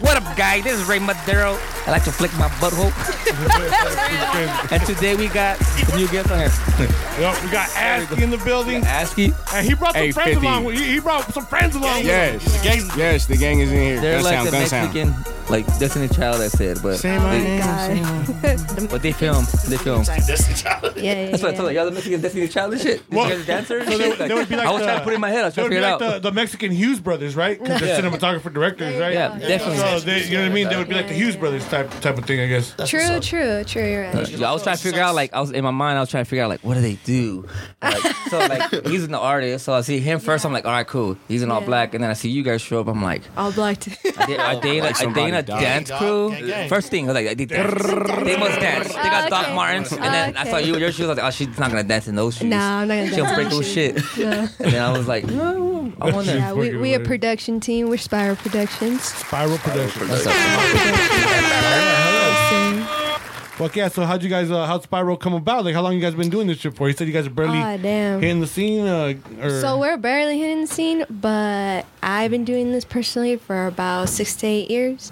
What up, guys? This is Ray Madero. I like to flick my butthole. and today we got a new guest on here. Yep, we got Asky in the building, Asky. and he brought some Hey, friends 50. along. With, he he brought some friends along. Yes. with him. Gangs- Yes, the gang is in here. They're Gun like sound, the gun sound. Mexican, like Destiny Child, I said, but Say my they, name. but they film, they film. Yeah, yeah, That's what I told yeah. you. Y'all the Mexican Destiny Child and shit. Well, you guys dancers. and so there- shit? Like, there would be like I was the- trying to put it in my head. I was That trying to would be figure it like out. the, the Mexican Hughes brothers, right? Because Yeah. they're cinematographer directors, right? Yeah, definitely. So they, you know what I mean? They would be like the Hughes brothers type type of thing, I guess. True, true, true. You're right. Yeah, I was trying to figure out like I was in my mind. I was trying to figure out like what do they do? Like, so like he's an artist. So I see him first. I'm like, all right, cool. He's in all Yeah. black, and then I see you guys show up. I'm like, All black. are they, are they, Oh, Like in a- are they in a somebody died. dance Gang, crew? gang, gang. First thing, I was like, they dance. They must dance. They got Oh, Doc okay. Martens, and then I Okay. saw you with your shoes. I was like, oh, she's not gonna dance in those shoes. No, I'm not gonna She'll dance in break those those shit. shoes. yeah, And then I was like, no, I wonder. yeah we, Freaking we a weird. production team. We're Spiral Productions. Spiral production. That's all. Ah, Fuck yeah! So how'd you guys? Uh, how'd Spiral come about? Like how long you guys been doing this shit for? He said you guys are barely ah, damn. hitting the scene. Uh, or So we're barely hitting the scene, but I've been doing this personally for about six to eight years.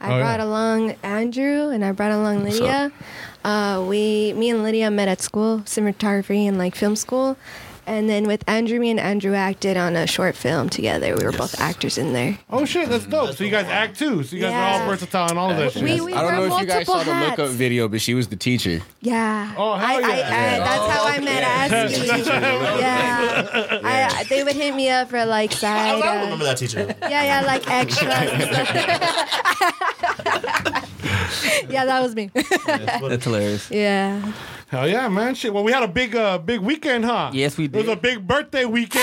I Oh, yeah. brought along Andrew and I brought along Lydia. Uh, we, me and Lydia met at school, cinematography and like film school. And then with Andrew, me and Andrew acted on a short film together. We were both actors in there. oh shit, that's dope. So you guys act too. So you guys are Yeah. all versatile and all of that shit. We, we I don't wear know if you guys saw the multiple hats. lookup video, but she was the teacher. Yeah. Oh, hell I, I, yeah. I, That's how I met Ashley. yeah. I, they would hit me up for like I, side. I uh, remember that teacher. yeah, yeah, like extra. yeah, that was me. That's hilarious. yeah. Hell yeah, man! Shit. Well, we had a big, uh, big weekend, huh? Yes, we It was did. a big birthday weekend.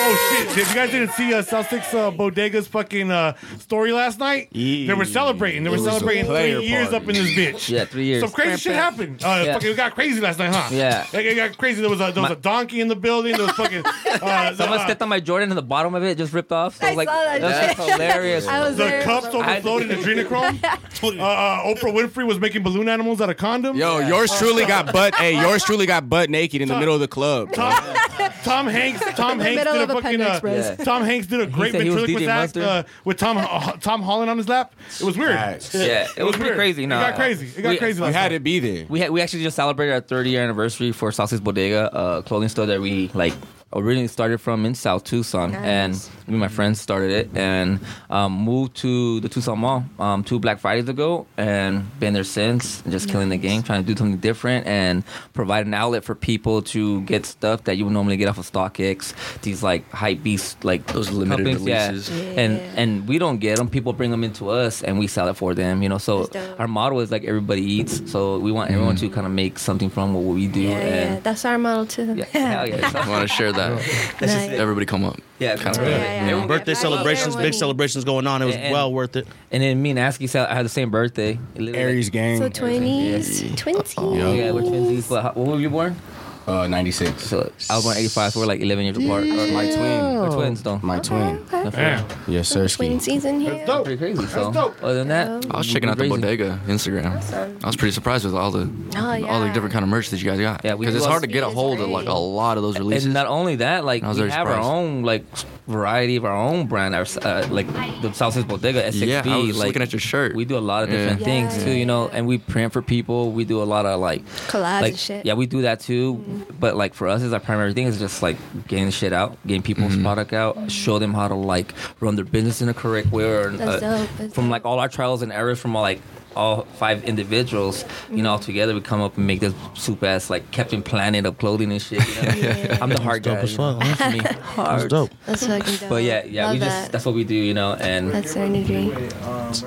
Oh shit! If you guys didn't see uh, South Six uh, Bodega's fucking uh, story last night, they were celebrating. They were It was a celebrating three player years party. up in this bitch. Yeah, three years. Some crazy shit happened. Uh, Yeah. fucking, it got crazy last night, huh? Yeah. It, it got crazy. There was a there was My- a donkey in the building. There was fucking. Uh, the, Someone uh, stepped on my Jordan and the bottom of it just ripped off. So I was I like, saw that that's hilarious. I was the there. cups overflowed in adrenochrome. Uh, uh, Oprah Winfrey was making balloon animals out of condoms. Yo, yours truly got butt. Hey, yours truly got butt naked in the middle of the club. bro. Tom, Tom Hanks. Tom the Hanks middle did of a a fucking. Panda Uh, Express. Yeah. Tom Hanks did a great said he was ventriloquist DJ act uh, Mustard. with Tom uh, Tom Holland on his lap. It was weird. Facts. Yeah, it, was, pretty weird. crazy. It No, got crazy. It got we, crazy. You last had night. to be there. We had, we actually just celebrated our 30 year anniversary for Sausage Bodega, a clothing store that we like originally started from in South Tucson, Nice. and me and my friends started it and um, moved to the Tucson Mall um, two Black Fridays ago, and been there since. Just killing the game, trying to do something different and provide an outlet for people to get stuff that you would normally get off of StockX. These like hype beast like Those limited yeah. releases. and Yeah. and we don't get them. People bring them into us, and we sell it for them. You know, so That's dope. our model is like everybody eats. So we want everyone Mm. to kind of make something from what we do. Yeah, yeah. and That's our model too. yeah, hell yeah. I want to share that. Everybody come up. yeah, kind of. yeah. Birthday Everybody, celebrations, big everyone- celebrations going on. It was And- well worth it. And then me and Asky sell- I had the same birthday. Aries gang. So twenties, twenties. Yeah, we're twinsies. But how- when were you born? Uh, 96. So I was born '85, so we're like 11 years apart. Or My like twin. we're twins, though. My twin. Okay. Damn. Yes, sir. Twin season here. Oh, dope. Pretty crazy. So That's dope. other than that, I was checking out the we're crazy. bodega Instagram. I was pretty surprised with all the Oh, all the yeah. different kind of merch that you guys got. Yeah, we because it's do hard us- to get a It's hold of great. like a lot of those releases. And not only that, like I was we very have our surprised. own like variety of our own brand, our, uh, like the Southeast Bodega SXB. yeah, I was just like looking at your shirt. we do a Oh, lot of Yeah. different Yeah, things too, yeah, you know. yeah. And we print for people. We do a lot of like Collabs like, and shit. Mm-hmm. Yeah, we do that too. But like for us, is our primary thing is just like getting the shit out, getting people's Mm-hmm. product out, show them how to like run their business in the correct way. Or, That's uh, dope, that's from dope. like all our trials and errors from all like all five individuals, you Mm-hmm. know, all together we come up and make this soup ass like Captain Planet of clothing and shit. You know? I'm the hard guy. dope as you know? fuck, That's me. Hard. dope. That's fucking dope. But yeah, yeah, Love we just that. that's what we do, you know, and That's our new dream.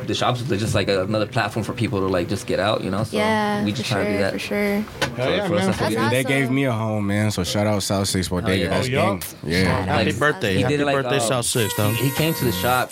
the shops are just like another platform for people to like just get out, you know. So Yeah, we for just try sure, to do that. for sure. Hell yeah, for us, man. that's what we That's do. They Awesome. gave me a home, man. So shout out South Six Bodega. yeah. That's Oh, yeah. gang. Yeah. Like, Happy birthday. he did Happy it like, birthday, uh, South Six, though. He came to the shop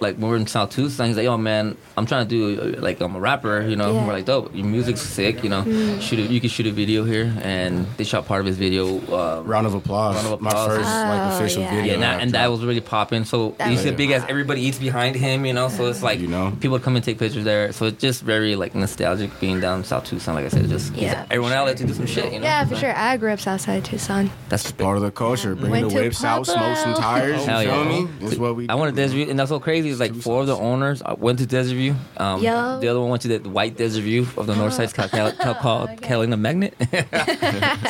like when we were in South Tucson, he's like, "Yo, man, I'm trying to do uh, like I'm a rapper, you know." Yeah. Hmm. We're like, "Dope, your music's sick, you know. Shoot, a, you can shoot a video here." And they shot part of his video. Uh, Round of applause. Round of My applause. first like Oh, official yeah. video. yeah, and that, and that was really popping. So That you was see a big ass, everybody eats behind him, you know. So it's like You know. people would come and take pictures there. So it's just very like nostalgic being down in South Tucson. Like I said, just Yeah, yeah, everyone out there to do some shit, you know. Yeah, for So sure. I grew up outside Tucson. That's the part of the Mm-hmm. culture. Bring Went the to whips out, Pablo. smoke some tires. You Hell feel yeah. me? That's what we. I went to Desert View, and that's so crazy. Is like four of the owners uh, went to Desert View. Um, Yo. The other one went to the white Desert View of the north side, it's called, called, called Okay. Catalina Magnet.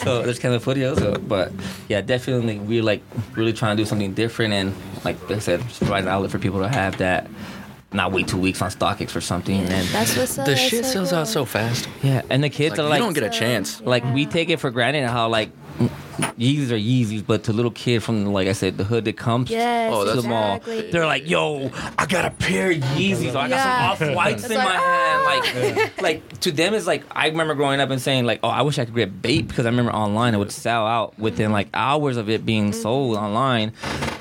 so there's kind of footage. So, but yeah, definitely we're like really trying to do something different, and like I said, just provide an outlet for people to have that. Not wait two weeks on StockX or something, and That's what's up. The that's shit so sells cool. out so fast. yeah, and the kids Like, are you like don't get a chance. like we take it for granted how like Yeezys are Yeezys, but to little kid from like I said, the hood that comes Yes, to the mall, exactly. they're like, "Yo, I got a pair of Yeezys. Or I got Yeah. some off whites It's in like, "Ah." my hand." Like, like to them it's like I remember growing up and saying like, "Oh, I wish I could get bait because I remember online it would sell out within like hours of it being Mm-hmm. sold online."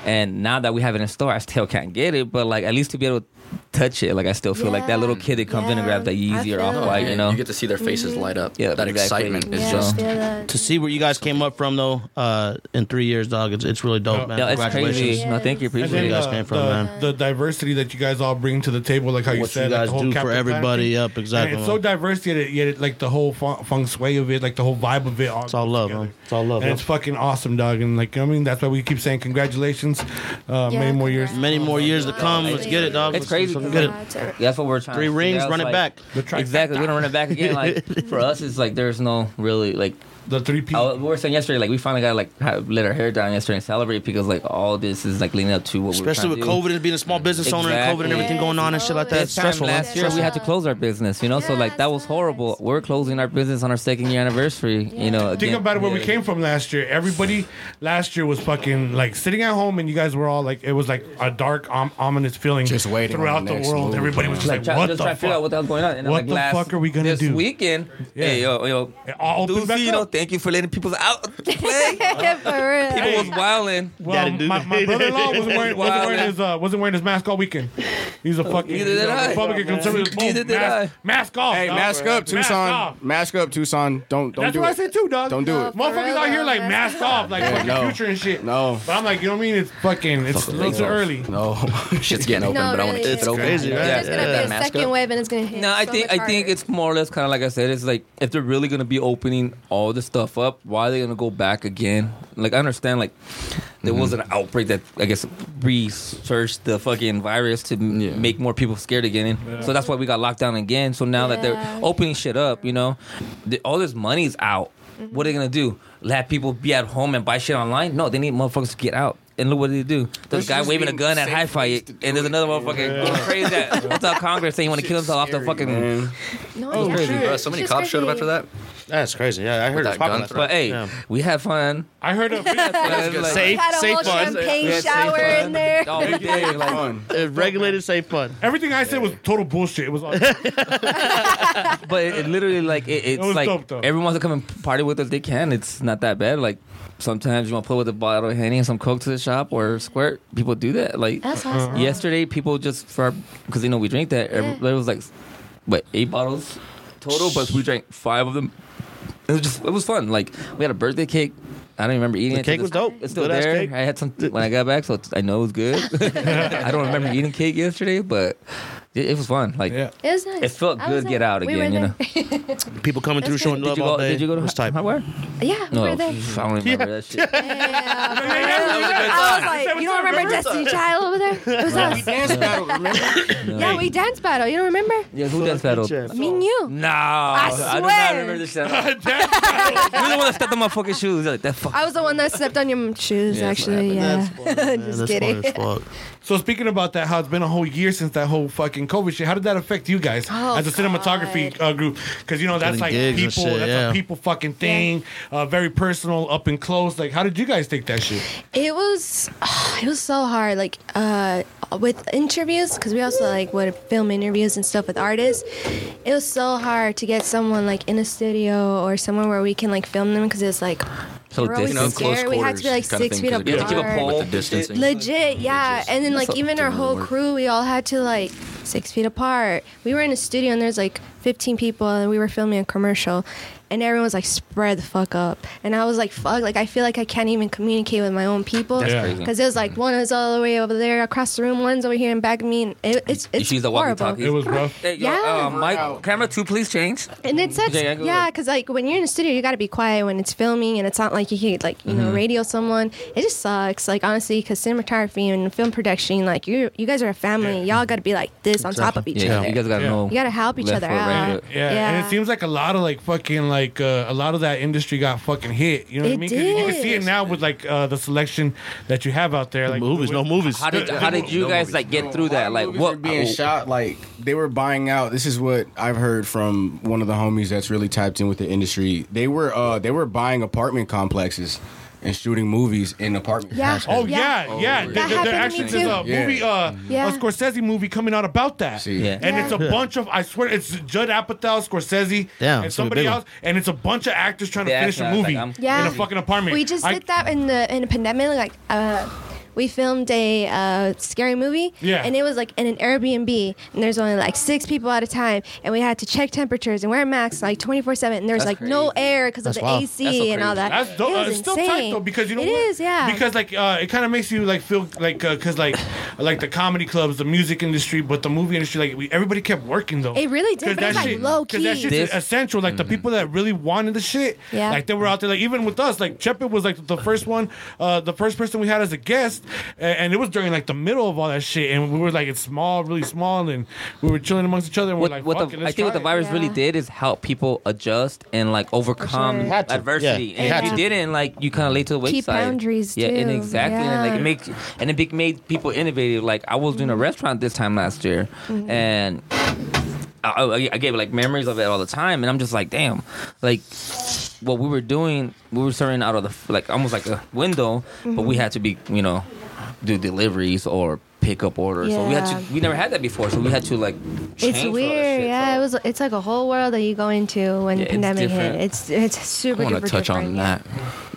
And now that we have it in store, I still can't get it, but like at least to be able to touch it, like I still feel like that Yeah. little kid that comes in and Yeah. grabs that I Yeezy or feel off white, that. you know. You get to see their faces light up. Yeah, that exactly. excitement Mm-hmm. is Yeah, just. I feel that. To see where you guys came up from though, uh, in three years, dog, it's, it's really dope, man. Yeah, it's Congratulations. crazy. Yes. No, thank you. And Appreciate then it. you guys uh, came from, the, man. the diversity that you guys all bring to the table, like how you What said, you like guys the whole do capital for everybody. planning. Yep, exactly. And it's so diverse, yet, it, yet it, like the whole feng, feng shui of it, like the whole vibe of it. All It's all love, man. It's all love. And it's man. fucking awesome, dog. And like, I mean, that's why we keep saying congratulations. Uh, Yeah, many more years. congrats. Many more years to come. Let's get it, dog. It's Let's- crazy let's because, get like, it. That's it. That's what we're trying. Three to rings, figure out. run It's it like- back. The trifecta. Exactly. We're gonna run it back again. Like for us, it's like there's no really like. The three P. Oh, I, we were saying yesterday, like we finally got like ha- let our hair down yesterday and celebrate because like all this is like leading up to what Especially we're with trying to COVID do. and being a small business owner and COVID Exactly. and everything going on and shit like that. Yes. It's This time stressful. man. last year, we had to close our business, you know. so like that was horrible. We're closing our business on our second year anniversary, you know. Think again. about it where we Yeah. came from last year. Everybody last year was fucking like sitting at home, and you guys were all like, it was like a dark, om- ominous feeling Just waiting on throughout the the, next world. move, Everybody was man. just like, try, what just the trying to fuck? figure out what the hell's going on. And I'm What like, the last- fuck are we gonna this do? weekend? Yeah. Hey, yo, yo, It all opens back Lucy, you know, up. thank you for letting people out to play. For real. People was wilding. Well, Gotta do my, that. my brother-in-law wasn't wearing, wasn't, Wow, wearing man. his, uh, wasn't wearing his mask all weekend. He's a fucking Oh, Neither did he's a I. Republican conservative. Neither Oh, did mask, mask off. Hey, dog. mask up, Tucson. off. Mask up, Tucson. Don't don't That's do what I it. said too, dog. Don't do No. it. Motherfuckers out here like Yeah. mask off, like fucking no. future and shit. No. but I'm like, you know what I mean? It's fucking, it's a little too early. No. Shit's getting open, No, but I want really, to keep it's it open. crazy, right? There's gonna be a Mask second up. wave, and it's gonna hit. No, I so think much I think harder. it's more or less kind of like I said. It's like if they're really gonna be opening all the stuff up, why are they gonna go back again? Like I understand, like there Mm-hmm. was an outbreak that I guess researched the fucking virus to m- Yeah. make more people scared again. So that's why we got locked down again. So now that Yeah. they're opening shit up, you know, the, all this money's out. Mm-hmm. What are they gonna do? Let people be at home and buy shit online? No, they need motherfuckers to get out. And look what they do. Let's There's a guy just waving a be gun at safe Hi Fi, ways to do and there's it, another motherfucker going crazy at what's up Congress saying he want to kill himself off the fucking No, Oh, it's shit. not. Bro, so many It's cops just showed up crazy. after that. That's crazy. Yeah, I heard it was that popping gun last threat. night. But hey, Yeah. we had fun. I heard a It was like- Safe, Had a safe whole fun. champagne Yeah, safe shower fun. in there. all day, like, Fun. Uh, regulated safe fun. everything I said was total bullshit. It was all it but it, it literally like it, it's was like dope, though. everyone wants to come and party with us. They can. It's not that bad. Like sometimes you want to play with a bottle of henny and some coke to the shop or squirt. People do that. Like That's awesome. yesterday, people just for because they know we drink that. Uh-huh. Yeah. There was like what eight bottles total, but we drank five of them. It was just it was fun. Like we had a birthday cake. I don't remember eating The it 'cause cake was it's- dope. It's still Good-ass there. cake. I had some when I got back, so it's- I know it was good. I don't remember eating cake yesterday, but it, it was fun. Like Yeah. It was nice. It felt I good was get there. out We again, were you know. there. People coming through That's showing Did good. love you all go? day. Did you go to It was Hi- tight. Highwire? yeah, we No, were there. pff, I don't remember that shit. Yeah. was. I was like, you don't remember Destiny Child over there? It was us. Dance battle, remember? Yeah, we dance battle. You don't remember? Yeah, who dance battle? Fucking Me and you. No, I, do swear. not remember this shit. You're the one that stepped on my fucking shoes. You're like that fuck. I was the one that stepped on your shoes, Yeah, that's what actually. Yeah. That's funny, man. Just That's kidding. funny as fuck. So speaking about that, how it's been a whole year since that whole fucking fucking COVID shit. How did that affect you guys Oh, as a cinematography God. uh, group? Because you know that's Getting like gigs and people, shit, that's yeah. a people fucking thing. Uh, very personal, up and close. Like, how did you guys take that shit? It was it was so hard. Like uh, with interviews, because we also like would film interviews and stuff with artists. It was so hard to get someone like in a studio or somewhere where we can like film them because it's like So we're always distant. You know, close scared. We had to be like quarters kinda six feet thing, 'cause apart. it goes Yeah, keep a pole. With the distancing. Legit, yeah. And then That's like a even our general whole word. crew, we all had to like six feet apart. We were in a studio and there's like 15 people and we were filming a commercial, and everyone was like spread the fuck up. And I was like fuck, like I feel like I can't even communicate with my own people. That's Yeah. crazy. Because it was like one is all the way over there across the room, one's over here and back of me, and it, it's You it's should use the horrible. walkie-talkie. It was rough. Hey, yo, Yeah. uh, Mike, camera two, please change. And it's such, Yeah, yeah, yeah, go ahead. because like when you're in the studio, you got to be quiet when it's filming, and it's not like you can like you Mm-hmm. know radio someone. It just sucks, like honestly, because cinematography and film production, like you you guys are a family. Y'all got to be like this on top of each Yeah, other. you guys gotta Yeah. know. You gotta help each left other foot, right out. foot. Yeah. and Yeah. it seems like a lot of like fucking like uh, a lot of that industry got fucking hit. You know what I It mean? 'Cause You can did. see it now with like uh, the selection that you have out there. Like movies, no movies. How did how did you guys like get through that? Like movies Were what? Oh, being shot like they were buying out. This is what I've heard from one of the homies that's really tapped in with the industry. They were uh they were buying apartment complexes and shooting movies in apartment. Yeah. Oh yeah, yeah. There- there, That there happened to actually me there's a too. Yeah. movie, uh, Yeah. a Scorsese movie coming out about that. See. Yeah. And Yeah. it's a bunch of I swear it's Judd Apatow, Scorsese, Damn, and it's gonna be a somebody big one. else, and it's a bunch of actors trying to Yeah, finish a that's what I was movie like, I'm- Yeah. in a fucking apartment. We just I- did that in the in a pandemic. Like, uh, we filmed a uh, scary movie. Yeah. And it was like in an Airbnb, and there's only like six people at a time, and we had to check temperatures and wear masks like 24 seven, and there was That's like no crazy. air because of the wild. AC That's so and all crazy. that. That's dope. It was it's still tight insane. though because you know It what? is, yeah. Because like uh, it kind of makes you like feel like uh 'cause like like the comedy clubs, the music industry, but the movie industry, like we, everybody kept working though. It really did, 'Cause but it's, that like, shit- low 'cause that key. shit's This- essential. Like Mm-hmm. the people that really wanted the shit, Yeah. Like they were out there. Like even with us, like Chepin was like the first one, uh, the first person we had as a guest, a- and it was during like the middle of all that shit, and we were like it's small, really small, and we were chilling amongst each other, and What, we're like, what fucking, the, I let's think what the try it." virus really Yeah. did is help people adjust and like overcome sure. Had to. adversity. Yeah, And had if you to. didn't, like you kind of lay to the wayside. Keep boundaries, Yeah, and too. exactly. And like Yeah. Mm-hmm. it makes and it be- made people innovative. Like I was doing a restaurant this time last year, and I, I, I gave like memories of it all the time, and I'm just like, damn, like what we were doing, we were serving out of the like almost like a window, but Mm-hmm. we had to be, you know, do deliveries or pick up orders. So we had Yeah. to, we never had that before, so we had to like. change It's all that weird, shit. So- yeah. It was. It's like a whole world that you go into when Yeah, the it's pandemic hit. different. It's it's super. I want duper to touch on different, yeah. that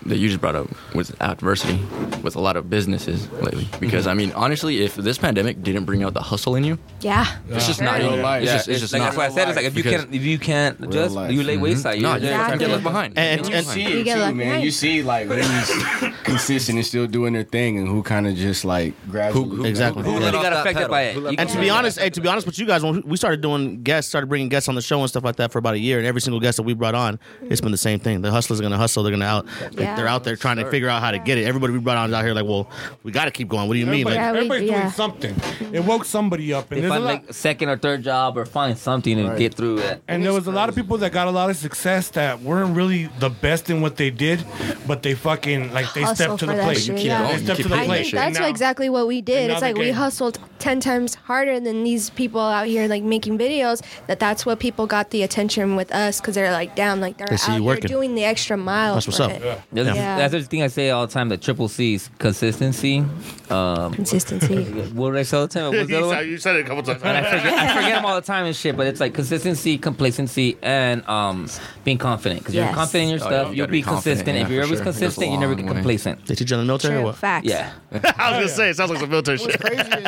that you just brought up with adversity with a lot of businesses lately. Mm-hmm. Because I mean, honestly, if this pandemic didn't bring out the hustle in you, Yeah. it's just not. Real in you. life. It's just, it's It's just like not. that's why I said it's like if you Because- can't if you can't adjust, life. you lay wayside. No, You're- you Exactly. get left behind. And- You get and- left see behind. it You get too, lucky, man. right? You see like who's consistent and still doing their thing, and who kind of just like gradually. Exactly. Who Yeah. really off got that affected pedal? by Who it? let You And to can't- be honest, hey, to be honest with you guys, when we started doing guests, started bringing guests on the show and stuff like that for about a year, and every single guest that we brought on, it's been the same thing. The hustlers are gonna hustle. They're gonna out. Yeah. They're out there trying to figure out how to get it. Everybody we brought on is out here like, well, we got to keep going. What do you mean? Everybody, Like, Yeah, we- everybody's yeah. doing something. It woke somebody up, and They there's a find lot. like second or third job or find something and get through it. And there was a lot of people that got a lot of success that weren't really the best in what they did, but they fucking like they Hustle stepped to for the that plate. shit, They yeah. You keep stepped to the I plate. think that's And now- exactly what we did. and It's now like the we game. hustled ten times harder than these people out here like making videos. That that's what people got the attention with us because they're like, damn, like they're They see out you here working. doing the extra mile. That's what's for up. it. That's, Yeah. that's the thing I say all the time. The triple C's consistency. Um, Consistency. what did I say all the time? What was the other one? you said it a couple times. And I forget, I forget them all the time and shit. But it's like consistency, complacency, and um, being confident. Because you're Yes. confident in your Oh, yeah, stuff, you you'll gotta be be confident, consistent. yeah, if you're for always sure. It goes a consistent, you never long get way. complacent. They teach you in the military or True what? facts. Yeah, I was gonna say it sounds like some military shit.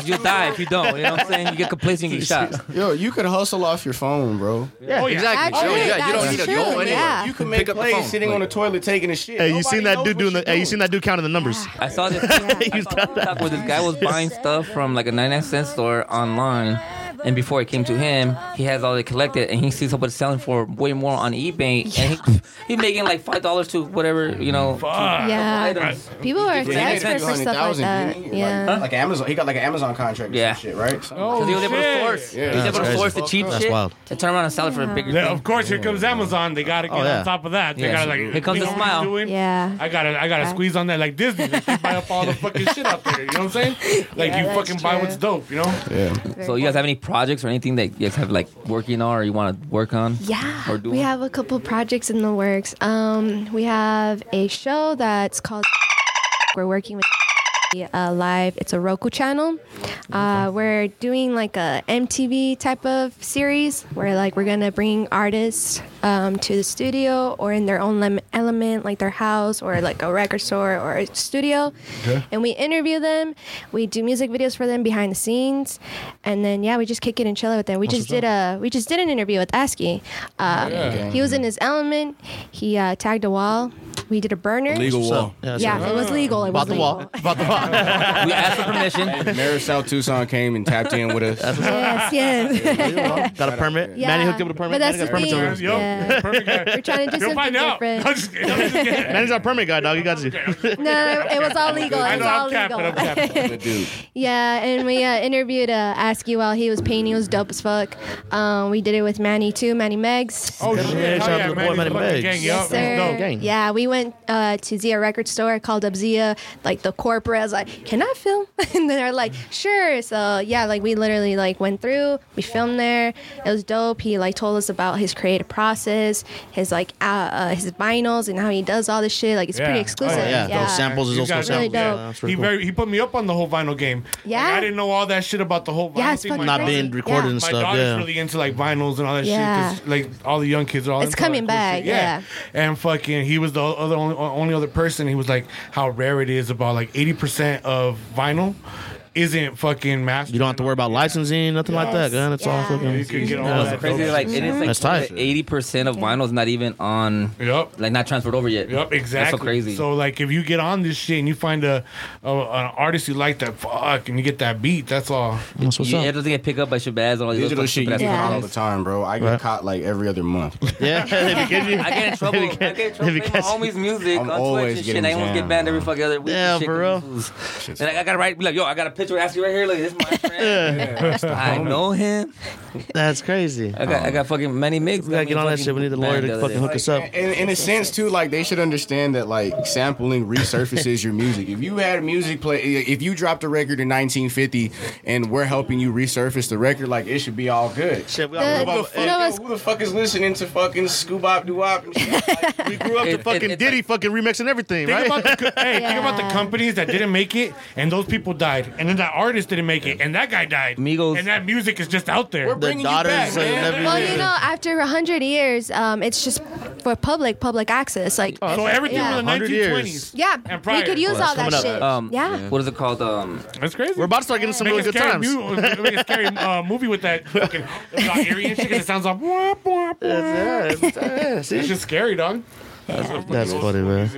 you'll die if you don't. You know what I'm saying? You get complacent, you get shot. Yo, you could hustle off your phone, bro. Yeah, Exactly. Actually, yeah, you don't that's need to true, go anywhere. yeah. You can make pick up the plays phone. sitting on the toilet taking a shit. Hey, you Nobody seen that knows dude what doing the? you're Hey, you seen that dude counting the numbers? I saw this. I You saw this TikTok where this guy was buying stuff from like a 99 cent store online, and before it came to him, he has all they collected, and he sees somebody selling for way more on eBay, and he, he's making like five dollars to whatever you know. Fuck. Yeah. Items. People are doing. Yeah, he desperate had for stuff like 200,000, that. didn't he? Yeah. Like, like Amazon. He got like an Amazon contract. Or Yeah. Some shit, right? Something like Oh, Because he was able to shit. source, Yeah. he was able That's to source crazy. the cheap That's shit wild. to turn around and sell it for a bigger Then, thing. of course, here comes Amazon. They gotta get Oh, yeah. on top of that. They Yeah. gotta like Here comes you the know what smile. you're doing? Yeah. I gotta, I gotta Right. squeeze on that like Disney. Like, they buy up all the fucking shit out there. You know what I'm saying? Like Yeah, you that's fucking buy true. what's dope. You know? that. Yeah. So you guys have any projects or anything that you guys have like working on or you want to work on? Yeah, Or do we one? have a couple projects in the works. Um, we have a show that's called. We're working with uh, live. It's a Roku channel. Uh, we're doing like a MTV type of series where like we're gonna bring artists um, to the studio or in their own lem- element, like their house or like a record store or a studio, and we interview them. We do music videos for them behind the scenes, and then yeah, we just kick it and chill it with them. We just did a we just did an interview with Askey. Uh, He was in his element. He uh, tagged a wall. We did a burner. Legal wall. Yeah, that's Yeah, right. it was legal. It was About the legal. wall. About the wall. we asked for permission. Marisol Tucson came and tapped in with us. Yes, yes. Got a permit. Yeah. Manny hooked up with a permit. But that's Manny the got permits thing. over. Yo, Yeah. perfect guy. We're trying to do You'll something find out. different. I'm just kidding. I'm just kidding. Manny's our permit guy, dog. He got you. No, it was all legal. I It know was all I'm capping. I'm legal. capping. Good dude. Yeah, and we uh, interviewed uh, Askew while he was painting. It was dope as fuck. Um, we did it with Manny too, Manny Meggs. Oh Everybody shit! shout Hell out to yeah, man. the boy, Manny He's fucking Meggs. gang. Yes, Yup. sir. dope. Gang. Yeah, we went uh, to Zia Record Store, called up Zia, like the corporate. I was like, "Can I film?" And they're like, "Sure." So yeah, like we literally like went through. We filmed there. It was dope. He like told us about his creative process, his like uh, uh, his vinyls, and how he does all this shit. Like it's Yeah. pretty Oh, exclusive. Yeah, those samples is You also guys samples. are really Yeah, dope. that's he pretty cool. very he put me up on the whole vinyl game. Yeah. Like, I didn't know all that shit about the whole vinyl Yeah, it's thing. fucking my Not being Yeah. recorded and my stuff. daughter's Yeah. really into like vinyls and all that Yeah. shit. 'cause, like all the young kids are all. It's into all that coming cool back, shit. yeah. And fucking, he was the other only, only other person. He was like, how rare it is. About like eighty percent of vinyl isn't fucking mastered. You don't have to worry about licensing, nothing like Yes. that. Gun, it's Yeah. all You fucking. can get all No, that. it's crazy. dope Like shit. it is like That's tight. eighty percent of vinyls not even on. Yup. Like not transferred over yet. Yep, That's exactly. so crazy. So like, if you get on this shit and you find a, a an artist you like that fuck, and you get that beat, that's all. That's what's you, it up. doesn't get picked up by Shabazz and all these Digital other shit you stupid get ass Yeah. caught all guys. the time, bro. I get Right. caught like every other month. Yeah, they be getting you. I get in trouble. I get in trouble If you playing my catch- homies' music I'm on Twitch always and shit. getting I almost get jammed, banned every bro. fucking other week. Yeah, and shit, for 'cause real. this is- And I, I gotta write, be like, yo, I got a picture of Ashley right here. Like, this is my friend. I know him. That's crazy. I got, I Um, got fucking many mix. We gotta get on that shit. We need a lawyer to fucking hook us up. In, in a sense, too, like they should understand that like sampling resurfaces your music. If you had music play, if you dropped a record in 1950 and we're helping you resurface the record, like it should be all good. Shit, we The- gotta move Who the up. fuck- you know yo, what's- who the fuck is listening to fucking Scoobop Doop? and shit? Like, We grew up It- to it- fucking it's Diddy like- fucking remixing everything, Think right? about the co- hey, think about the Yeah. companies that didn't make it, and those people died, and then that artist didn't make it, and that guy died. Migos. and that music is just out there. We're The bringing you back, daughters and man. everything. Well, you know, after hundred years, um, it's just for public public access. Like, so everything yeah. from the 100 years. 1920s. yeah, Oh. and we prior. could use all that Oh, coming up. shit. Um, yeah. What is it called? Um, That's crazy. We're about to start getting some Make really a good scary times. mu- make a scary uh, movie with that fucking dog eerie and shit 'cause it sounds like wah, wah, wah. Yeah, yeah, see? It's just scary, dog. That's funny, man.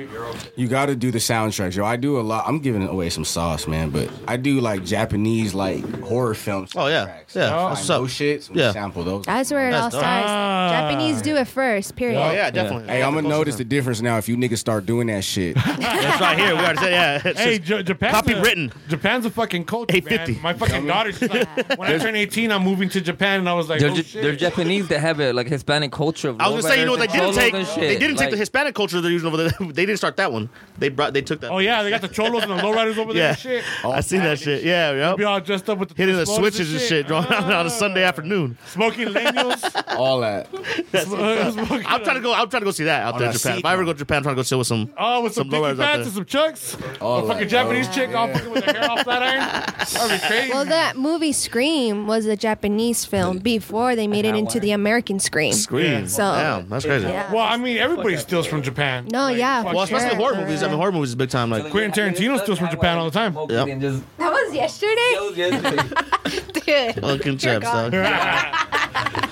You got to do the soundtracks, yo. I do a lot. I'm giving away some sauce, man, but I do like Japanese like horror films. Oh, yeah. soundtracks. Yeah, I that's what's know up. shit. so we Yeah. sample those. That's where it That's all dope. starts. Ah. Japanese do it first, period. Oh yeah, definitely. Hey, I'm gonna notice the difference now if you niggas start doing that shit. That's right here. We already said yeah. It's Hey, just- J- Japan's copy a, written. Japan's a fucking culture, 850. man. My fucking daughter, she's like, when I turn 18, I'm moving to Japan, and I was like, they're, oh, Ja- shit. they're Japanese that have a like Hispanic culture. Of I was gonna say, you know what they rollers didn't and take? cholos and They shit. didn't take the Like, Hispanic culture they're using over there. They didn't start that one. They brought, they took that. oh, yeah, they got the cholos and the lowriders over there yeah. and shit. I seen that shit. Yeah, Be yep. all dressed up with the Hitting the smoke switches and shit on, on a Sunday afternoon. Uh-huh. Smoking leños. All that. smoking, I'm trying to go. I'm trying to go see that out On there, a in Japan. If seat, I ever man. go to Japan, I'm trying to go sit with some Oh, with some, low some riders out pants there. and some chucks. All a that, fucking bro. Japanese chick all fucking with her hair all flat iron. That'd be crazy. Well, that movie Scream was a Japanese film before they made it into the American Scream. screen. So- Damn, that's crazy. Yeah. well, I mean, everybody steals from Japan. No, yeah. fuck Well, yeah. especially horror movies. I mean, horror movies is big time. Like, Quentin Tarantino steals from Japan all the time. Smoke Yep. it and just- That was yesterday, dude. fucking chips, God. dog.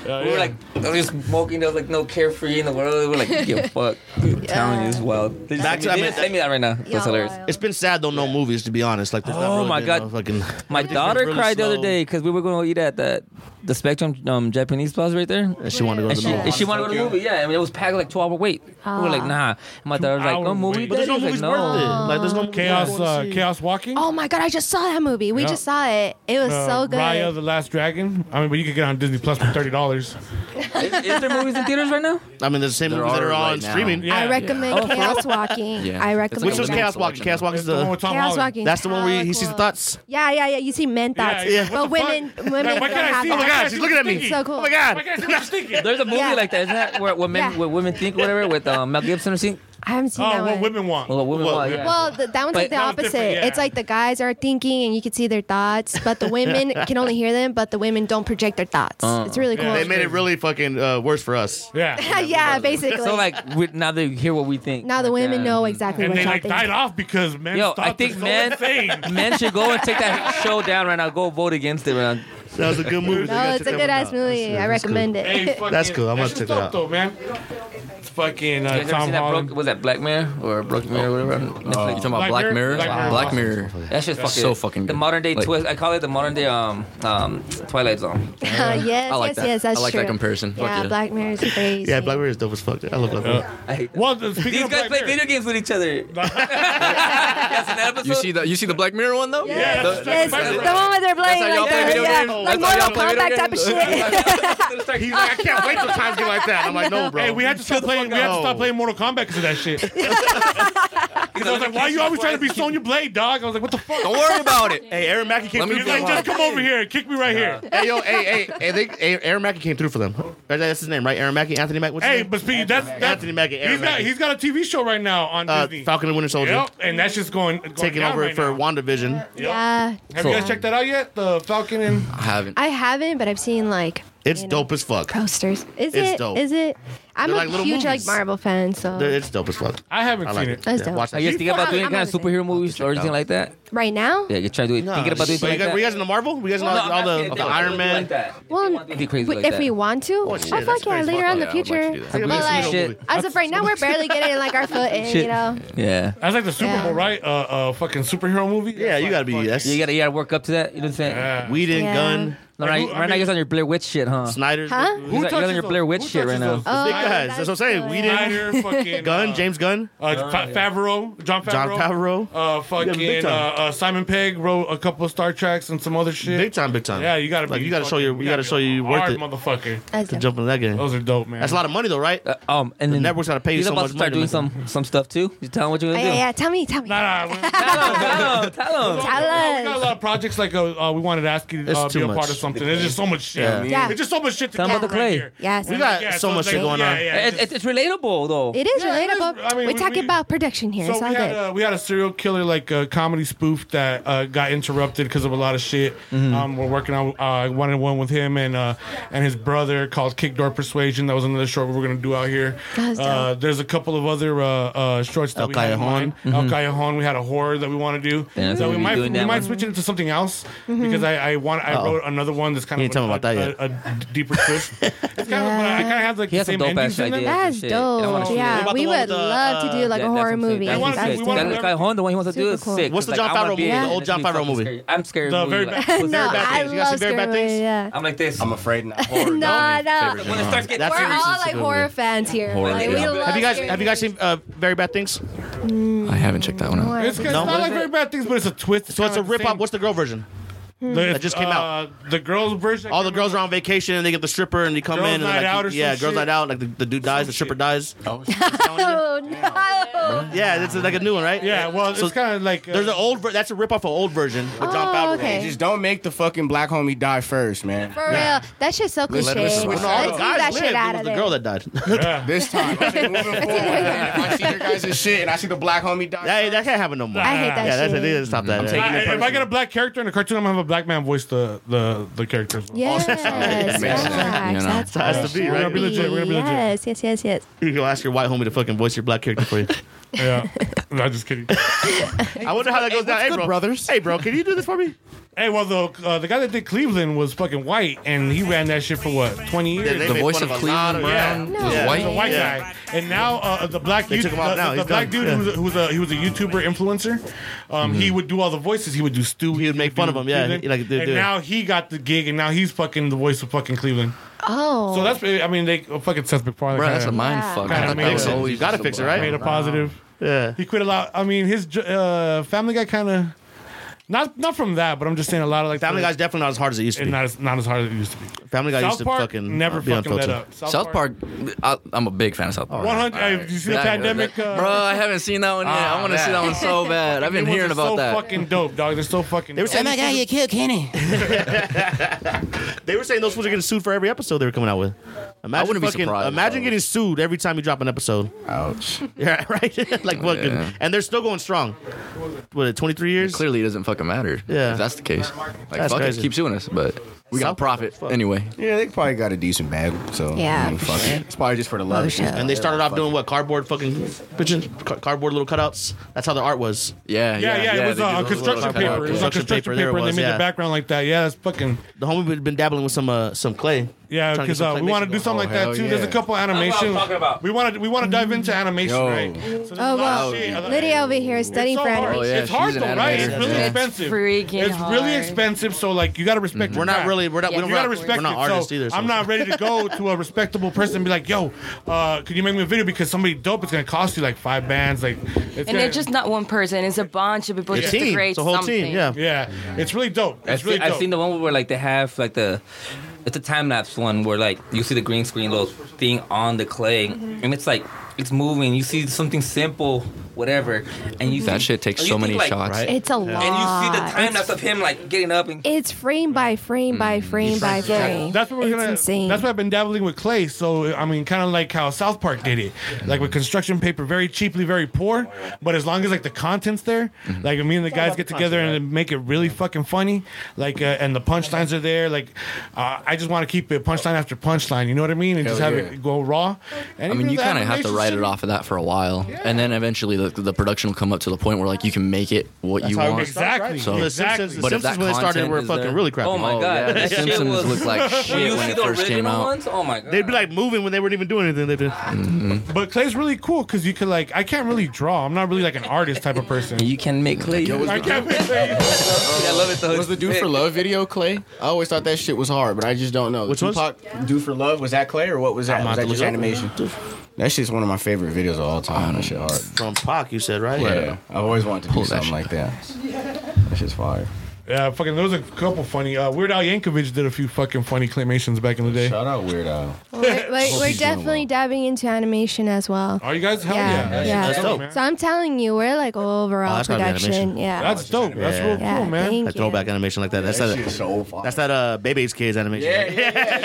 We were like, we were just smoking. There was like no carefree in the world. We were like, give a fuck. I'm telling you, it's wild. They just Back send me- to- I they mean- just send me that right now. That's Y'all hilarious. wild. It's been sad though, no movies to be honest. Like, there's not Oh really my been God. no fucking. My daughter really cried the slow. other day because we were going to eat at that the Spectrum um, Japanese place right there. And she wanted to go And to she, the movie. and she wanted to go to the movie, yeah. I mean, it was packed like 12 hour wait. We were like, Ah. nah. And my daughter was like, Two-hour no movie. wait. But there's no daddy? I was movies like, worth it. no. Like, there's no movies Chaos, worth going uh, to see. chaos walking. Oh my god, I just saw that movie. We Yeah. just saw it. It was Uh, so good. Raya the Last Dragon. I mean, but you could get it on Disney Plus for thirty dollars. Is, is there movies in theaters right now? I mean, there's the same There movies that are are on right now. streaming. Yeah. I recommend Oh, for Chaos Walking. Yeah. I It's recommend. Which was Yeah. Chaos Walking. Chaos Walking is That's the one the. with Tom Chaos Holland. Walking. That's the one where he Hella sees the cool. thoughts. Yeah, yeah, yeah. You see men Yeah, thoughts, yeah, what but the women, fuck? women Like, why can't don't I have see that. what God, Oh she's looking at me. It's so cool. Oh my Oh God. my God, she's thinking. There's a movie Yeah. like that, isn't that? Where what men, Yeah. what women think, whatever, with um, Mel Gibson or something. I haven't seen that Oh, one. what women want. Well, what women want, yeah. Well, th- that one's But like the that one's opposite. different, yeah. It's like the guys are thinking and you can see their thoughts, but the women can only hear them, but the women don't project their thoughts. it's really cool. Yeah, Yeah, They made it really fucking uh, worse for us. yeah. basically. So like we, now they hear what we think. now the Like, women uh, know exactly And what they y'all like think. died off because men. Yo, I think men, men should go and take that show down right now. Go vote against it. Man. That was a good movie. No, it's a good ass movie. I recommend Hey, it. fucking, That's cool. I'm gonna check it out. Though, man. It's fucking uh, You guys ever Tom seen that Holland. broke, was that Black Mirror or Broke Mirror or whatever? on Netflix? You talking about Black Black Mirror? Mirror? Black Mirror. Black Mirror. That shit's fucking so fucking The good. modern day Like- twist. I call it the modern day um um Twilight Zone. yes, I like yes, that. yes. That's I like true. that comparison. Fuck Yeah, yeah. Black Mirror is crazy. Yeah, Black Mirror is dope as fuck. I love Black Mirror. I hate that. Well, th- speaking These of guys Black play Mirror- video games with each other. That's an episode. You see the you see the Black Mirror one though? Yes. that's- Yes, that's- the one where they're playing how y'all like, play that, video yeah, games? like That's Mortal how y'all play video Kombat type of games? shit. He's like, I can't wait till times get like that. I'm like, no, bro. Hey, we had to stop playing. We had to up. stop playing Mortal Kombat because of that shit. Because I was like, "Why you always trying to be Sonya Blade, dog?" I was like, "What the fuck?" Don't worry about it. Hey, Aaron Mackey came Let me through. He's for like, them. "Just come over here, and kick me right here." Hey, yo, hey, hey, hey, they, hey, Aaron Mackey came through for them. Or That's his name, right? Aaron Mackey, Anthony Mackey. what's his Hey, name? but speaking, that's that's Anthony Mackey, Aaron he's got Mackey. he's got a TV show right now on uh, Disney. Falcon and Winter Soldier Yep, and that's just going, going taking down over right for now. WandaVision. Yeah. Have you guys checked that out yet? The Falcon and I haven't. I haven't, but I've seen like It's You know. dope as fuck. posters. Is It's it? dope. Is it? I'm They're a like little huge like movies. Marvel fan, so Dude, It's dope as fuck. I haven't I seen like it. it. That's dope. watch that. Are you guys shit. thinking about I'm- doing I'm kind of listening. superhero movies or anything out. like that? right now. Yeah, you try to do it. thinking about doing So you things guys, like were you that. guys into Marvel? You guys No, know I'm all not the, kidding. all They the would Iron do Man? like that. If Well, they want to be crazy But like if that. we want to, oh, shit, fuck that's yeah, later crazy. Fuck on in yeah, the I would like to do future. that. But Like, we- like, shit. as of right now, we're barely getting like our foot in, you know. yeah. That's like the Super Yeah. Bowl, right? Uh, uh, fucking superhero movie. Yeah, That's you like gotta be. fucking- That's You gotta, you gotta work up to that. You know what I'm saying? Yeah. weed and Yeah. gun. No, right, who- right I now mean- you're on your Blair Witch shit, huh? Snyder's. Huh? Who's Big Who that- you're on touches your those- Blair Witch who shit right touches now. those? Oh, guys. That's what I'm saying. Weed and Snyder, fucking gun. uh, James Gunn. uh, Fa- Favreau, John Favreau, John Favreau. uh, Yeah, big fucking uh, time. uh, Simon Pegg wrote a couple of Star Treks and some other shit. Big time, big time. Yeah, you gotta Like, be you gotta show fucking- your- you gotta be show a you worth hard it. motherfucker. That's to dope. jump in that game. Those are Uh, dope, man. That's a lot of money though, right? Um, and then network's gotta pay you he's so about much to start doing money to some some stuff too. You tell him what you Oh, want to yeah, do. yeah. Tell me, tell me. Nah, nah, we- Tell him, tell him, tell him. Tell we got a us. lot of projects like uh, uh, we wanted to ask you to It's uh, be too a part much. of something. There's just so much shit. Yeah. Yeah. It's just so much shit to Tell 'em cover about the right clay. here. Yes. We got so much it's shit going yeah, on. yeah, It, it's it- it's relatable though. It is Yeah, it is. relatable. I mean, we- we're talking about production here. it's So all we had, good. uh, we had a serial killer like uh, comedy spoof that uh, got interrupted because of a lot of shit. Mm-hmm. Um, we're working on uh, one and one with him and uh, and his brother called Kick Door Persuasion. That was another short we were gonna do out here. That was Uh, there's a couple of other uh, uh, shorts that El Mm-hmm. we had in Callejon. mind. El Callejon. We had a horror that we want to do. Yeah, so we'll we be might we doing that might one. switch it into something else Mm-hmm. because I, I want I wrote another one that's kind of You ain't telling a, about that a, a- a deeper twist. It's kind of I kind of have like He the has some same dope endings ass in them. ideas. That's shit. I wanna dope. shoot it. What Yeah, about we the one would with the, love to do Yeah, like uh, a that's what horror I'm saying. movie. That's what I'm That's saying. wanna That do dope. Luke Calhoun, the one he wants to do Super is cool. sick. What's the Like, John I wanna Favreau be movie, in the it. old It's John gonna be Favreau fucking movie? scary. I'm scared. The of movies very- like- Scary No, Bad I Things. You guys see love Scary scary Bad Things? movies. Yeah. I'm like this. I'm afraid not. No, Horror. no. favorite When it starts getting That We're series is all a like good horror movie. fans here. Horror, Like, we yeah. love Have you guys scary have you guys movies. seen uh, Very Bad Things? I haven't checked that one out. It's, it's No. not like very bad things, but it's a twist. So it's a kinda like rip the off. same- What's the girl version? The- that just came out? uh, The girls' version. All the girls are on vacation and they get the stripper and they come Girls in and night like, out or yeah, some girls shit? night out. Like the, the dude dies, the stripper dies. Oh no! Yeah, it's like a new one, right? Yeah, well, it's kind of like uh, There's an old. Ver- that's a rip off an old version with John Oh, Favreau. okay. Just don't make the fucking black homie die first, man. For real, that shit's so cliche. Let's- let's Let's leave switch it up. The that guys shit lived, out of it was the there. girl that died. This time, I'm moving forward. man. If I see your guys' shit and I see the black homie die, Hey, that can't happen no more. I hate that yeah, shit. that's they need to stop that. I- if I get a black character in a cartoon, I'm gonna have a black man voice the the the character. as well. Yes, Makes sense. facts. You know. That's It has how it to be, should right? We're gonna be legit, we're gonna be legit. Yes, yes, yes, yes. you can ask your white homie to fucking voice your black character for you. Yeah, no, just kidding. I wonder how that goes down. Hey, bro, brothers. Hey, bro, can you do this for me? Hey, well, the uh, the guy that did Cleveland was fucking white, and he ran that shit for what twenty years. They The made voice fun of a lot Cleveland yeah. Brown No. was Yeah. The white. white Yeah. guy, and now uh, the black They dude, took him out the, now. the He's black done. Mm-hmm. dude who, was a, who was a he was a YouTuber influencer. Um, he would do all the voices. He would do Stewie. He would make fun of him, yeah. Cleveland. He like, dude, and dude. now he got the gig, and now he's fucking the voice of fucking Cleveland. Oh, So that's I mean they oh, fucking Seth MacFarlane. Bro, that's a kinda mind Yeah. fuck. Gotta I thought make that was it. always You gotta just fix it, a right? black- made a positive. Yeah. He quit a lot. I mean his uh, Family Guy kind of Not not from that, but I'm just saying a lot of like Family Guy's definitely not as hard as it used to and be. not as, not as hard as it used to be. Family Guy South used to Park fucking never uh, be fucking let unfiltered. up. South Park, I, I'm a big fan of South Park. 100 hey, you see the That- pandemic, that- uh, bro. I haven't seen that one yet. I Ah, want to that. see that one so bad. I've been They hearing were about so that. fucking dope, dog. They're so fucking. They were dope. saying- god, you killed Kenny. They were saying those fools are getting sued for every episode they were coming out with. Imagine wouldn't be fucking, surprised, Imagine though. getting sued every time you drop an episode. Ouch. Yeah, right. like fucking, Yeah. and they're still going strong. What, twenty three years? Clearly, it doesn't fucking matter. Yeah. if that's the case. Like, That's fuck crazy. it, keep suing us, but we got South- profit fuck. anyway. Yeah, they probably got a decent bag. So Yeah, I mean, for fuck it. It's probably just for the love. Oh, of it. shit. And they started off doing what cardboard fucking pigeon, ca- cardboard little cutouts. That's how the art was. Yeah, Yeah, yeah, it was they uh, do a those little construction cutouts. paper. It was a Construction construction paper, paper, there it and they was, made yeah. the background like that. Yeah, that's fucking. The homie had been dabbling with some uh, some clay. Yeah, Trying to get because some uh, we claymation want to do going. something like hell that too. There's a yeah. couple animation. talking about. We want to we want to dive into animation, Yo. right? So there's a Oh, lot well, of shit. Lydia over here is studying It's so for hard. animation. Oh, yeah, it's hard she's though, an right? It's animator. really Yeah. expensive. freaking It's really hard. expensive, so like you got to respect. your We're not craft. really. We're not. Yeah, we don't, you we're, gotta not, respect we're not it. artists so either. So I'm not ready to go to a respectable person and be like, "Yo, uh, could you make me a video?" Because somebody dope is gonna cost you like five bands. Like, it's And gonna- it's just not one person; it's a bunch of people It's just a to team. create It's a whole something. team. Yeah. yeah, it's really dope. It's I've, really seen, I've dope. seen the one where like they have like the it's a time lapse one where like you see the green screen little thing on the clay and it's like it's moving. You see something simple, whatever, and you That see- shit takes you so think, many like, shots. Right. It's a lot. And you see the time lapse of him like getting up and It's frame by frame by frame by frame. That's what we're it's gonna. Insane. That's what I've been dabbling with clay. So I mean, kind of like how South Park did it, like with construction paper, very cheaply, very Oh, poor. But as long as like the content's there, Mm-hmm. like me and the guys get together and make it really fucking funny, like uh, and the punchlines are there. Like uh, I just want to keep it punchline after punchline. You know what I mean? And just Hell have yeah. it go raw. And I mean, even you the kind of have to animation write shit- it off of that for a while, and then eventually the, the production will come up to the point where like you can make it what you how it want. makes sense. Exactly. So- The exactly. Simpsons, But the if that Simpsons when they started content were is fucking there- really crappy. Oh my Oh, god, yeah, the that shit Simpsons was- looked like shit When you when see it the first came original out. ones, oh my god, They'd be like moving when they weren't even doing anything. They'd be, But clay's really cool because you could like I can't really draw. I'm not really like an artist type of person. you can make clay. I can't. I love it though. Was the Do Hey, for Love video Clay? I always thought that shit was hard, but I just don't know. Which was? Tupac Do for Love was that Clay or what was that? Was have that to just look it animation? That shit's one of my favorite videos of all time. That shit hard. From Pac, you said right? Yeah, I've always wanted to do Pull that something shit like that. That shit's fire. Yeah, fucking. There was a couple funny. Uh, Weird Al Yankovic did a few fucking funny claymations back in the day. Shout out Weird Al. we're, we're, we're She's doing definitely well. diving into animation as well. Are you guys? Hell yeah, Yeah, yeah. That's dope. man. So I'm telling you, we're like overall that's gotta be animation. production. Yeah. That's dope. That's Yeah. real yeah, cool, man. Thank That throwback you. animation like that. That's That that. shit's so fire. That's that. Uh, Baby's kids animation. yeah, right? yeah, yeah. It's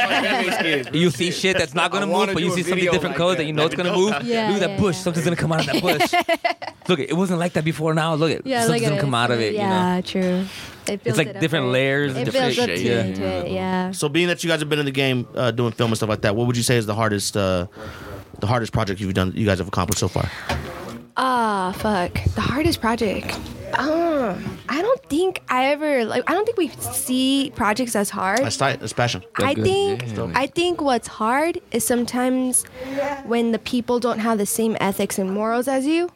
like Baby's Kids, bro. You see shit that's not gonna I move, wanna but do you a see something video different like color that. that. you know it's gonna move. Yeah, look at yeah, that bush. yeah. Something's gonna come out of that bush. look, it wasn't like that before. Now look, it. Yeah, something's look at gonna it. come out of it. you know? Yeah, true. It It's builds it like up, different right? layers, It and builds up different to shade. Yeah. Yeah. into it. Yeah. So, being that you guys have been in the game uh, doing film and stuff like that, what would you say is the hardest, uh, the hardest project you've done, you guys have accomplished so far? Ah, fuck. The hardest project. Uh, I don't think I ever like. I don't think we see projects as hard. That's tight. That's passion. I good. think Yeah. I think what's hard is sometimes when the people don't have the same ethics and morals as you,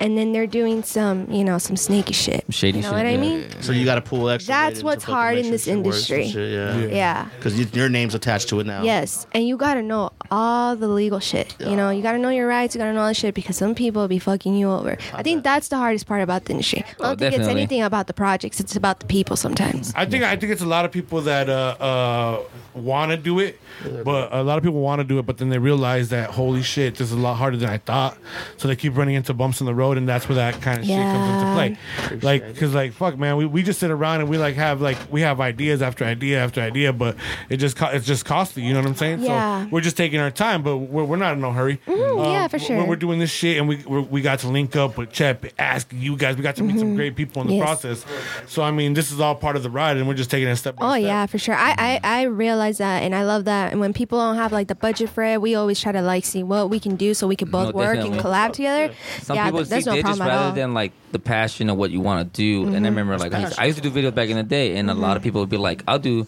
and then they're doing some you know some snaky shit. Shady you know shit, what I yeah. mean? So you got to pull extra. That's weight in to what's fucking hard in make sure this shit works and industry. shit, yeah. Yeah. Because your name's attached to it now. Yes, and you gotta know all the legal shit. You know, you gotta know your rights. You gotta know all the shit because some people be fucking you over. I think that's the hardest part about the industry. I don't Oh, think it's definitely. anything about the projects. It's about the people sometimes. I think I think it's a lot of people that uh, uh, want to do it, but a lot of people want to do it, but then they realize that holy shit, this is a lot harder than I thought. So they keep running into bumps in the road, and that's where that kind of Yeah. shit comes into play. Like, cause like fuck, man, we, we just sit around and we like have like we have ideas after idea after idea, but it just co- it's just costly. You know what I'm saying? Yeah. Mm-hmm. So we're just taking our time, but we're, we're not in no hurry. yeah, for Um, When sure. we're doing this shit, and we we're, we got to link up with Chet, ask you guys, we got to meet some great people in the Mm-hmm. Yes. process. So I mean, this is all part of the ride, and we're just taking it step by Oh step. yeah, for sure. I, I I realize that, and I love that. And when people don't have like the budget for it, we always try to like see what we can do so we can both No, work definitely. and collab together. Some yeah, people th- see there's no digits problem at all. Mm-hmm. rather than like the passion of what you want to do. And I remember like I used, I used to do videos back in the day, and a lot of people would be like, "I'll do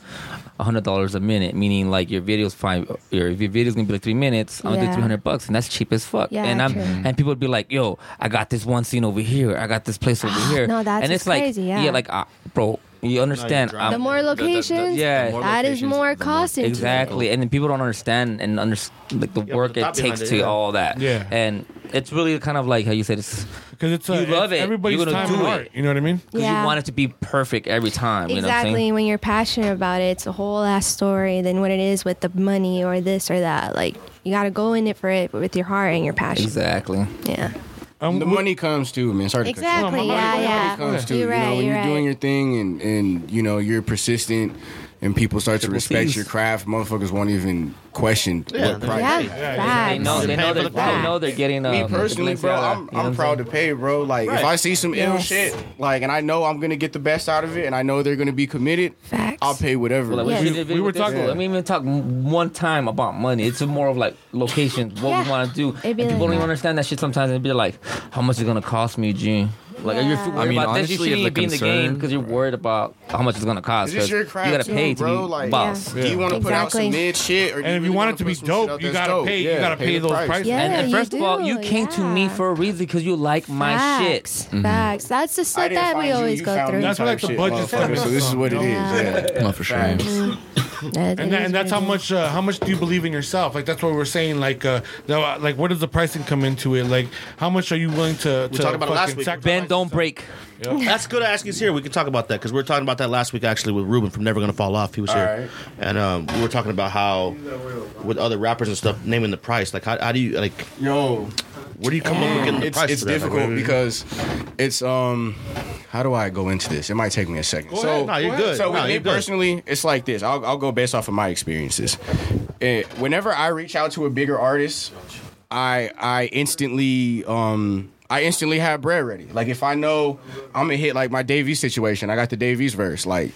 hundred dollars a minute," meaning like your videos five, your, if your videos gonna be like three minutes, I'll do Yeah. three hundred bucks, and that's cheap as fuck. Yeah, and I'm true. and people would be like, "Yo, I got this one scene over here, I got this place over here," No, that's and it's just crazy, like yeah. like uh, bro. You understand? drive. I'm- The more the- the- locations, Yeah. more that is locations, more the more- cost. into it. Exactly, and then people don't understand and under like the the work it thought behind takes it, to yeah. all that. Yeah. and it's really kind of like how you said it's because it's uh, You love it's it. Everybody's You're gonna time do and it. art. You know what I mean? because Yeah. you want it to be perfect every time. You know what I'm Exactly. saying? when you're passionate about it, it's a whole ass story than what it is with the money or this or that. Like you got to go in it for it with your heart and your passion. Exactly. Yeah. Um, The money comes too, man. Sorry. to cut you off. Exactly. Well, my Yeah, money- yeah. It comes too. You're right. you know, when you're you're right. doing your thing and and you know you're persistent and people start to Triple respect Cs. your craft, motherfuckers won't even question what price. yeah. They facts. know, they Paying know, for they're, the they know they're getting. Uh, Me personally, bro, Balenciaga, I'm, you know what I'm proud to saying? pay, bro. Like if I see some ill Yes. shit, like and I know I'm gonna get the best out of it, and I know they're gonna be committed, Facts. I'll pay whatever. Well, like, Yes. we, We- did we were with this, talking- I mean, we didn't talk m- one time about money. It's more of like locations, what we Yeah. want to do. It'd And be people like don't even that. understand that shit sometimes. And be like, how much is gonna cost me, Gene? Like, are you Yeah. worried I mean, about this? honestly, You if shouldn't the be in the game concern- because you're worried about how much it's gonna cost. Is this 'cause your craft you gotta too, pay to bro? be Like- boss. Do you want to put out some Exactly. mid shit, or And do if you want really wanna it to be put some shit dope, out you that's gotta dope? pay- you Yeah, gotta pay the those price. prices. Yeah. And, and you first of all, do, you came to me yeah. for a reason because you like my Facts. shit. Facts. That's the I stuff didn't that find we you, always you go found through. me That's what, type like, the shit, budget's motherfucker. like- So this is what it is. Yeah. Yeah. No, for sure. That and, that, is and that's how really- much uh, how much do you believe in yourself like that's what we're saying like uh the- like where does the pricing come into it like how much are you willing to, to talked about it last fucking week. sacrifice Ben, don't break. That's good to ask us here. We can talk about that because we were talking about that last week actually with Ruben from Never Gonna Fall Off. He was here, right. and um, we were talking about how with other rappers and stuff naming the price. Like, how, how do you like? Yo, Where do you come up with getting the it's price? it's for that? Like, difficult where- because it's um. How do I go into this? It might take me a second. so ahead. No, you're good. So No, with me you're good. personally, it's like this. I'll, I'll go based off of my experiences. Eh, whenever I reach out to a bigger artist, I I instantly um. I instantly have bread ready. Like if I know I'm gonna hit like my Davies situation, I got the Davies verse. Like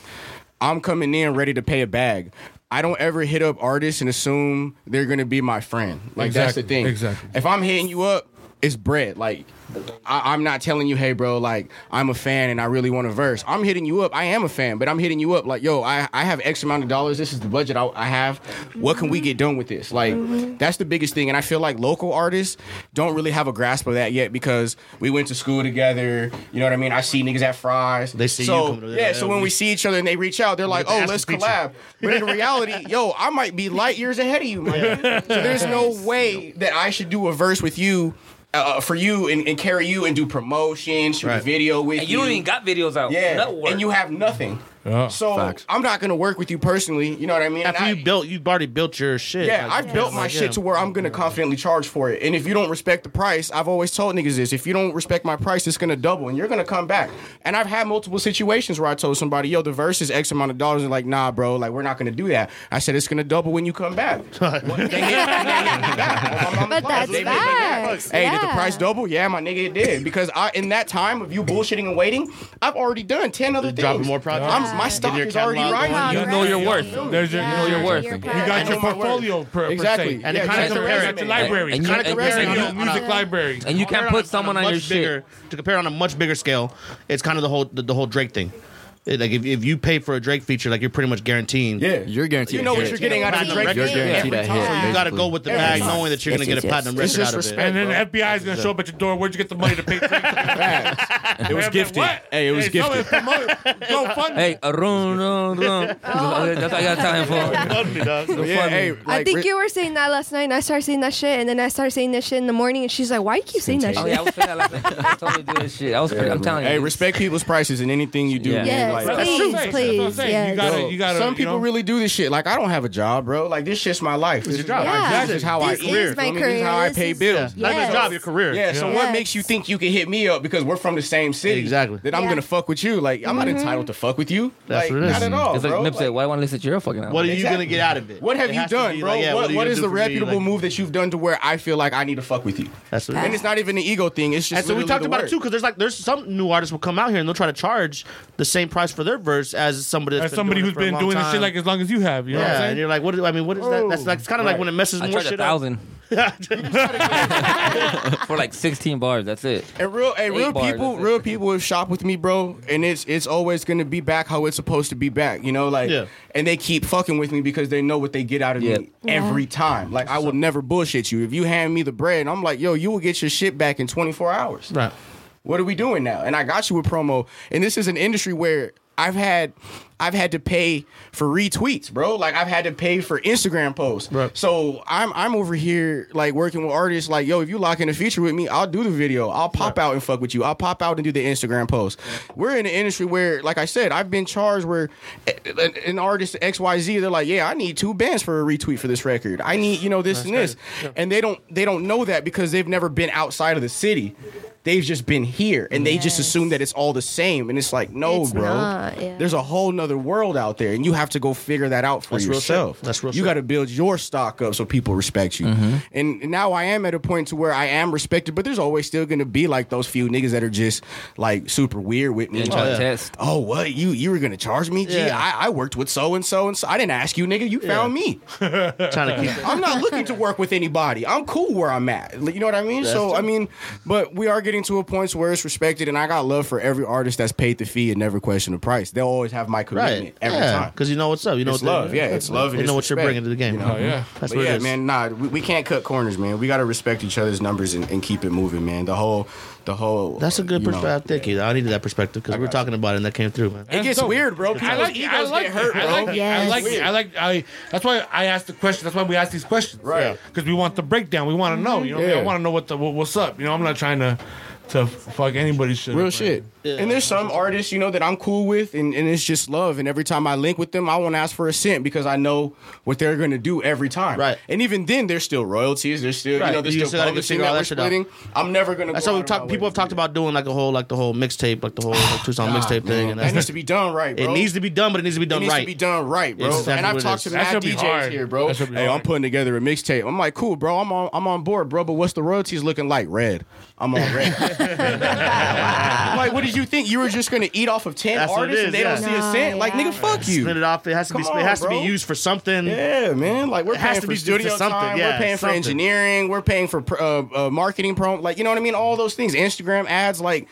I'm coming in ready to pay a bag. I don't ever hit up artists and assume they're gonna be my friend. Like that's the Exactly, thing. exactly. If I'm hitting you up, it's bread. Like I, I'm not telling you, hey bro, like I'm a fan and I really want a verse. I'm hitting you up. I am a fan, but I'm hitting you up like, yo, I, I have X amount of dollars. This is the budget I, I have. What can we get done with this? Like that's the biggest thing. And I feel like local artists don't really have a grasp of that yet because we went to school together. You know what I mean? I see niggas at Fry's. They see you so, coming to their- Yeah. So when we see each other and they reach out, they're like, get to oh, ask let's the feature. collab. But in reality, yo, I might be light years ahead of you, man. So there's no way that I should do a verse with you. Uh, for you and, and carry you and do promotion, shoot Right. a video with And you don't even got videos out. yeah, That work. and you have nothing. Yeah. So Facts. I'm not gonna work with you personally. You know what I mean? after And I- you built, you've already built your shit. yeah, Like, I've built my like, shit yeah. to where I'm gonna confidently charge for it. And if you don't respect the price, I've always told niggas this: if you don't respect my price, it's gonna double, and you're gonna come back. And I've had multiple situations where I told somebody, "Yo, the verse is X amount of dollars," and like, "Nah, bro, like we're not gonna do that." I said, "It's gonna double when you come back." They hit- they hit me back. On my mama's But life. that's They hit me back. facts. Hey, did the Yeah. price double? Yeah, my nigga, it did. Because I, in that time of you bullshitting and waiting, I've already done ten other things. dropping more projects. I'm, my stock your is already catalog rising. going. You know your worth. There's your- you know your worth. You you got I your know my worth. portfolio per, Exactly. per se And it Yeah, kinda exactly. compare it At the to library And you- kind of and- comparing and- your music and- library and you Compare can't it put a- someone a on, your much shit. bigger, to compare it on a much bigger scale. It's kind of the whole the, the whole Drake thing. It- Like if, if you pay for a Drake feature, like you're pretty much guaranteeing. Yeah. You're guaranteed. You know what you're getting out of the You're Drake. guaranteed video a hit. every So time. you got to go with the bag, Every knowing that you're going to Yes, get a yes, platinum yes. record It's out of it. disrespect. and then the FBI is gonna show up at your door. Where'd you get the money to pay? it It was gifted. Hey, it was gifted. Go fund me. Hey, uh, Arun, Arun, Arun. That's all I got time for. Yeah, hey, Oh. I think you were saying that last night, and I started saying that shit, and then I started saying this shit in the morning, and she's like, "Why you keep saying that Oh shit?" yeah, I was saying that last night. I told you to do this shit. I was, I'm telling you. Hey, respect people's prices in anything you do. Yeah. man. Yes, Like, That's what I'm please, saying. That's what I'm please, saying. You yes. gotta, yo, you gotta. some you people know, really do this shit. Like, I don't have a job, bro. Like, this shit's my life. This is your job. my Yeah. This is how I This eat. is my Feel me? This is how I career. pay This is- bills. Yeah. Not even a Yes. job, your career. Yeah, so Yeah. what Yes. makes you think you can hit me up because we're from the same city? Exactly. That I'm Yeah. gonna fuck with you. Like I'm not entitled to fuck with you. That's like, what it is. Not at all, It's like bro. Nip said, Like, why want to listen to your fucking album? What are you Exactly. going to get out of it? what have It you has to done, be bro? like, yeah, what are you what gonna is do the for me? Like, reputable move that you've done to where I feel like I need to fuck with you? That's what it And is. it's not even an ego thing. It's just And so we literally talked the about it work. too, because there's like there's some new artists will come out here and they'll try to charge the same price for their verse as somebody that's as somebody doing who's it for a been long doing this shit time. like as long as you have, you know what yeah, I'm and saying? you're like, what? Do, I mean, what is that? That's like it's kind of like when it messes I more charge a shit up. thousand for like 16 bars. That's it. And real, and real Eight bars, people, that's it. real people have shop with me, bro. And it's it's always gonna be back how it's supposed to be back, you know. Like, Yeah. and they keep fucking with me because they know what they get out of Yeah. me every time. Like, I will never bullshit you. If you hand me the bread, I'm like, yo, you will get your shit back in 24 hours. Right. What are we doing now? And I got you a promo. And this is an industry where I've had I've had to pay for retweets, bro. Like I've had to pay for Instagram posts. Right. So I'm I'm over here like working with artists. Like yo, if you lock in a feature with me, I'll do the video. I'll pop out and fuck with you. I'll pop out and do the Instagram post. We're in an industry where, like I said, I've been charged where a- a- an artist X Y Z. They're like, yeah, I need two bands for a retweet for this record. I need you know this and this, and they don't they don't know that because they've never been outside of the city. They've just been here, and they just Yes. assume that it's all the same. And it's like, no, It's bro. not, yeah. There's a whole nother world out there, and you have to go figure that out for That's real yourself. shit. That's real You shit. got to build your stock up so people respect you. And now I am at a point to where I am respected, but there's always still going to be like those few niggas that are just like super weird with me. Didn't try Like, to test. Oh, what you you were gonna charge me? Gee, Yeah. I, I worked with so and so and so. I didn't ask you, nigga. You found me. trying to keep. I'm not looking to work with anybody. I'm cool where I'm at. Like, You know what I mean? so I mean, but we are getting to a point where it's respected, and I got love for every artist that's paid the fee and never questioned the price. They'll always have my commitment Right, every time. because you know what's up. You know It's what love, yeah, it's love and You know it's what you're respect, bringing to the game. you know? Oh, yeah. that's But what yeah, it is. man, nah, we, we can't cut corners, man. We gotta respect each other's numbers and, and keep it moving, man. The whole, the whole. That's a good you know. perspective. Thank you. I needed that perspective because we were talking about it and that came through, man. It gets weird, bro. I People's like, I egos like, get hurt, it. bro. I like, it. I Yes. like, it. I like, I. That's why I asked the question. That's why we ask these questions, Right. Because we want the breakdown. We want to know. You know, what I, mean? I Yeah. want to know what the what, what's up. You know, I'm not trying to to fuck anybody's shit. Real up, shit. And there's some artists, you know, that I'm cool with, and, and it's just love. And every time I link with them, I won't ask for a cent because I know what they're going to do every time. Right. And even then, there's still royalties. There's still, Right. you know, there's You still still gotta publishing figure that all we're that shit out. splitting. I'm never going to. That's how we talk. People have talked about doing like a whole, like the whole mixtape, like the whole like, Tucson mixtape thing, and That needs that's, to be done right. it bro. needs to be done, but it needs to be It done needs right. to be done right, bro. It's exactly and I've what it talked is. to That mad should be DJs hard. here, bro. That should be Hey, I'm hard. putting together a mixtape. I'm like, cool, bro. I'm on, I'm on board, bro. But what's the royalties looking like? Red. I'm on red. I'm like, what did you think? You were just gonna eat off of ten That's what it artists is, and they don't yeah. see a No, cent? Like, yeah. nigga, fuck you. Spin it off. It has to be. Come it has on, to be bro. used for something. Yeah, man. Like we're It has paying to for be used studio for something, time. yeah, we're paying for something. engineering. We're paying for pr- uh, uh, marketing prom. Like you know what I mean? All those things. Instagram ads. Like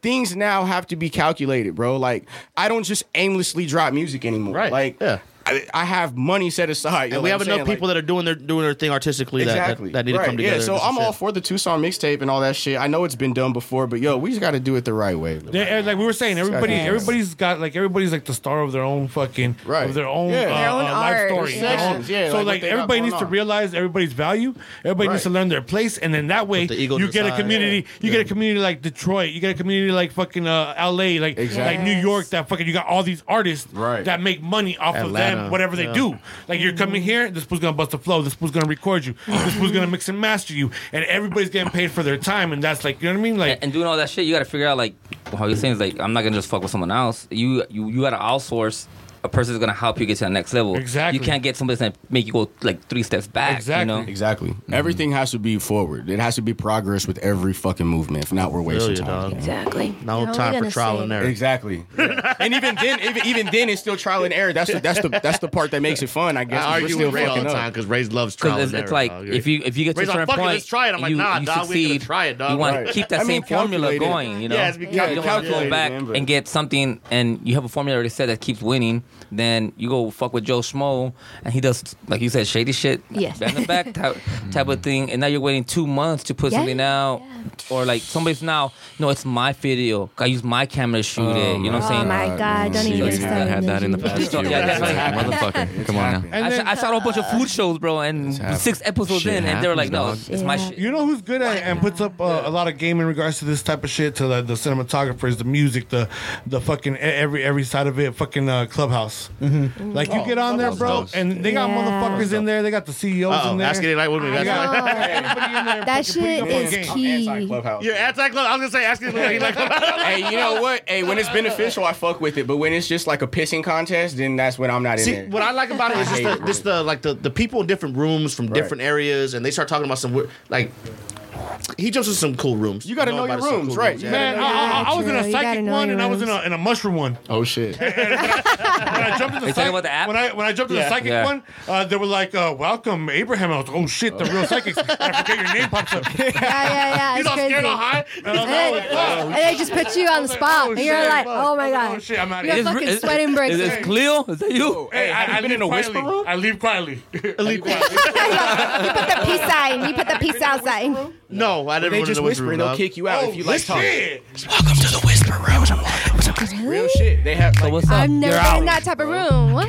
things now have to be calculated, bro. Like I don't just aimlessly drop music anymore. Right, Like yeah. I, I have money set aside. you know And we what have I'm enough saying? people Like, that are doing their doing their thing artistically that- Exactly. that, that, need right. to come together. Yeah, so and do some I'm all shit. for the Tucson mixtape and all that shit. I know it's been done before, but yo, we just got to do it the right way. Yeah, and uh, like we were saying, everybody, Exactly. everybody's got like everybody's like the star of their own fucking, Right. of their own, uh, Yeah. Their uh, own life art. story. Their their own- sections, yeah, so like what like they got everybody going needs to on. realize everybody's value. Everybody needs to Right. learn their place, and then that way the ego you to the get a side. community. You get a community like Detroit. You get a community like fucking uh, L.A. Like Exactly. like New York. That fucking you got all these artists Right. that make money off of Atlanta, them, whatever they yeah. do. Like you're coming here, this was gonna bust a flow. This was gonna record you. this was gonna mix and master you, and everybody's getting paid for their time, and that's like you know what I mean. Like and, and doing all that shit, you got to figure out like how you're saying is like I'm not gonna just fuck with someone else. You you you got to outsource. A person that's gonna help you get to that next level. Exactly. You can't get somebody that's gonna make you go like three steps back. Exactly. You know? Exactly. Mm-hmm. Everything has to be forward. It has to be progress with every fucking movement. If not, we're wasting Feel you, time. dog. man. Exactly. No How are we time gonna for trial say and that? error. Exactly. and even then, even, even then, it's still trial and error. That's the, that's the that's the part that makes it fun. I I guess. 'cause argue with Ray all fucking the up. time because Ray's loves trial Because and it's, error. it's like dog. if you if you get Ray's to a like, certain "Fuck it, point, let's try it. I'm like, you, "Nah, you dog, we ain't gonna succeed. try it, dog." You want Right. to keep that I same mean, formula calculated. going. You know, Yeah, it's been you don't want to go calculated, back man, but- and get something, and you have a formula already set that keeps winning. Then you go fuck with Joe Schmo, and he does like you said, shady shit, Yes. behind the back type, type of thing. And now you're waiting two months to put Yeah, something out, yeah. or like somebody's now, no, it's my video. I use my camera to shoot it. You know what I'm Oh saying? my god! Don't See, even we've start. had that in the past few Yeah, years. that's Motherfucker, come on now. And I, then- Uh, shot- I shot a whole bunch of food shows, bro, and six episodes Shit in, and they were like, "No, happens, it's my Yeah. shit." You know who's good at and puts up uh, a lot of game in regards to this type of shit to the, the cinematographers, the music, the the fucking e- every every side of it, fucking uh, clubhouse. Like Oh, you get on there, bro, Clubhouse. and they got Yeah. motherfuckers in there. They got the CEOs Uh-oh, in there. that's getting like with me. I That's got- know. Everybody in there That fucking putting shit up on is game. key. Anti-clubhouse. You're anti club. I was gonna say, ask him. He like, hey, you know what? Hey, when it's beneficial, I fuck with it. But when it's just like a pissing contest, then that's when I'm not in See, there. what I like about it is just hate the, just the like the, the people in different rooms from different areas, and they start talking about some weird like. He jumps in some cool rooms. You gotta know about your some rooms, right. You gotta Man, I, I- I- I was in Yeah, a true. You gotta psychic know one, your and I was in a, rooms. in a mushroom one. oh shit. When I jumped in the Are you talking psych- about the app? When I when I jumped in the psychic Yeah. one, uh, they were like, uh, "Welcome, Abraham." I was like, "Oh shit, the real psychics." I forget your name pops up. Yeah, yeah, yeah. He's it's all crazy. scared all high. And I was And, like, "Oh, and they just put you on the spot, and you're shit, like, fuck. oh my I was like, god. "Oh, shit, I'm out You're here." fucking sweating bricks. Is this Cleo? Is that you? Hey, I, I been leave in a whisper quietly. room? I leave quietly. you put the peace sign. You put the peace out sign. No, I They never went in just the whisper whisper and room. they'll dog. kick you out if you like talking. shit. Welcome to the Whisper Room. Real shit. They have like what's up? I've never They're been in out, that type of room. What?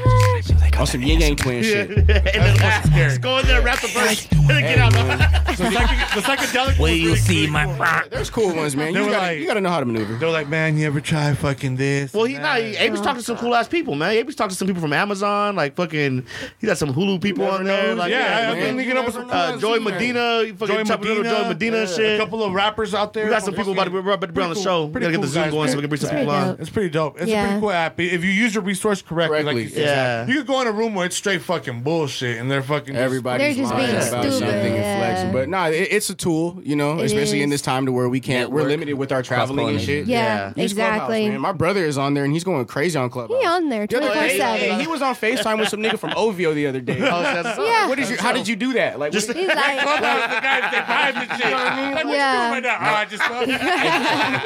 on some yin yang twin shit. and then just go in there, wrap the verse, and then get out. The, psych- the psychedelic. Will you see my There's cool ones, man. They You were gotta, like- you gotta know how to maneuver. They're like, man, you ever try fucking this? Well, and he nah, that?" he, Abe's talking to some cool ass people, man. Abe's talking to some people from Amazon, like fucking. He got some Hulu people never on there, know. like Yeah, I- I man. think they get up with some uh, Joy Medina, you fucking Joy chopping it up with Medina, Joy Medina and yeah, shit. A couple of rappers out there. we got some people about to, we're about to be on the show. We Pretty gotta get the cool Zoom guys, going so we man. can bring some Pretty people on. dope. It's pretty dope. It's a Yeah. pretty cool app. If you use your resource correctly, like you Correctly. said, Yeah. you could go in a room where it's straight fucking bullshit and they're fucking just- Everybody's They're just lying being about stupid, something yeah. and flexing, but nah, it, it's a tool, you know, It especially in is. this time to where we can't, we're Network, limited with our traveling and shit. cross-pollination. Yeah, Yeah. Use Clubhouse, exactly. man. My brother is on there and he's going crazy on Clubhouse. He on there The other day, 24/7. he was on Facetime with some nigga from OVO the other day. Oh, Yeah. What is your? How did you do that? Like, Just- what- He's like, Clubhouse, the guys that vibe and shit. You know what I mean? Like, what Yeah. you doing right now? Oh, I just love it.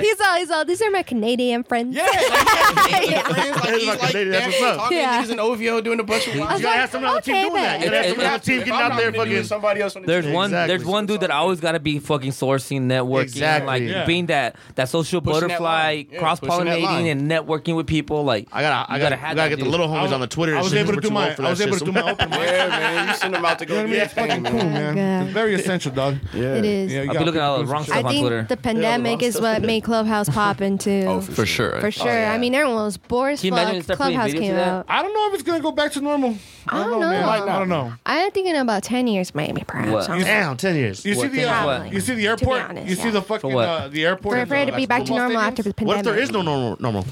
he's all, he's all. These are my Canadian friends. yeah, like, Yeah. friends, like, he's like That's that, what's up. talking to Yeah. niggas in OVO doing a bunch of wild I You was shit. gotta like, have some other team okay, doing that. then. You gotta have some It's- other team If getting I'm out not there gonna do it, fucking. somebody else. on the There's team. one. Exactly. There's one dude that I always got to be fucking sourcing, networking, Exactly. like Yeah. being that that social Pushing that butterfly, line. Yeah, cross pushing that line. pollinating, and networking with people. Like I gotta, I you gotta, have we gotta that get the dude. little homies on the Twitter. I and was shit. able to We're do too my. old for I was that able shit. to do my open mic. Yeah, man, you send them out to You know what go I do mean? their It's fucking thing, cool, man. man. God. It's very essential, dog. Yeah. It is. Yeah, you I I'll gotta be looking at all do the some wrong shit. stuff I on Twitter. think the pandemic is what made Clubhouse pop into. Oh, For sure. For sure. I mean, everyone was bored. as Can you imagine fuck. they start putting Clubhouse videos came to that? out. I don't know if it's gonna go back to normal. I don't know. man. Might I don't know. I'm thinking about 10 years, maybe, perhaps. What? I'm You- Damn, ten years. You see What the thing? uh, What? you see the To be airport. honest, you see yeah. the fucking what? uh, the airport. We're and afraid the to be back to football normal stadiums. after the What pandemic. if there is no normal? normal?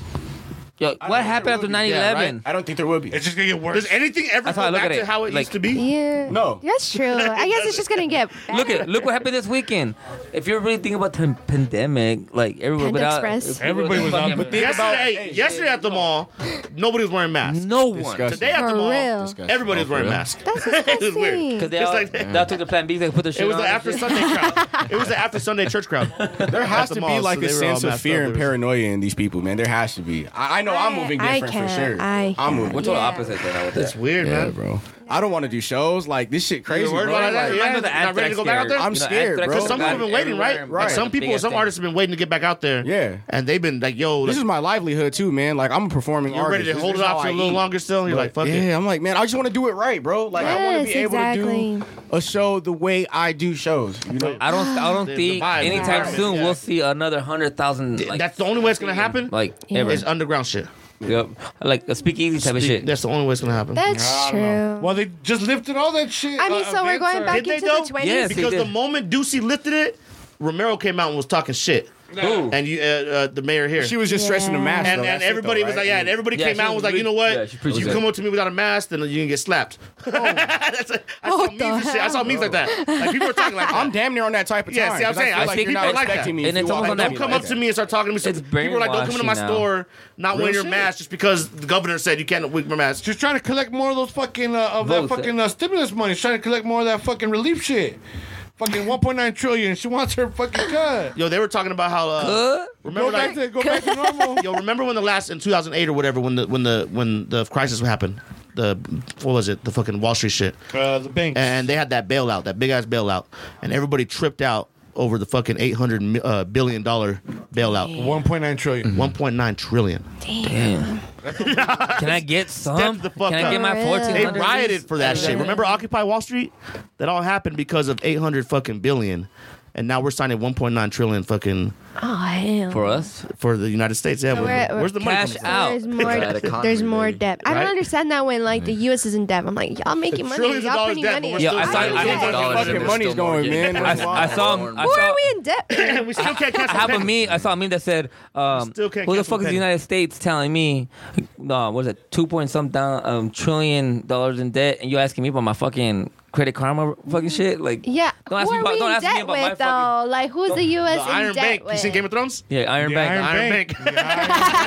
Yo, what happened after 9 Yeah, right? 11? I don't think there will be. It's just gonna get worse. Does anything ever That's how I go look back at to it. how it Like- used to be? Yeah. No. That's true. I guess it's just going to get bad. Look at look what happened this weekend. If you're really thinking about the pandemic, like everywhere Panda without Express. Everybody was fucking- out, but Yesterday, yesterday at the mall, nobody was wearing masks. no one. Disgusting. Because Today at the For mall, real. Disgusting. everybody was Oh, for wearing real? masks. That's It was weird. disgusting. they It's all, like- they all took the plan B. They put the shit It was on the and after shit. Sunday crowd. It was the after Sunday church crowd. There has the to be mall, like so a they were all sense of messed fear up. and They were- paranoia in these people, man. There has to be. I, I know I, am I- moving I different for can't. sure. I am can't. moving. We're Yeah. total opposite then. I would It's think. weird, Yeah, man. bro. I don't want to do shows. Like this shit crazy, You were bro. worried about Like, that? I know the Yeah, not ready to Aztec's go back out there? I'm You know, scared, Aztec bro. took Because the some plan people have been waiting, right? everywhere, Like like, some big people, ass some thing. artists have been waiting to get back out there. Yeah. And they've been like, yo, This is my livelihood too, man. Like I'm a performing you're ready artist. to This hold is it how off for I a little eat. longer still? And you're like, fuck yeah, it. I'm like, man, I just want to do it right, bro. Like I want to be Yes, able exactly. to do a show the way I do shows. You know, I don't. I don't The- the think vibe, the anytime environment, soon yeah. we'll see another hundred thousand. Like, That's the only way it's going to happen. like Yeah. ever. It's underground shit. Yep. Like a speakeasy type of shit. That's the only way it's going to happen. That's true. well, they just lifted all that shit. I mean, uh, so we're events going are- back Did they into though? the 20s? Yes. because they the did. moment Ducey lifted it, Romero came out and was talking shit. Who? And you, uh, uh, the mayor here. she was just stressing the Yeah. mask, and, though. and That's it, everybody though, was right? like, yeah, and everybody Yeah, came she out and was was like, you know really- what? yeah, she Oh. preached you that. come up to me without a mask, then you can get slapped. That's a, I saw What memes the and shit. I saw memes like that. Like people were talking like, I'm damn near on that type of Yeah, time. see, I'm 'cause I saying, feel I like think you're not people like that. expecting me. if And you it's almost on walk up that- to don't me come like up that. to me and start talking to me. So It's people were like, don't come into my brainwashing now. store not wearing your shit. mask just because the governor said you can't wear your mask. She's trying to collect more of those fucking uh, of that Votes. fucking uh, stimulus money. She's trying to collect more of that fucking relief shit. Fucking 1.9 trillion. She wants her fucking cut. Yo, they were talking about how. Uh, Huh? remember, Go back like, to go back to normal. yo, remember when the last in 2008 or whatever when the when the when the crisis happened, the what was it? The fucking Wall Street shit. Uh, the banks. and they had that bailout, that big ass bailout, and everybody tripped out over the fucking eight hundred mi uh, billion dollar bailout, 1.9 trillion. one point nine trillion. Damn. Can I get some? the fuck Can up. I get my They fourteen They hundred? rioted for that shit. Remember Occupy Wall Street? That all happened because of eight hundred fucking billion, and now we're signing one point nine trillion fucking Oh, hell. for us? for the United States. Yeah, So we're- we're- where's the money? Cash coming from? out. There's more. Bad economy, there's more baby. debt. I Right? don't understand that when like the U.S. is in debt. I'm like, y'all making money. Trillions of y'all dollars printing debt, money. but we're Yeah, still- I saw. I Trillions saw of dollars in fucking this money. money's going, man. I, I saw. I Who saw. are we in debt? we still can't catch. I have a meme. I saw a meme that said, um, Still can't "Who the catch a fuck is the penny. United States telling me, uh, what is it, two point some down, um, trillion dollars in debt, and you asking me about my fucking credit karma fucking shit? Like, Yeah, don't ask who me are about, we don't in ask debt me about my with though? fucking like, who's the U.S. The in Iron debt Bank. with? You seen Game of Thrones? yeah, Iron The Bank. Iron Iron Bank. Bank.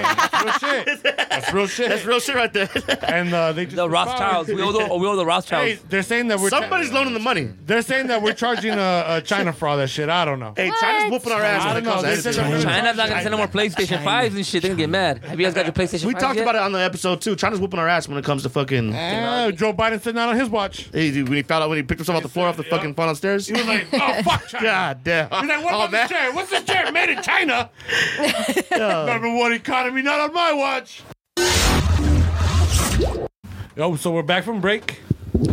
The Iron Bank. That's real shit. That's real shit. That's real shit right there. And uh, they just The Rothschilds. We owe the, we owe the Hey, Rothschilds. they're saying that we're cha- Somebody's loaning the money. they're saying that we're charging uh, uh, China for all that shit. I don't know. Hey, China's What? whooping our ass I when it don't know. comes to They said anything. they're- China's not gonna send no more PlayStation 5s and shit. They're gonna get mad. Have you guys got your PlayStation We 5s talked yet? about it on the episode too. China's whooping our ass when it comes to fucking. Ah, Joe Biden said not on his watch. Hey, dude, when he found out when he picked himself off the floor off the fucking fun downstairs. He was like, oh, fuck China. God damn. He's like, what Oh, about man. this chair? What's this chair made in China? Number one economy, not on my watch. Yo, so we're back from break.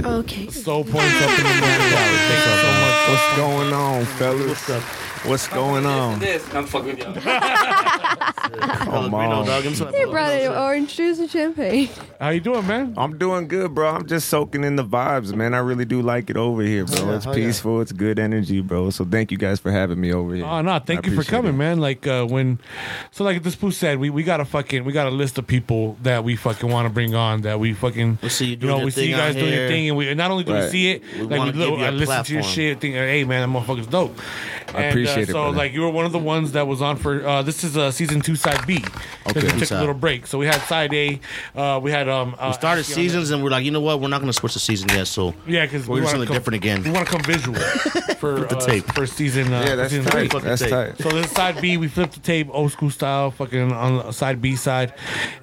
Okay. So points up in the morning. What's going on, fellas? What's up? What's going on? This, I'm fucking with y'all. Come No, on. dog. I'm sorry. They brought in orange juice and champagne. How you doing, man? I'm doing good, bro. I'm just soaking in the vibes, man. I really do like it over here, bro. yeah, it's hell yeah. peaceful. It's good energy, bro. So thank you guys for having me over here. Oh no, thank I you for appreciate coming, it. man. Like uh when so like this poo said, we, we got a fucking we got a list of people that we fucking want to bring on that we fucking We see you you doing know, your we see thing you guys out doing your here. thing and we and not only do we Right. see it, We like wanna we look, give you I a listen to your platform. shit, think hey man, that motherfucker's dope. And, appreciate uh, it, So brother. like you were one of the ones that was on for uh this is uh season two side B. Okay. Okay. We took Side. a little break. So we had side A, uh we had um uh, We started Ashley on there. seasons and we're like, you know what? We're not going to switch the season yet. So Yeah, because We're doing something different again. We want to come visual for the uh, tape. for season. Uh, Yeah, for that's season tight. three. That's Fucking tight. So this is side B, we flipped the tape, old school style, fucking on the side B side,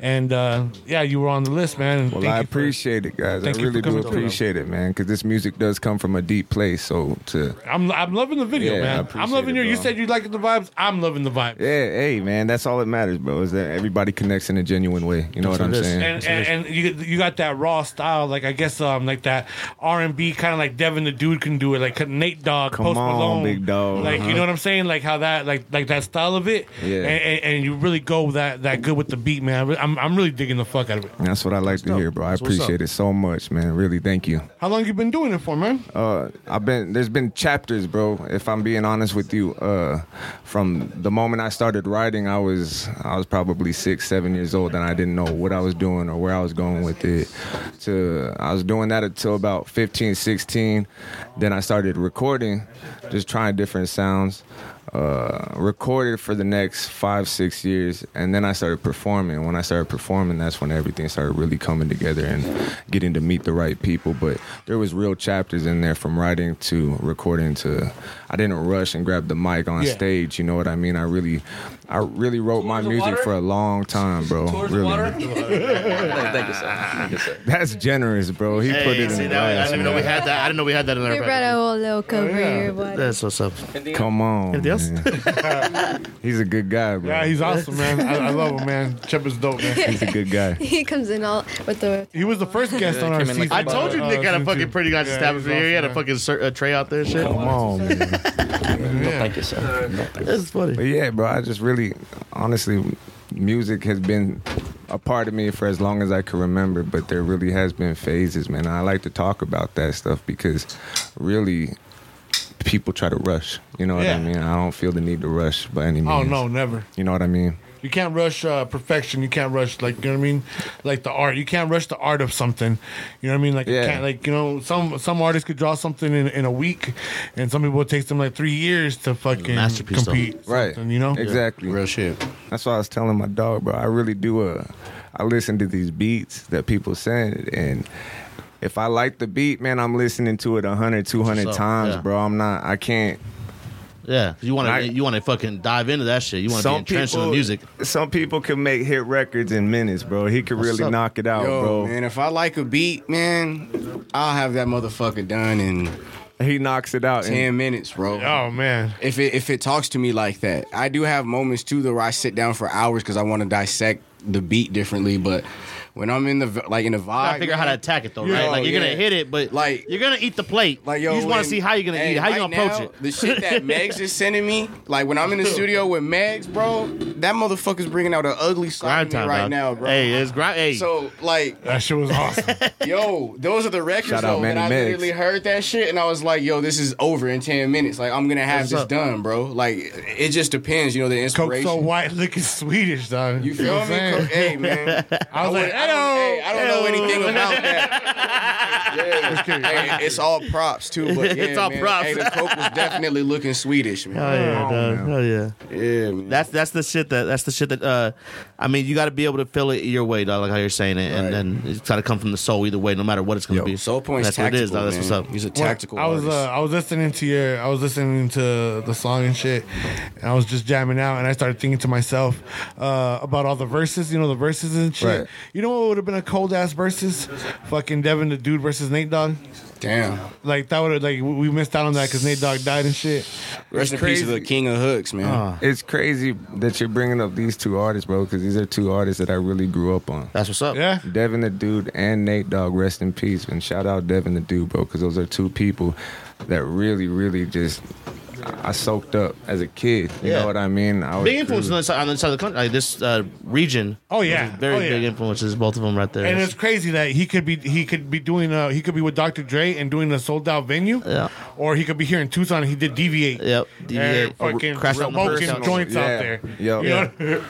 and uh, yeah, you were on the list, man. and Well, thank I you for- appreciate it, guys. I thank you for really do coming through. appreciate it, man, because this music does come from a deep place. So to I'm I'm loving the video, Yeah, I man. I'm appreciate loving it, your. You bro. said you liked the vibes. I'm loving the vibes. yeah, hey, man, that's all that matters, bro. Is that everybody connects in a genuine way? You know what I'm what it is. saying? And, and, and you you got that raw style, like I guess um like that R and B kind of like Devin the Dude can do it, like Nate Dogg, Come Post on, Malone, big dog. Uh-huh. like you know what I'm saying, like how that like like that style of it, Yeah. and, and, and you really go that that good with the beat, man. I'm I'm really digging the fuck out of it. That's what I like to hear, bro. I That's what's up. appreciate it so much, man. Really, thank you. How long you been doing it for, man? uh, I've been there's been chapters, bro. If I'm being honest with you, uh, from the moment I started writing, I was I was probably six, seven years old, and I didn't know what I was doing or where I was going with it. To I was doing that until about 15, 16. Then I started recording, just trying different sounds. Uh, recorded for the next five, six years, and then I started performing. When I started performing, that's when everything started really coming together and getting to meet the right people. But there was real chapters in there from writing to recording to. I didn't rush and grab the mic on Yeah. stage. You know what I mean? I really, I really wrote my Towards the music water? for a long time, bro. Towards really, water. Thank you, sir. Thank you, sir. that's generous, bro. He put it in the I last. didn't even know we had that. I didn't know we had that in They our brought a back. whole little over here. But That's what's up. Come on, Anything else? man. He's a good guy, bro. Yeah, he's awesome, man. I, I love him, man. Chip is dope, man. he's a good guy. he comes in all with the. He was the first guest on our came in season. like I told you uh, Nick had a season fucking two. pretty nice Yeah, establishment he's here. He had a awesome, fucking cer- a tray out there and shit. Come on, man. Thank you, sir. No, thank you. That's funny. But yeah, bro, I just really, honestly, music has been a part of me for as long as I can remember, but there really has been phases, man. And I like to talk about that stuff because really, people try to rush. You know what Yeah. I mean? I don't feel the need to rush by any means. man. Oh no, never. You know what I mean? You can't rush uh, perfection. You can't rush like you know what I mean, like the art. You can't rush the art of something. You know what I mean? Like you Yeah. can't like you know some some artists could draw something in, in a week, and some people it takes them like three years to fucking Masterpiece, though. compete. Right. something, You know. Exactly. Real shit. That's why I was telling my dog, bro. I really do. Uh, I listen to these beats that people send, and if I like the beat, man, I'm listening to it 100, 200 up, times, yeah. bro. I'm not. I can't. Yeah, you want I- to you want to fucking dive into that shit. You want to be entrenched in the music. Some people can make hit records in minutes, bro. He could What's really up? knock it out, Yo, bro. man, if I like a beat, man, I'll have that motherfucker done in He knocks it out. in ten minutes, bro. Oh man. If it if it talks to me like that, I do have moments too though where I sit down for hours because I want to dissect the beat differently. But when I'm in the v- like in the vibe, Gotta figure out how to attack it though, right? Yo, like you're yeah. gonna hit it, but Like- like you're gonna eat the plate. Like yo, you just want when- to see how you're gonna hey, eat it, how you right gonna approach now, it. The shit that Megs is sending me, like when I'm in the studio with Megs, bro, that motherfucker's bringing out an ugly side Grind of me time right dog. now, bro. Hey, it's grind. Hey, So like, That shit was awesome. yo, those are the records Shout out though, and I Manny Megs. literally heard that shit, and I was like, yo, this is over in ten minutes. Like I'm gonna have What's this up? done, bro. Like it just depends, you know, the Coke inspiration. so white, looking Swedish, dog. you feel me? saying? Co- Hey man, I was like, I don't, hey, I don't know Ayo. anything about that. Yeah. Hey, it's all props too, but yeah, It's all man. props. Hey, the coke was definitely looking Swedish, man. yeah, dog. man. yeah. Yeah, man. That's that's the shit shit that that's the shit that uh, I mean, you got to be able to feel it your way, dog, like how you're saying it, Right. and then it's got to come from the soul either way, no matter what it's gonna be. Soul points. that's tactical, what it is, dog. That's man. what's up. He's a Well, tactical. I was uh, artist. I was listening to your I was listening to the song and shit, and I was just jamming out, and I started thinking to myself uh, about all the verses, you know, the verses and shit. Right. You know what would have been a cold ass verses? Fucking Devin the Dude versus Nate Dogg. Damn. Like that would have like we- we missed out on that because Nate Dogg died and shit. Rest in peace to the king of hooks, man. It's crazy that you're bringing up these two artists, bro, because these are two artists that I really grew up on. That's what's up. Yeah. Devin the Dude and Nate Dogg, rest in peace. And shout out Devin the Dude, bro, because those are two people that really, really just I soaked up as a kid. You Yeah. know what I mean? I was Big influence on truly- the, side, on the side of the country, like this uh, region. Oh, yeah. very Oh, yeah. big influences, both of them right there. And it's crazy that he could be he could be doing uh he could be with Dr. Dre and doing a sold out venue, Yeah. or he could be here in Tucson. and He did deviate, Yep, and DVA, fucking crash out in the first smoking council. joints out Yeah. there. Yup. You know?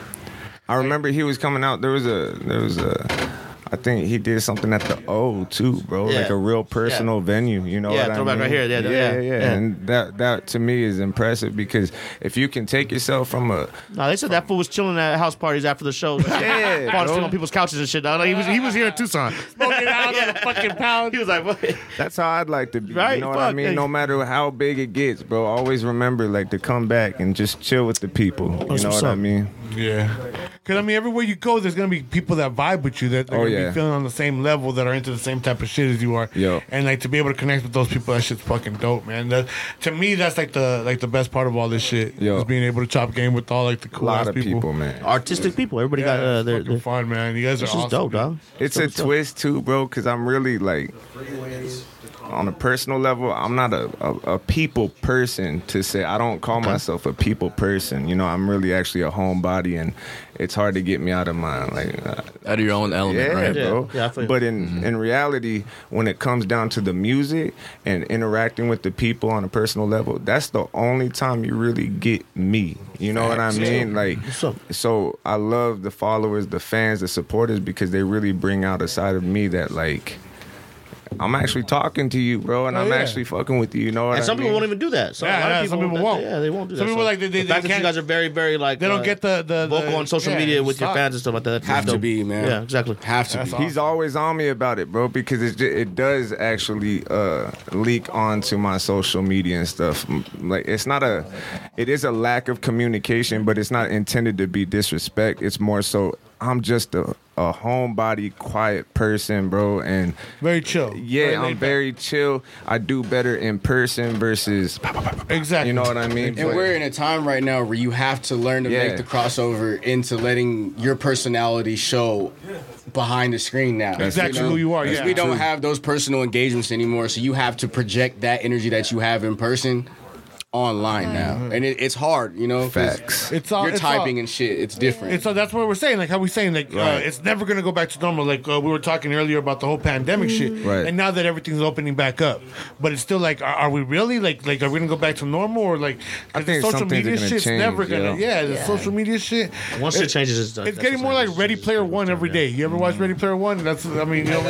I remember he was coming out. There was a there was a I think he did something at the O too, bro. Yeah. Like a real personal venue. You know Yeah, what I throwback mean? right here. Yeah, yeah, yeah, yeah, yeah. yeah. And that that to me is impressive because if you can take yourself from a No, they said that fool was chilling at house parties after the show. Yeah, Fall bro. asleep on people's couches and shit. Dog. Like, he was he was here in Tucson. Smoking out on the fucking pound. He was like, what? That's how I'd like to be. Right, You know what fuck, I mean? yeah. No matter how big it gets, bro. Always remember like to come back and just chill with the people. You know what's what I up. mean? Yeah, because I mean, everywhere you go, there's gonna be people that vibe with you that they're Oh, gonna yeah. be feeling on the same level that are into the same type of shit as you are. Yo. and like to be able to connect with those people, that shit's fucking dope, man. That, to me, that's like the like the best part of all this shit. Yo. is being able to chop game with all like the A cool lot ass of people. people, man. Artistic people. Everybody Yeah, got uh, it's their. fucking their fun, man. You guys are this awesome. is dope, dog. It's So a what's up. twist too, bro, because I'm really like on a personal level, I'm not a, a, a people person to say I don't call myself a people person. You know, I'm really actually a homebody and it's hard to get me out of my like uh, Out of your own element, yeah, right? Yeah. bro. I feel you. but in in reality, when it comes down to the music and interacting with the people on a personal level, that's the only time you really get me. You know what I mean? Like, up? so I love the followers, the fans, the supporters because they really bring out a side of me that like. I'm actually talking to you, bro, and Oh, I'm yeah. actually fucking with you. You know what And I some people mean? won't even do that. So Yeah, a lot yeah, of people, some people won't. Yeah, they won't do that. Some people, so like, they- they- the fact they that can't- you guys are very, very like they don't uh, get the- the- the- vocal on social yeah, media with your suck. fans and stuff like that. That's Have to dope. be, man. Yeah, exactly. Have to be. He's always on me about it, bro, because it ju- it does actually uh, leak onto my social media and stuff. M- Like it's not a, it is a lack of communication, but it's not intended to be disrespect. It's more so I'm just a, a homebody, quiet person, bro, and Very chill. yeah, laid I'm back. very chill. I do better in person versus, exactly. you know what I mean. And But- we're in a time right now where you have to learn to Yeah. make the crossover into letting your personality show behind the screen now. Exactly who you are, Because yeah. We don't have those personal engagements anymore, so you have to project that energy that you have in person online now, and it, it's hard, you know. 'cause Facts. Mm-hmm. It's all- you're it's all- typing and shit. It's different. And so that's what we're saying. Like how we saying, like uh, it's never gonna go back to normal. Like uh, we were talking earlier about the whole pandemic shit. Right. And now that everything's opening back up, but it's still like, are, are we really like like are we gonna go back to normal or like? 'cause I the think social some things are media gonna shit's change, never gonna. yeah. Yeah, the social media shit. Once it changes, it's It's getting more like Ready Player One every day. You ever watch Ready Player One? That's I mean, you know,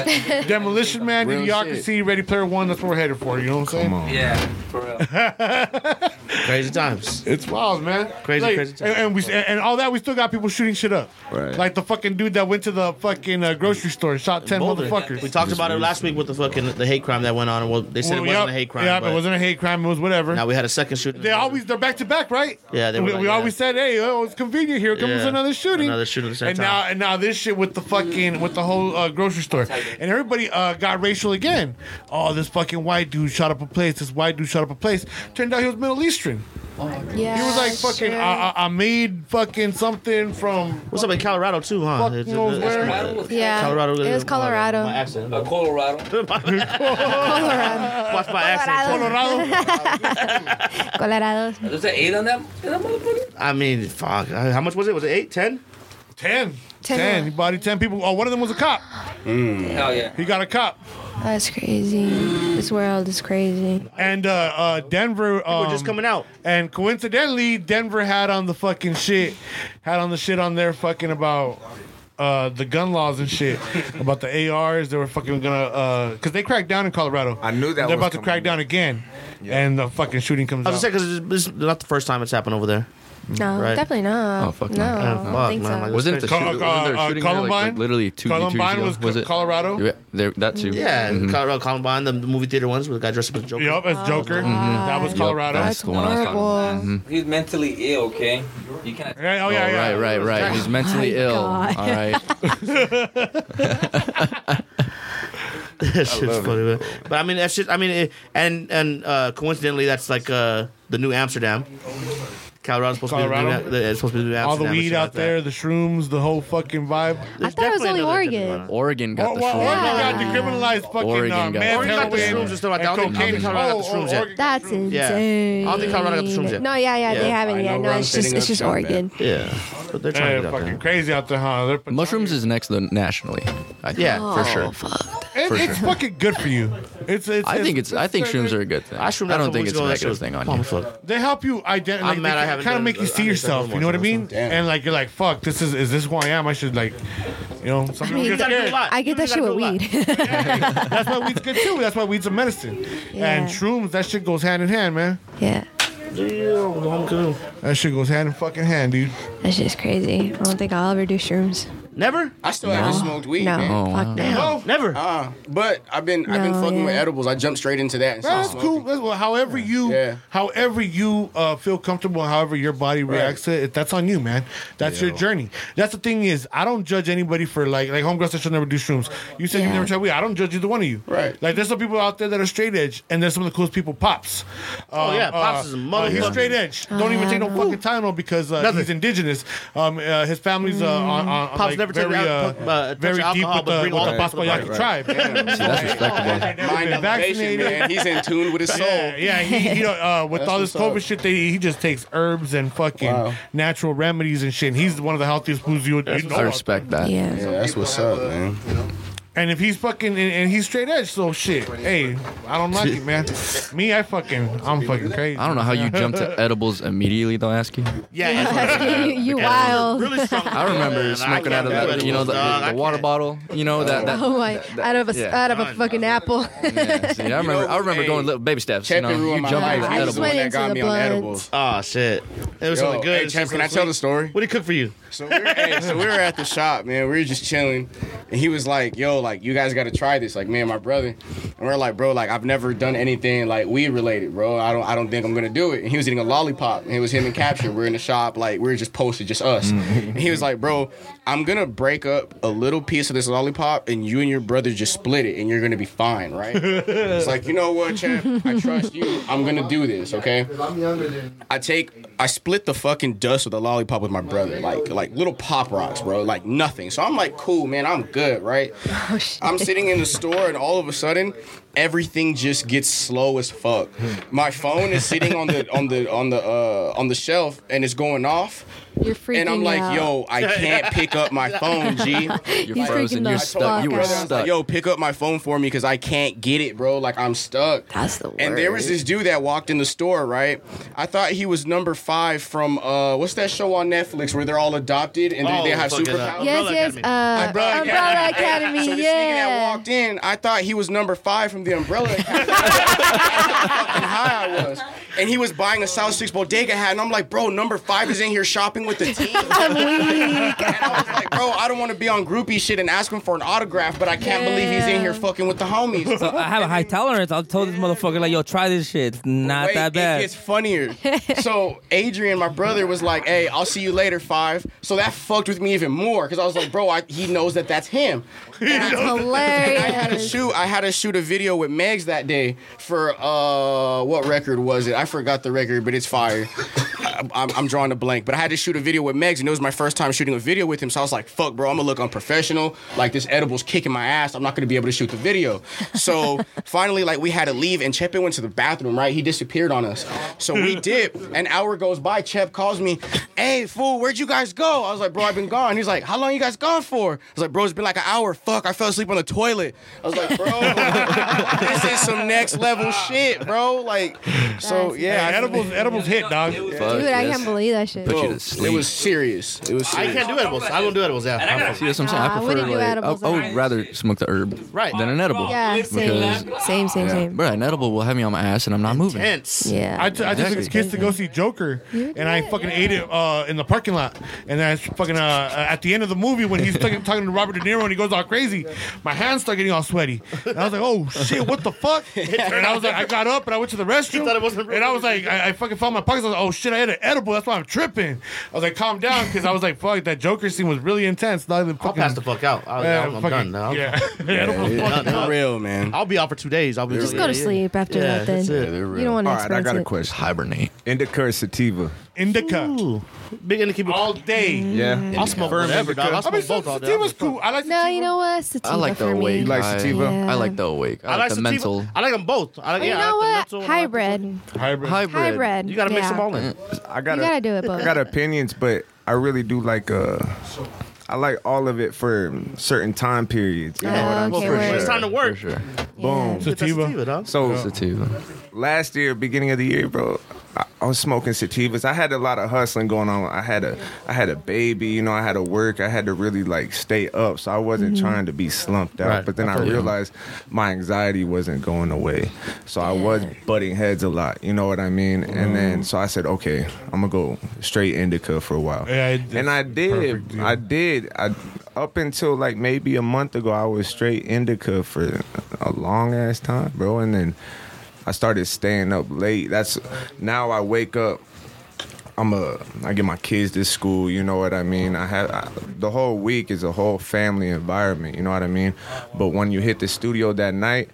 Demolition Man, Real Idiocracy, Ready Player One. That's what we're headed for. You know what I'm saying? Come on. Yeah, for real. Crazy times. It's wild, man. Crazy, Like, crazy time. And, and we and, and all that, we still got people shooting shit up. Right. Like the fucking dude that went to the fucking uh, grocery store, and shot ten Boulder. motherfuckers. We talked about it last week with the fucking the hate crime that went on. Well, they said it Well, yep, wasn't a hate crime. Yeah, but it wasn't a hate crime. It was whatever. Now we had a second shooting. they always they're back to back, right? Yeah, they were we, like we that. always said, "Hey, oh, it's convenient. Here comes Yeah, another shooting, another shooting at the same and time. now and now this shit with the fucking with the whole uh, grocery store, and everybody uh, got racial again. Oh, this fucking white dude shot up a place. This white dude shot up a place. Turned out he was Middle Eastern. Yeah, He was like fucking Oh, sure. I, I, I made fucking something from What's up in Colorado too, huh? Fuck It's- knows it's- where. yeah. Colorado. It was Colorado. My accent. Uh, Colorado. Colorado. Watch my accent. Colorado. Colorado. Colorado. There's an eight on that, on that motherfucker. I mean, fuck. Uh, How much was it? Was it eight, ten? ten. Ten. Ten. He bodied ten people. Oh, one of them was a cop. Hell yeah. He got a cop. That's crazy. This world is crazy. And uh, uh, Denver. Um, We're just coming out. And coincidentally, Denver had on the fucking shit, had on the shit on there fucking about uh, the gun laws and shit, about the ARs. They were fucking gonna, because they cracked down in Colorado. I knew that They're was about to crack coming. down again. And the fucking shooting comes I out. was gonna say because it's, it's not the first time it's happened over there. No, Right. definitely not. Oh, fuck no. no. I don't Oh, fuck, think man, so. like- Wasn't it the Col- shoot- wasn't there a uh, shooting like- like, Columbine? literally two, two years Columbine ago? was was Co- it Colorado? Yeah, there, that too. Mm-hmm. Yeah, Colorado Columbine, the, the movie theater ones where the guy dressed up as a Joker. Yup, that's Oh, Joker. That was Yup, Colorado. that's the one I was talking about. horrible. He's mentally ill, okay? You can't. Yeah, oh, Oh, yeah, yeah. right, right, right. He's mentally ill. God. All right. that shit's funny, man. But I mean, that's just I mean, it, and and uh, coincidentally, that's like uh, the new Amsterdam. Colorado's supposed to Colorado? be the new, it's supposed to be the new Amsterdam. All the and weed shit out like that. there, the shrooms, the whole fucking vibe. I thought it was Definitely only another thing Oregon. about it. Oregon got Or- the well, shroom. Oregon got decriminalized fucking Oregon uh, got the meth, Oregon got the heroin, shrooms and stuff like that. I and don't think- I cocaine. don't think Colorado got the Oh, shrooms oh, yet. Oregon got That's the shrooms. insane. Yeah. I don't think Colorado got the shrooms yet. No, yeah, yeah, they Yeah. haven't I yet. know No, where it's I'm just fitting it's up just so bad. Oregon. Yeah, but they're Yeah, trying to get out fucking there. crazy out there, huh? They're- Mushrooms is next though nationally. I think, Yeah. Oh, for sure. It- it's fucking good for you. It's, it's, I think it's. I think shrooms are a good thing. I, shroomed out I a don't couple think weeks it's ago, a that shit negative was thing on you. Motherfucker. They help you identify. I'm Like, mad I they haven't kind of done- make you I see haven't done yourself. one You know what I since mean? then. And like you're like, fuck, this is is this who I am? I should like, you know, some I people mean, get scared. I get that shit with weed. That's why weed's good too. That's why weed's a medicine. Yeah. And shrooms, that shit goes hand in hand, man. yeah, That shit goes hand in fucking hand, dude. that shit's crazy. I don't think I'll ever do shrooms. Never. I still haven't smoked weed, No, man. Oh, fuck wow. no. Oh, Never. Uh, but I've been I've been No, fucking with yeah. edibles. I jumped straight into that. And started That's smoking. cool. That's, well, however you, Yeah. however you uh, feel comfortable, however your body reacts to it, that's on you, man. That's your journey. That's the thing is, I don't judge anybody for like like homegirls that should never do shrooms. You said you Yeah. never tried weed. I don't judge either one of you. Right. Like there's some people out there that are straight edge, and there's some of the coolest people. Pops. Oh, Um, yeah, Pops is a He's motherfucker. straight edge. Don't even take no fucking time on because uh, Nothing. he's indigenous. Um, uh, his family's uh, on, on on, Pops like, never took very out- uh, uh, touch very deep alcohol, with but the, with bring all the the people to the Basquiat party. tribe. See, that's respectable. Mind Been elevation, man. He's in tune with his soul. Yeah, yeah. He, he don't- uh, with That's all this what's COVID up. shit, they, he just takes herbs and fucking Wow. natural remedies and shit. And he's one of the healthiest fools you would you know. I of. respect that. Yeah. Yeah, that's what's up, man. And if he's fucking and, and he's straight edge, so shit. Hey, I don't like it, man. Me, I fucking, I'm fucking crazy. I don't know how you jumped to edibles immediately though, Asky. Yeah, it's you, you wild. really strong. I remember smoking out of that, you know, the, the, the water bottle, you know, that. that Oh my! Out of a yeah. out of a fucking apple. yeah, see, I remember, I remember hey, going little baby steps. You Chapin know, you ruined my jump life. out I of just edible. went that into got the me on blunts. edibles. Oh shit! It was Yo, something good. Hey, Chap, Something can I tell sweet. the story? What did he cook for you? So we were, hey, so we were at the shop, man. We were just chilling, and he was like, "Yo, like you guys got to try this." Like me and my brother, and we're like, "Bro, like I've never done anything like weed related, bro. I don't, I don't think I'm gonna do it." And he was eating a lollipop, and it was him and Capture. We're in the shop, like we we're just posted, just us. Mm-hmm. And he was like, "Bro, I'm gonna break up a little piece of this lollipop, and you and your brother just split it, and you're gonna be fine, right?" it's like, you know what, champ? I trust you. I'm gonna do this, okay? I take I split the fucking dust with a lollipop with my brother, like like little pop rocks, bro, like nothing. So I'm like, cool, man, I'm good, right? Oh, I'm sitting in the store, and all of a sudden, everything just gets slow as fuck. My phone is sitting on the on the on the uh, on the shelf, and it's going off, You're freaking and I'm like, out. yo, I can't pick up my phone, G. You're He's freaking frozen. the You're fuck stuck. You out. were I was like, stuck. yo, pick up my phone for me because I can't get it, bro. Like I'm stuck. That's the word. And there was this dude that walked in the store, right? I thought he was number five from uh, what's that show on Netflix where they're all adopted and they, they Oh, have fucking, uh, superpowers? Yes, Umbrella yes. Academy. Uh, Umbrella Umbrella, Academy. Academy. So this nigga that yeah. walked in, I thought he was number five from the Umbrella Academy. That's how fucking high I was. And he was buying a South Six Bodega hat, and I'm like, bro, number five is in here shopping with the team. I'm weak. And I was like, bro, I don't want to be on groupie shit and ask him for an autograph, but I can't believe he's in here fucking with the homies. So I have a high tolerance. I told this motherfucker like, yo, try this shit. It's not Wait, that It bad. gets funnier. so Adrian, my brother, was like, "Hey, I'll see you later, five. So that fucked with me even more because I was like, "Bro, I, he knows that that's him." I had to Hilarious. shoot. I had to shoot a video with Megs that day for uh, what record was it? I forgot the record, but it's fire. I- I'm, I'm drawing a blank, but I had to shoot a video with Megs, and it was my first time shooting a video with him. So I was like, "Fuck, bro, I'm gonna look unprofessional. Like this edible's kicking my ass. I'm not gonna be able to shoot the video." So finally, like we had to leave, and Chep went to the bathroom. Right, he disappeared on us. So we dip. An hour goes by. Chep calls me, "Hey, fool, where'd you guys go?" I was like, "Bro, I've been gone." He's like, "How long you guys gone for?" I was like, "Bro, it's been like an hour. Fuck, I fell asleep on the toilet." I was like, "Bro, this is some next level shit, bro." Like, so That's yeah, Hey, edibles, edibles hit, dog. Dude, Dude, I can't believe that shit. Bro, It was serious. It was. I Serious. can't do edibles. I won't do edibles. Yeah. I gotta see that's what I'm saying. Nah, I I prefer wouldn't do like, edibles. I, I would rather smoke the herb Right. than an edible. Yeah, same, Because- same, same, Yeah. same. Bro, an edible will have me on my ass and I'm not moving. Tense. Yeah. I, t- I took a kids to go see Joker, and I fucking ate it uh, in the parking lot. And then I fucking uh, at the end of the movie when he's talking, talking to Robert De Niro and he goes all crazy, my hands start getting all sweaty. And I was like, oh shit, what the fuck? And I was like, I got up and I went to the restroom, thought it wasn't and I was like, I, I fucking found my pockets. I was like, oh shit, I had an edible. That's why I'm tripping. I was like, calm down, because I was like, fuck, that Joker scene was really intense. Not even I'll fucking. pass the fuck out. I'll, Yeah, I'll, I'm fucking- done now. Yeah, Edibles Yeah, fucking for up. real, man. I'll be out for two days. I'll be Just go to sleep after Yeah, that. Then that's it. Yeah, they're you real. don't want to All right, I experience got a it. question. Hibernate. Indica or sativa? indica Ooh. Big in the keep all Mm-hmm. day. Yeah. I'll smoke whatever, dog. I'll I smoke mean, both all day. sativa's cool. I like No, you sativa. know what? Sativa I like the for me. awake. You like I- sativa? Yeah. I like the awake. I, I like like the sativa. mental. I like them both. I like, Oh, yeah, you I know what? like the mental and I like the- Hybrid. hybrid. Hybrid. Hybrid. You gotta mix Yeah. them all in. I You gotta, gotta do it both. I got opinions, but I really do like uh, I like all of it for certain time periods. You know what I'm Oh, Okay, saying? word. When it's time to For work. sure. Boom. Get that Sativa. sativa, dog. So Sativa. last year, beginning of the year, bro, I, I was smoking sativas. I had a lot of hustling going on. I had a I had a baby, you know, I had to work. I had to really like stay up. So I wasn't Mm-hmm. trying to be slumped out. Right. But then I realized my anxiety wasn't going away. So I was butting heads a lot. You know what I mean? And Mm. then so I said, okay, I'm gonna go straight indica for a while. Yeah, it- and I perfect did. deal. I did. I up until like maybe a month ago, I was straight indica for a long ass time, bro. And then I started staying up late. That's now I wake up. I'm a. I get my kids to school. You know what I mean. I have I, the whole week is a whole family environment. You know what I mean. But when you hit the studio that night.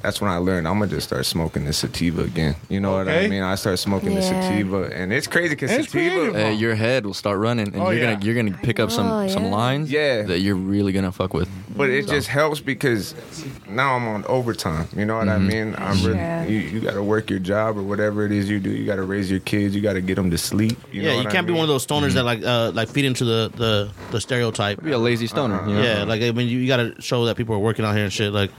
That's when I learned I'm gonna just start smoking the sativa again. You know what I Okay. mean? I start smoking the Yeah. sativa, and it's crazy because It's sativa. creative. Uh, your head will start running, and Oh, you're yeah. gonna you're gonna pick up some know, Oh, yeah. some lines Yeah. that you're really gonna fuck with. But it just helps because now I'm on overtime. You know what I mean? I'm really Yeah. you, you got to work your job or whatever it is you do. You got to raise your kids. You got to get them to sleep. You yeah, know you can't be one of those stoners that like uh, like feed into the the, the stereotype. Be a lazy stoner. you know? Yeah, like I mean, you, you gotta show that people are working out here and shit. Like,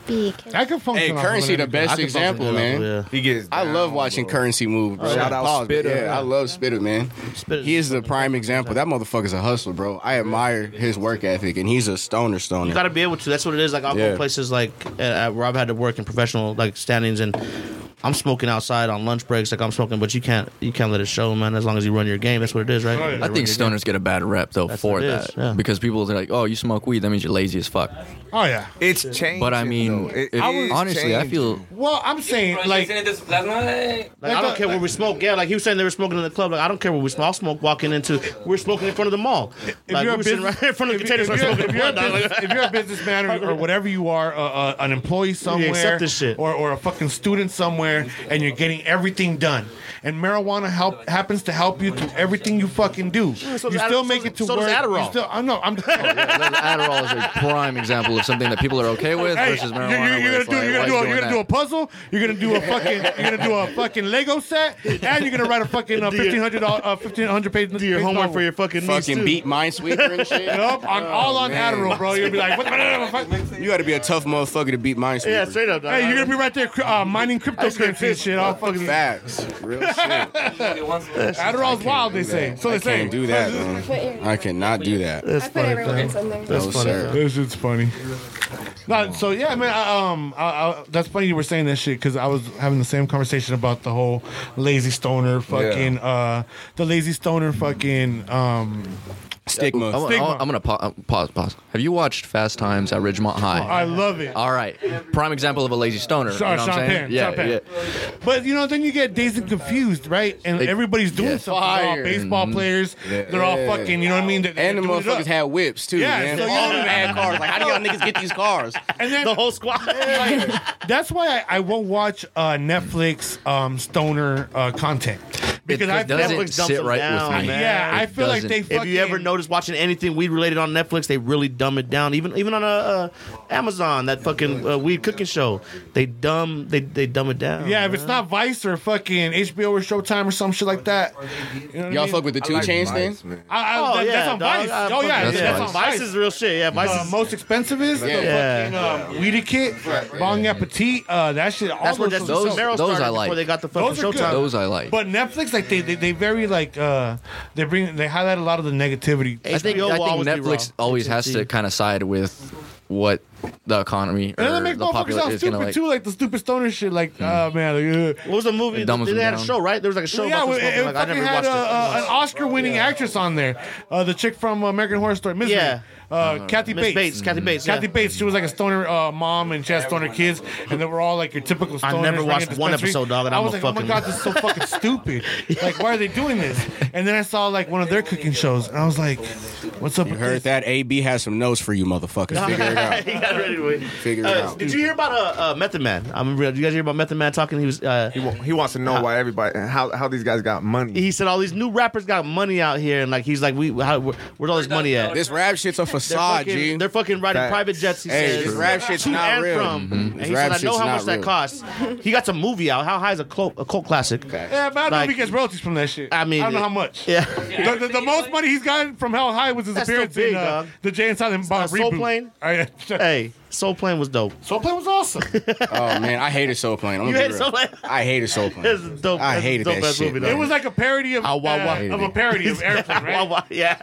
I can function. Hey, off of currency it. the best I can example, fucking- man. Yeah. He gets. I down, love watching bro. currency move, bro. Shout out Pause, but Spitter. Yeah, I love Spitter, man. Spitter's- He is the prime example. That motherfucker's a hustler, bro. I admire his work ethic, and he's a stoner stoner. You gotta be able to. That's what it is. Like I'll go Yeah. places like uh, where I've had to work in professional like standings, and I'm smoking outside on lunch breaks. Like I'm smoking, but you can't you can't let it show, man. As long as you run your game, that's what it is, right? Oh, yeah. I think stoners get a bad rep though for what it is, that yeah. because people are like, "Oh, you smoke weed? That means you're lazy as fuck." Oh yeah. It's changing. But I mean, though. It- if- it is honestly, I changing. feel Well, I'm saying like this last night. Like, I don't care where we smoke. Yeah, like he was saying they were smoking in the club. Like I don't care where we smoke. I'll smoke walking into. We're smoking in front of the mall. Like you're a we're sitting business- right in front of the if you're, container if store you're- smoking. if you're a blunt, dog. business- if you're a businessman or, or whatever you are, uh, uh, an employee somewhere, this shit. Or, or a fucking student somewhere, and you're getting everything done. And marijuana help happens to help you through everything you fucking do. so you does still Adderall- make it to so work. does You Adderall. still, I know. I'm. oh, Adderall is a prime example of something that people are okay with Hey, versus you- marijuana. you- where you're gonna it's do you're like, why gonna you do a- doing you're gonna do a that? puzzle. You're gonna do a fucking you're gonna do a fucking Lego set, and you're gonna write a fucking uh, fifteen hundred uh, fifteen hundred page. Do your homework for your fucking niece fucking too. beat Minesweeper and shit. Yup, on all on Oh, man. Adderall, bro. You'll be like, what the fuck? You got to be a tough motherfucker to beat Minesweeper. Yeah, straight up. Dog. Hey, you're gonna be right there cr- uh, mining cryptocurrency and shit. All fucking Facts, real shit. Adderal's wild, they say. So I they say. can't do that, man. I cannot do that. I put everyone else on there. No, sir. This shit's funny. No, so yeah, man. I, um, I, I, that's funny you were saying that shit because I was having the same conversation about the whole lazy stoner fucking uh, the lazy stoner fucking um. Stigma. I'm, Stigma. I'm gonna pa- uh, pause. Pause. Have you watched Fast Times at Ridgemont High? I love it. All right, prime example of a lazy stoner. Sorry, you know what I'm Sean saying? Penn, Yeah, Sean Penn. yeah. But you know, then you get dazed and confused, right? And Like, everybody's doing yeah. something. They're all Fire. Mm-hmm. baseball players. They're all Yeah. fucking. You know what I mean? They're- and the they're doing it up. motherfuckers had whips too, Yeah, man. so you- all of them had cars. Like, how do y'all niggas get these cars? And then the whole squad. That's why I, I won't watch uh, Netflix um, stoner uh, content because it I feel doesn't like, Netflix dumps sit them right down, with me. man. yeah, I It feel like they. doesn't. Fucking, If you ever notice watching anything weed related on Netflix, they really dumb it down. Even even on uh, uh, Amazon, that fucking uh, weed cooking show, they dumb they they dumb it down. yeah, if it's not Vice or fucking HBO or Showtime or some shit like that, you know what I Y'all mean? fuck with the two chains thing? Mice, man. I, I, oh that- yeah, that's on dog. Vice. I oh fucking- yeah, That's that's Vice. on Vice Vice. is real shit. Yeah, Vice Uh, is most expensive is the Yeah. fucking um, Weedy Kit, Bon Appetit. Uh, that shit. All That's where those, that's shows- those, Meryl those started I like. before they got the fucking Those are good. Showtime. Those I like. But Netflix just like they they, they very like uh they bring they highlight a lot of the negativity. I think, I think Netflix always has to kind of side with what the economy or And that makes the motherfuckers populace sound is stupid gonna like. too, like the stupid stoner shit. Like, oh man, what was the movie? Dumbest they had a down. show, right? There was like a show. yeah, about it, this it motherfucker. like, I fucking never had watched a, it. uh, an Oscar-winning actress on there, uh, the chick from American Horror Story, Misery. Yeah. Uh, Kathy Miss Bates. Bates, Kathy Bates, Kathy yeah. Bates. She was like a stoner uh, mom, and she had stoner kids, and they were all like your typical. I Stoners never working watched at one dispensaries. episode, dog, and I I'm was a like, oh fucking- my god, this is so fucking stupid. Like, why are they doing this? And then I saw like one of their cooking shows, and I was like, what's up? You with heard this? that? AB has some notes for you, motherfuckers. Figure it out. He got ready to wait. Figure it Uh, out. Did you hear about uh, uh, Method Man? I'm real. Did you guys hear about Method Man talking? He was. Uh, He, wa- he wants to know why everybody how how these guys got money. he said all these new rappers got money out here, and like he's like, we how, where, where's all this money at? This rap shit's a They're facade, fucking, G. they're fucking riding Facts. private jets. He Hey, says, this rap shit's to not and real. from. Mhm. And This he said, rap I know shit's how not much that real. costs. He got some movie out. How high is a cult, a cult classic? Yeah, but I don't know if he Like- gets royalties from that shit. I mean, I don't know how much. Yeah. The, the, the most money he's gotten from Hell High was his That's still appearance big, in uh, dog. the Jay and Silent Bob Uh, Soul reboot. Plane? All right, shut- hey, Soul Plane was dope. Soul Plane was awesome. it Oh man, I hated Soul Plane. I'm You gonna be hated Soul real. Plane? I hated Soul That's Plane. dope. I that's a hated dope that ass shit, movie, man. though. was like a parody of Ah, wah, wah. uh, of a parody of Airplane, Wah, right? wah, yeah.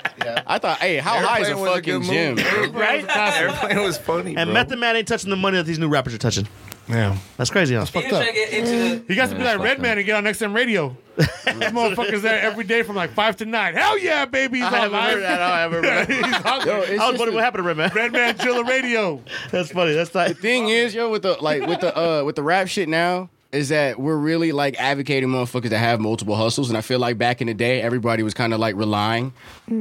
I thought, hey, how high is a Airplane was a good fucking movie. gym? Right? Airplane was funny. And bro. Method Man ain't touching the money that these new rappers are touching. Yeah, That's crazy, huh? fucked up. He got to be like Redman and get on XM Radio. These motherfuckers there every day from like five to nine. Hell yeah, baby! He's I on haven't live. heard that. I haven't heard that. He's on Yo, it's I was just wondering what happened to Redman. Redman Chiller Radio. That's funny. That's like thing is, yo, with the like with the uh with the rap shit now is that we're really like advocating motherfuckers to have multiple hustles, and I feel like back in the day, everybody was kind of like relying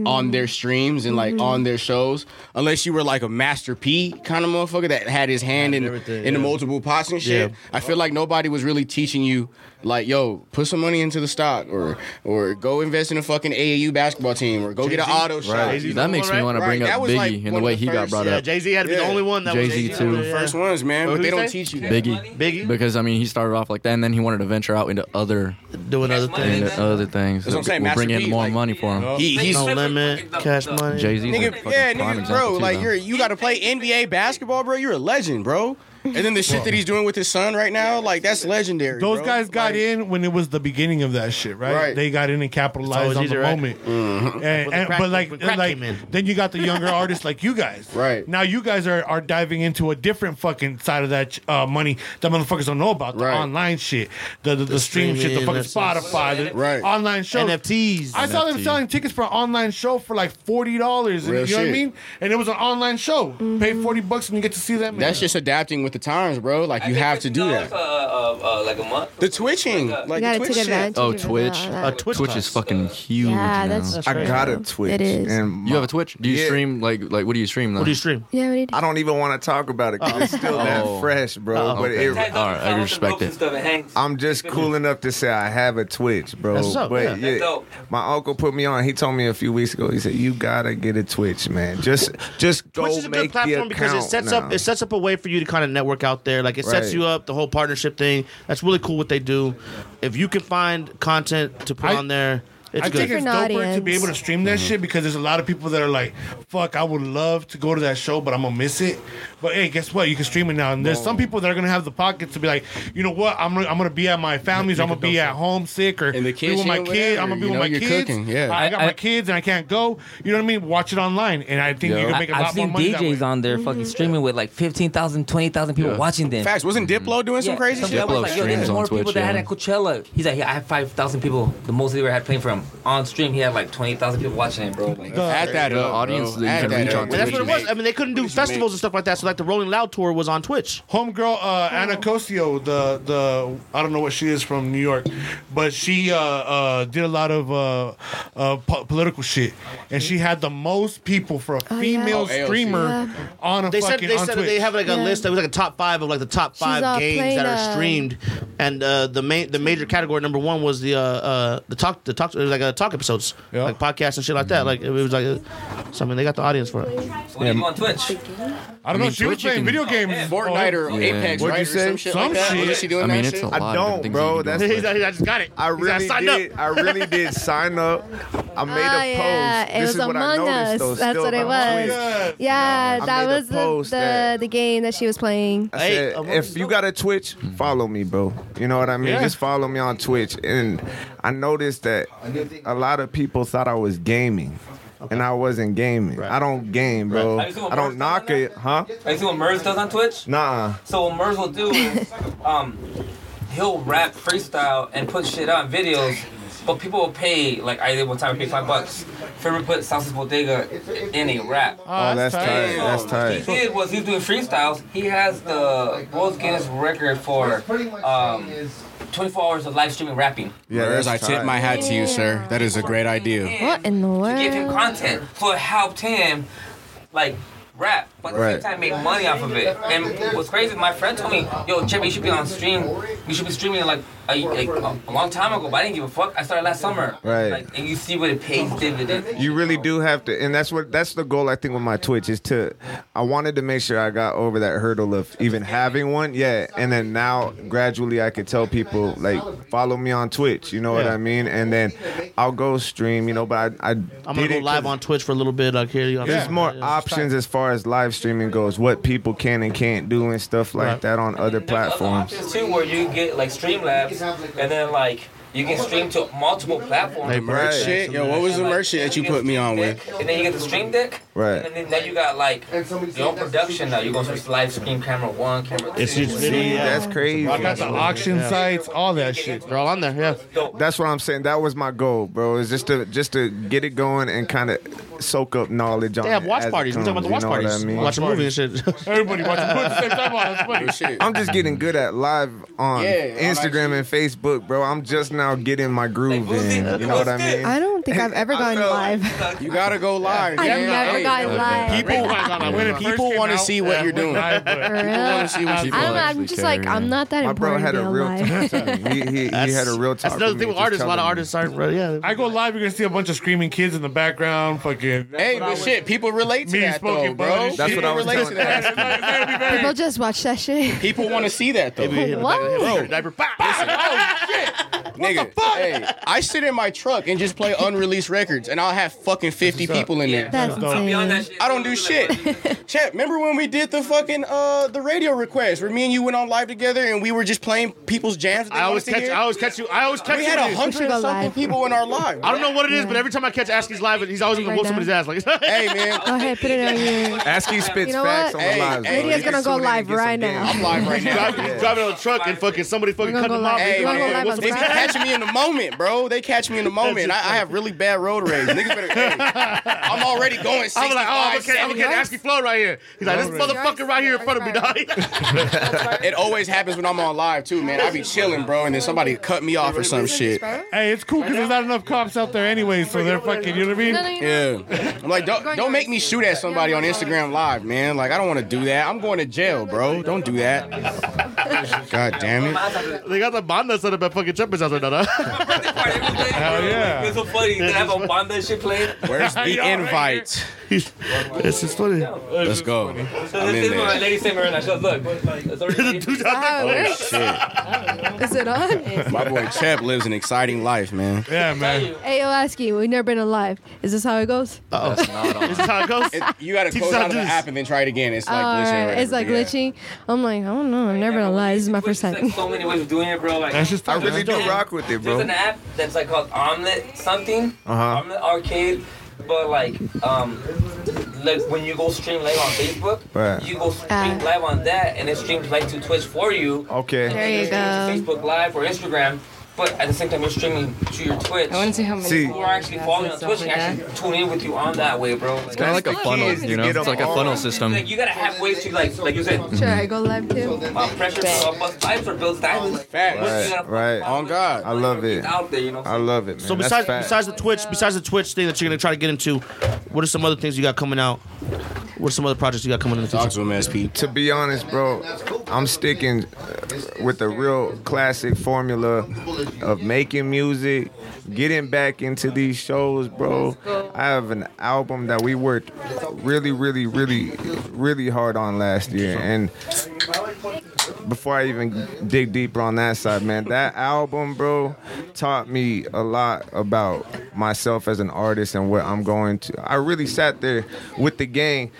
on their streams and like on their shows, unless you were like a Master P kind of motherfucker that had his hand in everything, in the yeah. multiple pots and shit. Yeah. I feel like nobody was really teaching you. Like yo, put some money into the stock, or or go invest in a fucking AAU basketball team, or go get an auto shop. Right. Jay-Z. That makes me want to bring up Right, that was, Biggie like, and one the of way the he got first- brought yeah, yeah, up. Jay Z had to be the Yeah. only one that was Jay-Z Jay-Z. too. Yeah. First ones, man, Who but they you don't say? teach you. that. Biggie. Biggie Because I mean, he started off like that, and then he wanted to venture out into other doing other and things. other things. That's what I'm saying, We'll bring Master in P, more like- money for him. He, he's No limit, cash money. Jay Z, Nigga, yeah, nigga, bro, like you're you got to play NBA basketball, bro. You're a legend, bro. And then the shit that he's doing with his son right now, like that's legendary. Those bro. guys got Like, in when it was the beginning of that shit, right? Right. Mm-hmm. They got in and capitalized It's always on easier, the right? moment. And, the and- crack- but like, when crack like came in. then you got the younger artists like you guys. Right. Now you guys are, are diving into a different fucking side of that uh, money that motherfuckers don't know about. The Right. online shit, the the, the, stream shit, the streaming, fucking that's- that's- Spotify, the Right. online shows. NFTs. I saw them NFT. selling tickets for an online show for like forty dollars. You know Real what I shit. mean? And it was an online show. Pay forty bucks and you get to see that. That's just adapting with the times, bro. Like you have to do that. like a month. The twitching, like you gotta the take Twitch shit. advantage. Oh, of Twitch. all that. Uh, Twitch, Twitch is fucking huge. yeah, now. that's. I got a Twitch. It is. And my- You have a Twitch? Do you Yeah. stream like like what do you stream? Though? What do you stream? Yeah, what do you do? I don't even want to talk about it 'cause it's still that Oh. fresh, bro. But okay. it, All right, I respect it. I'm just cool enough to say I have a Twitch, bro. That's what's up, yeah. but yeah, That's dope. my uncle put me on. He told me a few weeks ago. He said you gotta get a Twitch, man. Just just go Twitch is a make good platform the because it sets up account it sets up a way for you to kind of network out there. Like it sets Right. you up the whole partnership thing. That's really cool what they do. If you can find content to put I- on there, it's I good. think it's doper Different to be audience. able to stream Mm-hmm. that shit because there's a lot of people that are like, "Fuck, I would love to go to that show, but I'm gonna miss it." But hey, guess what? You can stream it now, and there's some people that are gonna have the pockets to be like, "You know what? I'm gonna, I'm gonna be at my family's. I'm gonna be at home sick or In the be with my kitchen, kid. I'm whatever, gonna be you with know, my you're kids. cooking, yeah. I, I got I- my kids and I can't go. You know what I mean? Watch it online, and I think Yeah. you can I, make a lot have more seen money. that DJs way. on there fucking streaming with like 15,000, 20,000 people watching them. Facts. Wasn't Diplo doing some Yeah, crazy some shit? guy was like, yo, Streams there's on more Twitch, people that had yeah. at Coachella. He's like, yeah, I had 5,000 people. The most they ever had playing for him. On stream, he had like 20,000 people watching it, bro. Like, Add that The up, audience bro. that you Add can reach up. on And that's what it was. I mean, they couldn't do did you make? festivals and stuff like that. So like the Rolling Loud tour was on Twitch. Homegirl uh, Anna Cosio, the the I don't know what she is from New York, but she uh, uh, did a lot of uh, uh, po- political shit, and she had the most people for a yeah. female Oh, AOC. streamer Yeah. on a They said fucking they on said that Twitch. they have like a Yeah. list that was like a top five of like the top five uh, games played, that are uh, streamed, and uh, the main the major category number one was the uh, uh, the talk the talk it was like uh, talk episodes Yeah. like podcasts and shit like that. Like it was like uh, so I mean they got the audience for it. what do you do on Twitch? I don't know. mean, she was Twitch you playing can- video games. Fortnite or Oh, Yeah. Apex, What'd right? you Or say? some shit Some like that. shit. Wasn't she doing I mean, that it's shit? a lot. I of different don't, things bro. you can That's do. He's like, I just got it. I He's like, really signed did. I really did sign up. I made a oh, post. yeah, it this was is what I Among noticed, Us. Though, That's still what it about was. Twitch. Yeah, I that made a was the, post the, that- the game that she was playing. I Hey, said, Among Us Mm-hmm. if you got a Twitch, follow me, bro. You know what I mean? Yeah. Just follow me on Twitch. And I noticed that a lot of people thought I was gaming. And I wasn't gaming. I don't game, bro. Right. Have you seen what I Merz don't knock it, huh? Have you seen what Merz does on Twitch? Nah. So what Merz will do is, um, he'll rap freestyle and put shit on videos, but people will pay like I did one time, pay five bucks. Favorite put Salsa's Bodega in a rap. Oh, that's tight. That's What he tight. did was he was doing freestyles. He has the world's Guinness record for um, 24 hours of live streaming rapping. Yeah, Whereas I that's tip tight. my hat to you, sir. That is a great idea. What in the To give him world? content, so it helped him like rap, but at the Right. same time make money off of it. And what's crazy, my friend told me, "Yo, Jimmy, you should be on stream. You should be streaming like a, a, a long time ago." But I didn't give a fuck. I started last summer. Right. Like, and you see what it pays dividends. You really do have to, and that's what that's the goal I think with my Twitch is to. I wanted to make sure I got over that hurdle of even having one, yeah, and then now gradually I could tell people like follow me on Twitch, you know what Yeah. I mean, and then I'll go stream, you know, but I I I'm did gonna go it live 'cause on Twitch for a little bit. Like here, you There's more options as far as live streaming goes, what people can and can't do and stuff like Right. that on other platforms. There's too where you get like Streamlabs, and then like you can stream to multiple platforms. Like, Merch Right. shit? Yo, what was the merch shit that you get put me on Stream with? Deck, And then you get the stream deck. Right. And then now you got like your own production now. You're gonna switch to live stream camera one, camera two. It's huge See, video. Yeah. that's crazy. I got the auction sites, all that shit. They're all on there. Yeah. That's what I'm saying. That was my goal, bro. Is just to just to get it going and kind of soak up knowledge on. They have it watch as it parties. We're talking about the watch comes, you know what I mean? parties. Watch a movie and shit. Everybody watching put the same time on. That's funny. Shit. I'm just getting good at live on Yeah, on Instagram and Facebook, bro. I'm just now getting my groove Like, who's it? in. You know what I Who's mean? I don't think I've ever gone live. You gotta go live. I've Yeah, never hey. gone live. Oh People, When it first people came want to out, see what yeah, you're doing. I- but- For real. see what you're I don't know. doing. I'm just like I'm not that my bro important had to be a real alive. talk. to me. He, he, he had a real talk. That's another with thing me, with just artists. A lot telling me. of artists aren't. really- Yeah. I go live, you're gonna see a bunch of screaming kids in the background. Fucking Hey, but shit, people relate to Me that though, smoking bud bro. and That's shit. what I was People relate to telling. that. People just watch that shit. People want to see that though. Oh, What? Bro, diaper. Bah! Nigga, hey, I sit in my truck and just play unreleased records, and I'll have fucking 50 people in there. That's Beyond insane. that shit, I don't do shit. Chet, remember when we did the fucking uh the radio request where me and you went on live together and we were just playing people's jams? that they I always wanted to catch. I hear? always catch you. I always catch we you. had when a you- hundred We should go and something live. people in our live. I don't know what it is, but every time I catch Askey's live, he's always gonna Right whoop now. somebody's ass. Like, Hey man, Go ahead, Oh, put it on you. Askey spits You know facts what? on Hey, the lives. bro. hey, You Lydia's can gonna go tune in and live get some right game. now. I'm live right now. driving, he's driving on a truck and fucking somebody fucking We're cut gonna him go off. live. Hey, You wanna go man, live on they be Friday? catching me in the moment, bro. They catch me in the moment. I, I have really bad road rage. Niggas better. Hey, I'm already going 65, I'm like, oh, I'm okay, I'm okay. 70. Askey Flow right here. He's like, this motherfucker right here in front of me, dog. It always happens when I'm on live too, man. I be chilling, bro, and then somebody cut me off or some shit. Hey, it's cool because there's not enough cops out there anyway, so they're fucking. You know what I mean? Yeah. I'm like, don't, don't make me shoot at somebody on Instagram live, man. Like, I don't want to do that. I'm going to jail, bro. Don't do that. God damn it. They got the banda set up at fucking Chipman's house right now, dog. Hell yeah. It's so funny. They have a Banda shit playing. Where's Y'all the right invite? It's just funny. Let's go. So I'm this in is what my there. lady sent me right now. She goes, look, it's already- Dude, I think- Oh, shit. Oh, Is it on? My boy Chep lives an exciting life, man. Yeah, man. Hey, Olasky, we've never been alive. Is this how it goes? This is how it goes. It, you got to Teach close how to out of do the this. app and then try it again. It's like Alright, glitching. or Uh, it's like whatever, yeah. glitching. I'm like, I don't know. I'm never gonna lie. This is my first There's, time. Like, so many ways of doing it, bro. Like That's just I fucking really do dope. rock with it, There's bro. an app that's like called Omelet something. Uh-huh. Omelet Arcade. But like, um, like when you go stream live on Facebook, Right. you go stream Ah. live on that, and it streams live to Twitch for you. Okay. There you Streams to Facebook Live or Instagram. But at the same time, you're streaming to your Twitch. I want to see how many See- People are actually following on Twitch and actually tune in with you on that way, bro. Like, Kind of like a funnel, you know? It's like a funnel system. like, you gotta have ways to like, like you said, Sure, I go live too. uh, pressure to bust vibes or build diamonds. Facts. You gotta- Right. On God. I love it. Out there, you know. I love it, man. So That's besides facts. besides the Twitch, besides the Twitch thing that you're gonna try to get into, what are some other things you got coming out? What are some other projects you got coming in the Talk future? to him, SP. to be honest, bro, I'm sticking uh, with the real classic formula of making music, getting back into these shows, bro. I have an album that we worked really, really, really, really hard on last year, and before I even dig deeper on that side, man, that album, bro, taught me a lot about myself as an artist and what I'm going to. I really sat there with the gang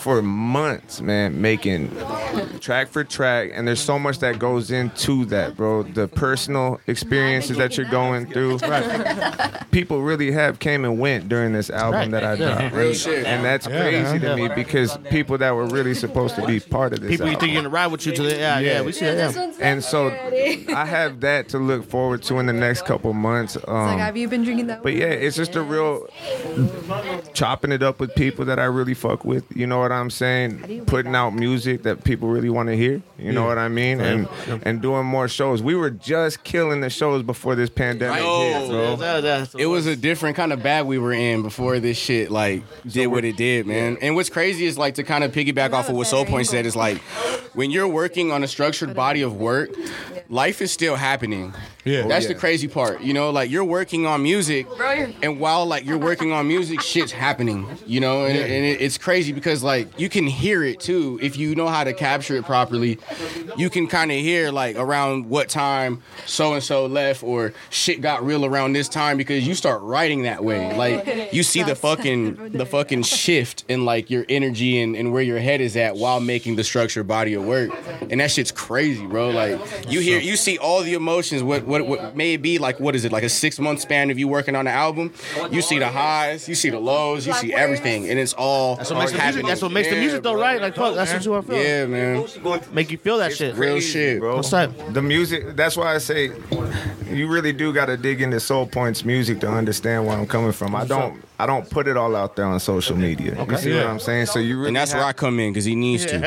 for months, man, making track for track, and there's so much that goes into that, bro. The personal experiences that you're going through. People really have came and went during this album Right. that I Yeah. dropped, Real shit. and that's Yeah, crazy yeah. to me because people that were really supposed to be part of this. People you album. think you're gonna ride with you to the yeah, yeah, we see that. Yeah. And so I have that to look forward to in the next couple months. like, Um, have you been drinking that? but yeah, it's just a real chopping it up with people that I really fuck with. You know what I'm saying? Putting out music that people really want to hear. You know Yeah. what I mean? And and doing more shows. We were just killing the shows before this pandemic hit, bro. It was a different kind of bag we were in before this shit like did what it did, man. And what's crazy is like to kind of piggyback off of what Soul Point said is like when you're working on a structured body of work, life is still happening. Yeah. That's Oh, the yeah. crazy part. You know, like you're working on music and while like you're working on music, shit's happening. You know, and, and it, it's crazy because like you can hear it too if you know how to capture it properly. You can kind of hear like around what time so and so left or shit got real around this time because you start writing that way. Like you see the fucking the fucking shift in like your energy and, and where your head is at while making the structured body of work. And that shit's crazy, bro. Like you hear you see all the emotions. What what what may it be like what is it, like a six month span of you working on an album? You see the highs, you see the lows, you see everything, and it's all That's what makes the music. happening. That's what makes the Yeah, music though, right? Like fuck, that's what you want to feel. Yeah, man. Make you feel that shit. Crazy, bro. What's up? The music. That's why I say you really do got to dig into Soul Point's music to understand where I'm coming from. I don't. I don't put it all out there on social media. You see what I'm saying? So you really and that's where I have- come in because he needs to.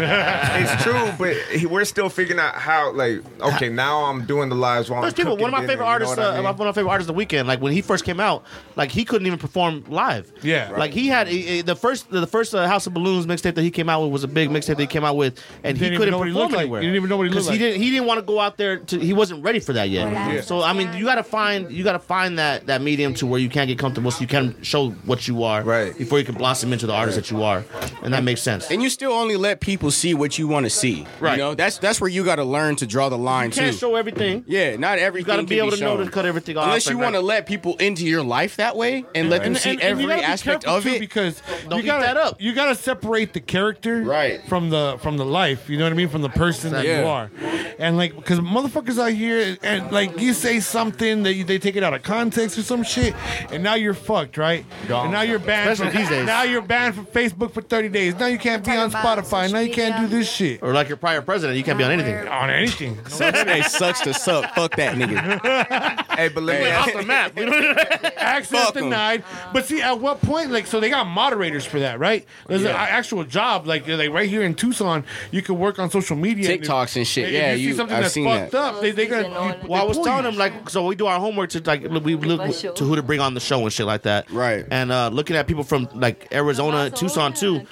Yeah, it's true, but he, we're still figuring out how. Like, okay, now I'm doing the lives while There's I'm people. One of my cooking favorite dinner, you know artists. what I uh, mean? One of my favorite artists, The weekend. Like when he first came out, like he couldn't even perform live. Yeah. Like he had eh, eh, the first, the first uh, House of Balloons mixtape that he came out with was a big mixtape that he came out with, Didn't and he even couldn't know what he perform looked like. anywhere. You didn't even know what he Because looked He like. didn't. He didn't want to go out there. To, he wasn't ready for that yet. Yeah. So I mean, you got to find, you got to find that that medium to where you can get comfortable, so you can show what you are, right? Before you can blossom into the artist that you are, and that makes sense. And you still only let people see what you want to see. Right. You know, that's that's where you got to learn to draw the line You can't too. show everything. Yeah, not everything. gotta can be able to know shown. to cut everything off Unless you and want to not- let people into your life that way and let them And- see and- and every you gotta be aspect careful, of too, it. because Don't you eat gotta that up. you gotta separate the character right from the from the life. You know what I mean? From the person that you Yeah. are, and like because motherfuckers out here and like you say something that you, they take it out of context or some shit, and now you're fucked, right? And now you're banned. Especially from- these days. Now you're banned from Facebook for thirty days. Now you can't be on Spotify. Now you can't do this shit Or like your prior president, you can't be on anything. on anything. hey, sucks to suck. Fuck that nigga. Hey, but let me Off ask, the map. access Fuck 'em. denied. But see, at what point? Like, so they got moderators for that, right? There's an Yeah. actual job, like like right here in Tucson, you can work on social media, and if- TikToks and shit. if Yeah, you see you- something I've that's seen fucked that. up, they they got. Well, I was telling him like, so we do our homework to like look- we look to who to bring on the show and shit like that. Right. And uh, looking at people from like Arizona, Tucson too.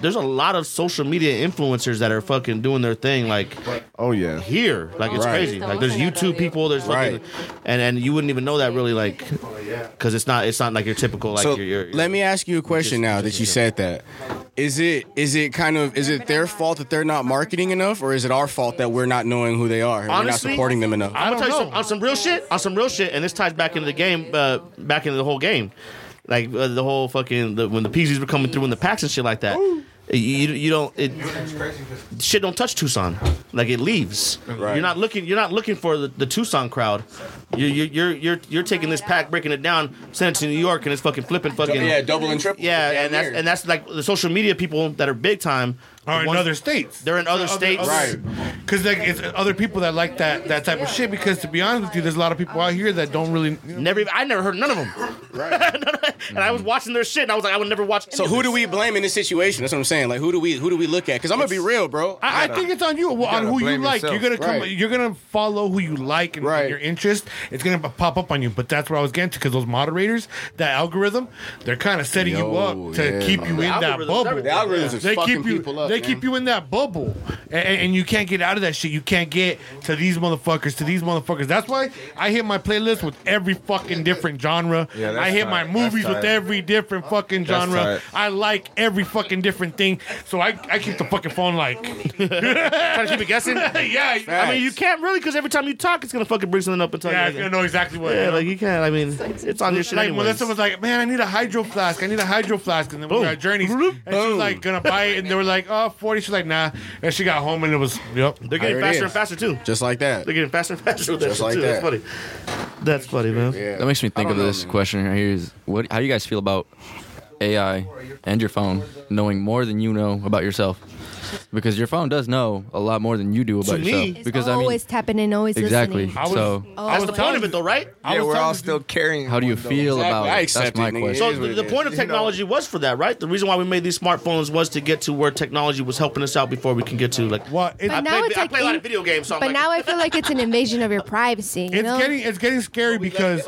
There's a lot of social media influencers that are fucking doing their thing like oh yeah, here. Like it's Right. crazy. Like there's YouTube people. There's fucking, Right. and and you wouldn't even know that really like because it's not it's not like your typical like so your, your, let me ask you a question now that you said that. Is it is it kind of is it their fault that they're not marketing enough, or is it our fault that we're not knowing who they are and we're not Honestly, supporting them enough? I'm gonna don't tell you know. some, on some real shit. On some real shit, and this ties back into the game, uh, back into the whole game, like uh, the whole fucking the, when the PZs were coming through in the packs and shit like that. You, you don't it shit don't touch Tucson like it leaves. You're not looking you're not looking for the, the Tucson crowd. You're, you're you're you're you're taking this pack, breaking it down, sending it to New York, and it's fucking flipping fucking yeah, double and triple. yeah, down and that's there. and that's like the social media people that are big time Are in ones- other states. They're in other states, Right. Because like it's other people that like that that type of shit. Because to be honest with you, there's a lot of people out here that don't really. Never, even- I never heard none of them. Right. and I was watching their shit, and I was like, I would never watch. So who do we blame in this situation? That's what I'm saying. Like who do we who do we look at? Because I'm gonna be real, bro. I, I think it's on you, on gotta who you blame like. yourself. You're gonna come, Right. you're gonna follow who you like and, and Right. your interest, it's gonna pop up on you. But that's where I was getting to because those moderators, that algorithm, they're kind of setting you Yo, up to yeah, keep man. you in The that algorithm's bubble. everything. The algorithms is they fucking keep you, people up, they man. keep you in that bubble, and, and you can't get out of that shit. You can't get to these motherfuckers, to these motherfuckers. That's why I hit my playlist with every fucking different genre. Yeah, that's I hit my tight. movies That's with tight. every different fucking That's genre. tight. I like every fucking different thing. So I, I keep the fucking phone like. Trying to keep it guessing. yeah, I mean, you can't really because every time you talk, it's gonna fucking bring something up and tell yeah, you. I again. know exactly what. yeah, you know? like you can't. I mean, it's on your shit like anyways. Melissa was like, "Man, I need a hydro flask. I need a hydro flask." And then we Boom. got journeys, and she was like, "Gonna buy it," and they were like, "Oh, 40. She's like, "Nah," and she got home and it was, "Yep." They're getting There it faster is. and faster too. Just like that. They're getting faster and faster with that Just shit like too. That's that. funny. That's funny, man. Yeah. That makes me think I of don't know, this man. question right here: is what? How do you guys feel about AI and your phone knowing more than you know about yourself? Because your phone does know a lot more than you do about me. yourself. It's because always tapping in, always I mean, exactly. listening. I was- so That's the point of it, though, right? Yeah, was we're telling all the still carrying. how do you one, though. feel Exactly. about I it? accept That's my it, nigga. question. It So is what the, it the is. point of technology was for that, right? The reason why we made these smartphones was to get to where technology was helping us out before we can get to like. Well, it, But now play- it's I like play a lot in- of video games, so I'm but like- now I feel like it's an invasion of your privacy. You it's know? getting it's getting scary because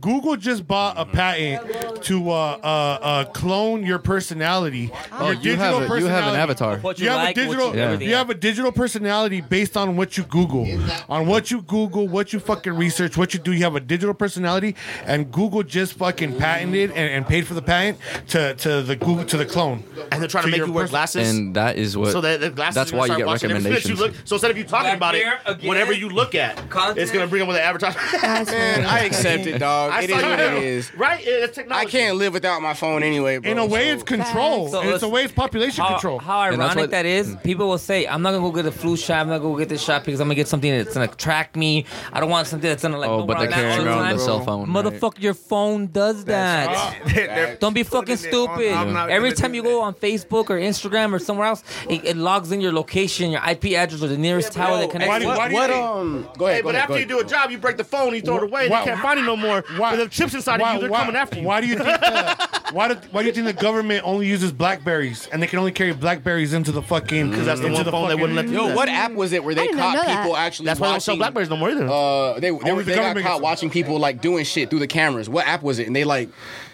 Google just bought a patent to uh, uh, uh, clone your personality. Oh, your you have a- you have an avatar. What You have a digital, yeah. you have a digital personality based on what you Google, on what you Google, what you fucking research, what you do. You have a digital personality, and Google just fucking patented and, and paid for the patent to, to the Google to the clone. and they're trying to to make your you wear person- glasses. And that is what. so that the glasses that's are gonna why you start get watching everything that you recommendations. look- so instead of you talking Black about it, Mirror again. whatever you look at, it's Content. gonna bring up with the advertisement. That's Man, funny. I accept it, dog. I It saw is you what know. it is. Right? It's technology. I can't live without my phone anyway, bro. In a way, so- it's control. Facts. So it's a let's- way it's population How, control. how And that's ironic what- that is. People will say, "I'm not gonna go get a flu shot. I'm not gonna go get this shot because I'm gonna get something that's gonna track me. I don't want something that's gonna like." oh, go but they're around carrying all around the time." cell phone. right? Motherfucker, your phone does that. They're- Don't be putting fucking it on- stupid. I'm not Every gonna time do you that. go on Facebook or Instagram or somewhere else, it, it logs in your location, your IP address, or the nearest tower yo, that connects. why to do- it. why do What you think- um? Go ahead. Hey, go but ahead, after go you ahead. do a job, you break the phone, you throw it away, why- they can't find it no more. why- With the chips inside of you, they're coming after you. Why do you think the, why do why do you think the government only uses blackberries and they can only carry blackberries into the fucking because Mm, that's the one phone they wouldn't let you- Yo, what app was it where I they did not know caught that. people actually? That's why they don't sell watching- Blackberries no more either. Uh, they they, were, was the they got government caught gets- watching people like doing shit through the cameras. What app was it? And they like,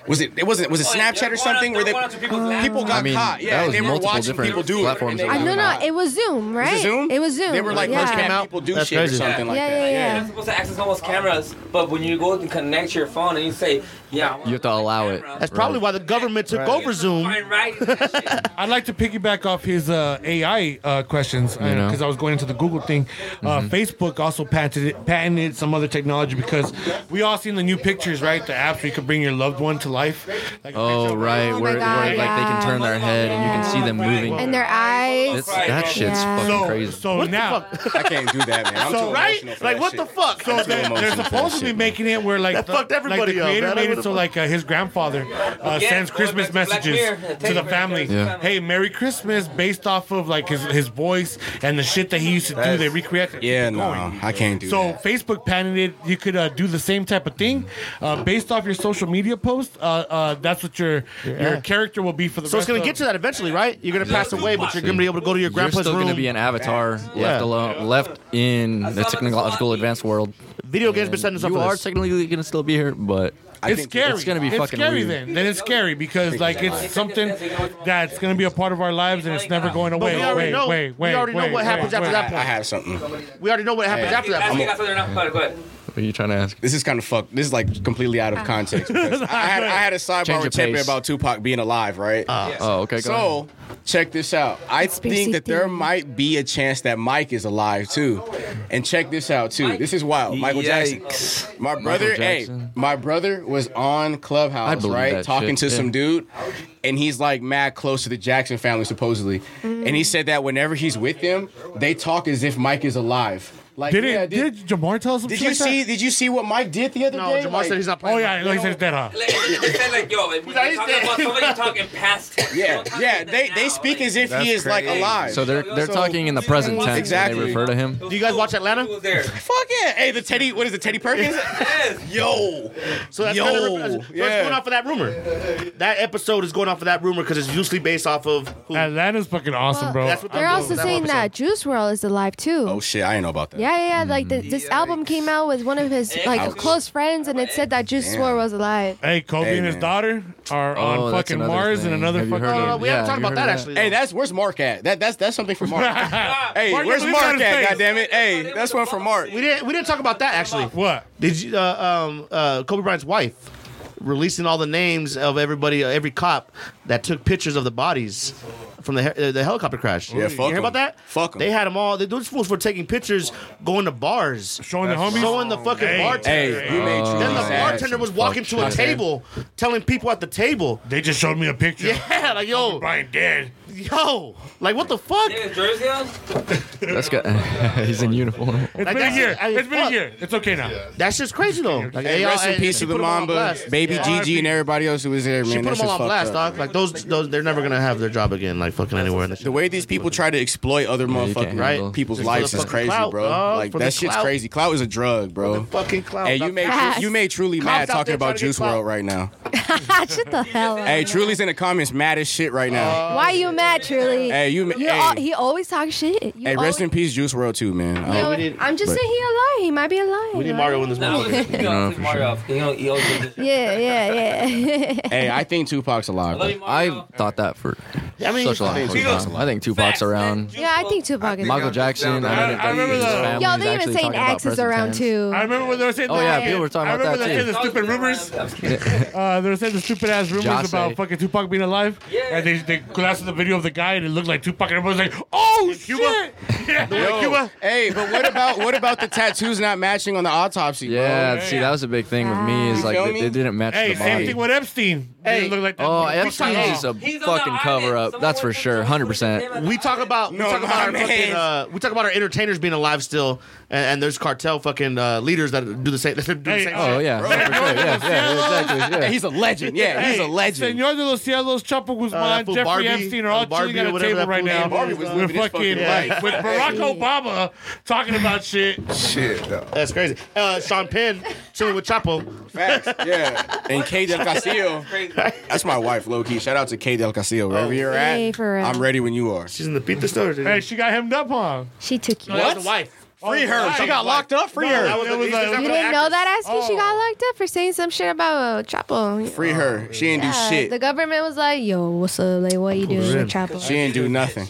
was it? It wasn't. Was it Snapchat or something? Where they people got I mean, caught? that Yeah, and was they were multiple watching different people do platforms it. and that they I got no no, caught. it was Zoom, right? Was it Zoom? was Zoom. They were like, yeah. first came out, people do That's shit crazy. or something like Yeah, that. yeah, yeah. You're supposed to access all those cameras, but when you go and connect your phone and you say, "Yeah," I want You have to allow it. camera. That's probably why the government took over Zoom. Fine, right? That shit. I'd like to piggyback off his uh, AI uh, questions know. because I was going into the Google thing. Uh, Mm-hmm. Facebook also patented it, patented some other technology because we all seen the new pictures, right? The apps where you could bring your loved one to life. Like a Oh picture- right, my where, God, where like they yeah. can turn their head and you can see them moving. And their eyes. It's- that shit's Yeah. fucking So, crazy. so now. I can't do that, man. I'm So, too Right? emotional for Like that what shit. the fuck? So they, emotional are for that supposed to be shit. making it where like That the, fucked like everybody the up, creator man. made That it so like uh, his grandfather uh, Again, sends going back Christmas to Black messages Mirror, take to the it back family. to the Yeah. family. Hey, Merry Christmas, based off of like his, his voice and the shit that he used to do. That's- They recreate. it. Yeah, Keep it going. no, I can't do So that. Facebook patented you could uh, do the same type of thing uh, based off your social media post. Uh, uh, that's what your your character will be for the. So rest it's gonna of- get to that eventually, right? You're gonna pass away, but you're gonna be able to go to your You're grandpa's still room. gonna be an avatar Yeah. left alone, left in the technological advanced world. Video games been setting us up You for are this. technically gonna still be here, but it's scary. it's gonna be it's fucking scary weird. then. Then it's scary because like it's something that's gonna be a part of our lives and it's never going away. we wait, already know- wait, we wait, already know wait, what happens wait, after wait. that I have something. We already know what happens after that. Ask me that, so they're not- Go ahead. what are you trying to ask? This is kind of fucked. This is like completely out of context. because I, I had, I had a sidebar Ah. Change with your Tepe pace. about Tupac being alive, right? Oh, okay. Go ahead. So, check this out. I Conspiracy think that there theory. might be a chance that Mike is alive too. And check this out too. This is wild. Michael Jackson. My brother, hey, Jackson. my brother was on I Clubhouse, believe right? that Talking shit, to some yeah. dude. And he's like mad close to the Jackson family, supposedly. And he said that whenever he's with them, they talk as if Mike is alive. Like, Did it? yeah, did, Jamar tell us? did you see? Did you see what Mike did the other No, day? Jamar Like- said he's not playing. Oh yeah, like he said that. Huh? Like, they said, like, yo, if you're talking about somebody talking past tense, you Yeah, don't talk yeah. about They that they now, speak like, as if he That's is like crazy. alive. So they're they're So- talking in the present tense Exactly. when they refer to him. Do you guys watch Atlanta? Who was there? Fuck yeah! Hey, the Teddy. What is it? Teddy Perkins? Yo. So that's Yo, another rep- so yeah. it's going off of that rumor. That episode is going off of that rumor because it's usually based off of who. Atlanta's fucking awesome, Well, bro. That's what They're I'm also doing. saying that Juice World is alive too. Oh shit! I didn't know about that. Yeah, yeah, yeah. Like the, this Mm-hmm. album came out with one of his like close friends, and it said that Juice Damn. swore was a lie. Hey, Kobe Hey, and his man. daughter are Oh, on that's fucking another Mars thing. and another Have you fucking. heard No, of no, it? Uh, we Yeah, haven't talked have about you that heard of actually. Hey, though. that's where's Mark at? That that's that's something for Mark. hey, Mark, where's look at Mark his at? face. God damn it! Hey, that's one for Mark. we didn't we didn't talk about that actually. What? Did you, uh, um, uh, Kobe Bryant's wife releasing all the names of everybody, uh, every cop that took pictures of the bodies from the he- uh, the helicopter crash? Yeah, you fuck hear 'em. about that? Fuck 'em. They had them all. They, those fools were taking pictures, going to bars, Showing the homies. showing the fucking Hey, bartender. Hey, you made you Then the sad. bartender was walking to a table, telling people at the table, They just showed me a picture. of "Yeah, like yo, Brian dead. yo, like what the fuck? Jersey on? That's got. he's in uniform. It's Like, been a that's- year. I mean, it's been fuck. a year. It's okay now. That's just crazy though." Like, Hey, y'all- rest in hey, peace she to the put 'em on Mamba, blast. baby Yeah. Gigi, and everybody else who was there. Man, She put that's them all just on fucked blast, up. dog. Like those, those, they're never gonna have their job again. Like fucking anywhere in the The way these people try to exploit other you can't motherfucking handle- right people's Just for lives the is fucking crazy, clout, bro. dog, like for that the shit's clout. crazy. Clout is a drug, bro. fucking clout. Hey, you made Facts. you made truly Cops mad out talking there trying about to get Juice clout. World right now. Shut the hell up. Hey, Truly's in the comments, mad as shit right now. Why you mad, Truly? Hey, you. You're all, Hey, he always talks shit. You hey, always, rest in peace, Juice World too, man. I you know, hope- we need- I'm just but- saying he a liar. He might be a liar. We need right? Mario in this movie. You know, take Mario off. You know, he always does this. Yeah, yeah, yeah. Hey, I think Tupac's alive. Bro. I thought that for I mean, such a long he's- fucking time. I think Tupac's around. yeah, I think Tupac is. Michael Jackson. I, I- think I remember his the- family Y'all, is they even actually saying talking about X is present around times. too. I remember when they were saying. Oh, the- yeah, people were talking I remember about that, they too. said the stupid rumors. Uh, they were saying the stupid ass rumors Josh about say- fucking Tupac being alive. Yeah. And they they glassed the video of the guy and it looked like Tupac and everybody's like, oh Cuba? shit. Yeah, Yo, Cuba. Hey, but what about what about the tattoos not matching on the autopsy? bro? Yeah, yeah. see, that was a big thing with me is You like feel they, me? they didn't match Hey, the same body. thing with Epstein. Hey. They look like that. Oh, We Epstein saw- is a fucking cover up. That's for sure, hundred percent. we talk about we No, talk about our my fucking, man. uh, we talk about our entertainers being alive still, and, and there's cartel fucking uh, leaders that do the same. That do the Hey, same uh, Oh shit. yeah, for sure. yeah, yeah, exactly. Hey, Yeah. he's a legend. Yeah, he's a legend. Senor de los Cielos, Chapo Uh, Guzman, that fool Jeffrey Barbie, Epstein are all uh, Barbie chilling at or a whatever table that right fool's now. name Barbie was with living his fucking fucking life. with Barack Obama talking about shit. Shit, though. That's crazy. Uh, Sean Penn chilling with Chapo. Facts. Yeah. And Kay Del Castillo. That's my wife, low key. Shout out to Kay Del Castillo. Wherever you're at, Hey, for real. I'm ready when you are. She's in the pizza store. dude. Hey, she got hemmed up on. She took you. No, that was the wife. Free her. She got locked up. Free her. That was, That was that like- You didn't know that, Asky? She got Oh. locked up for saying some shit about uh, Chapo. Free her. She didn't Yeah, do shit. The government was like, "Yo, what's up? Like, what you doing with Chapo?" she didn't do nothing.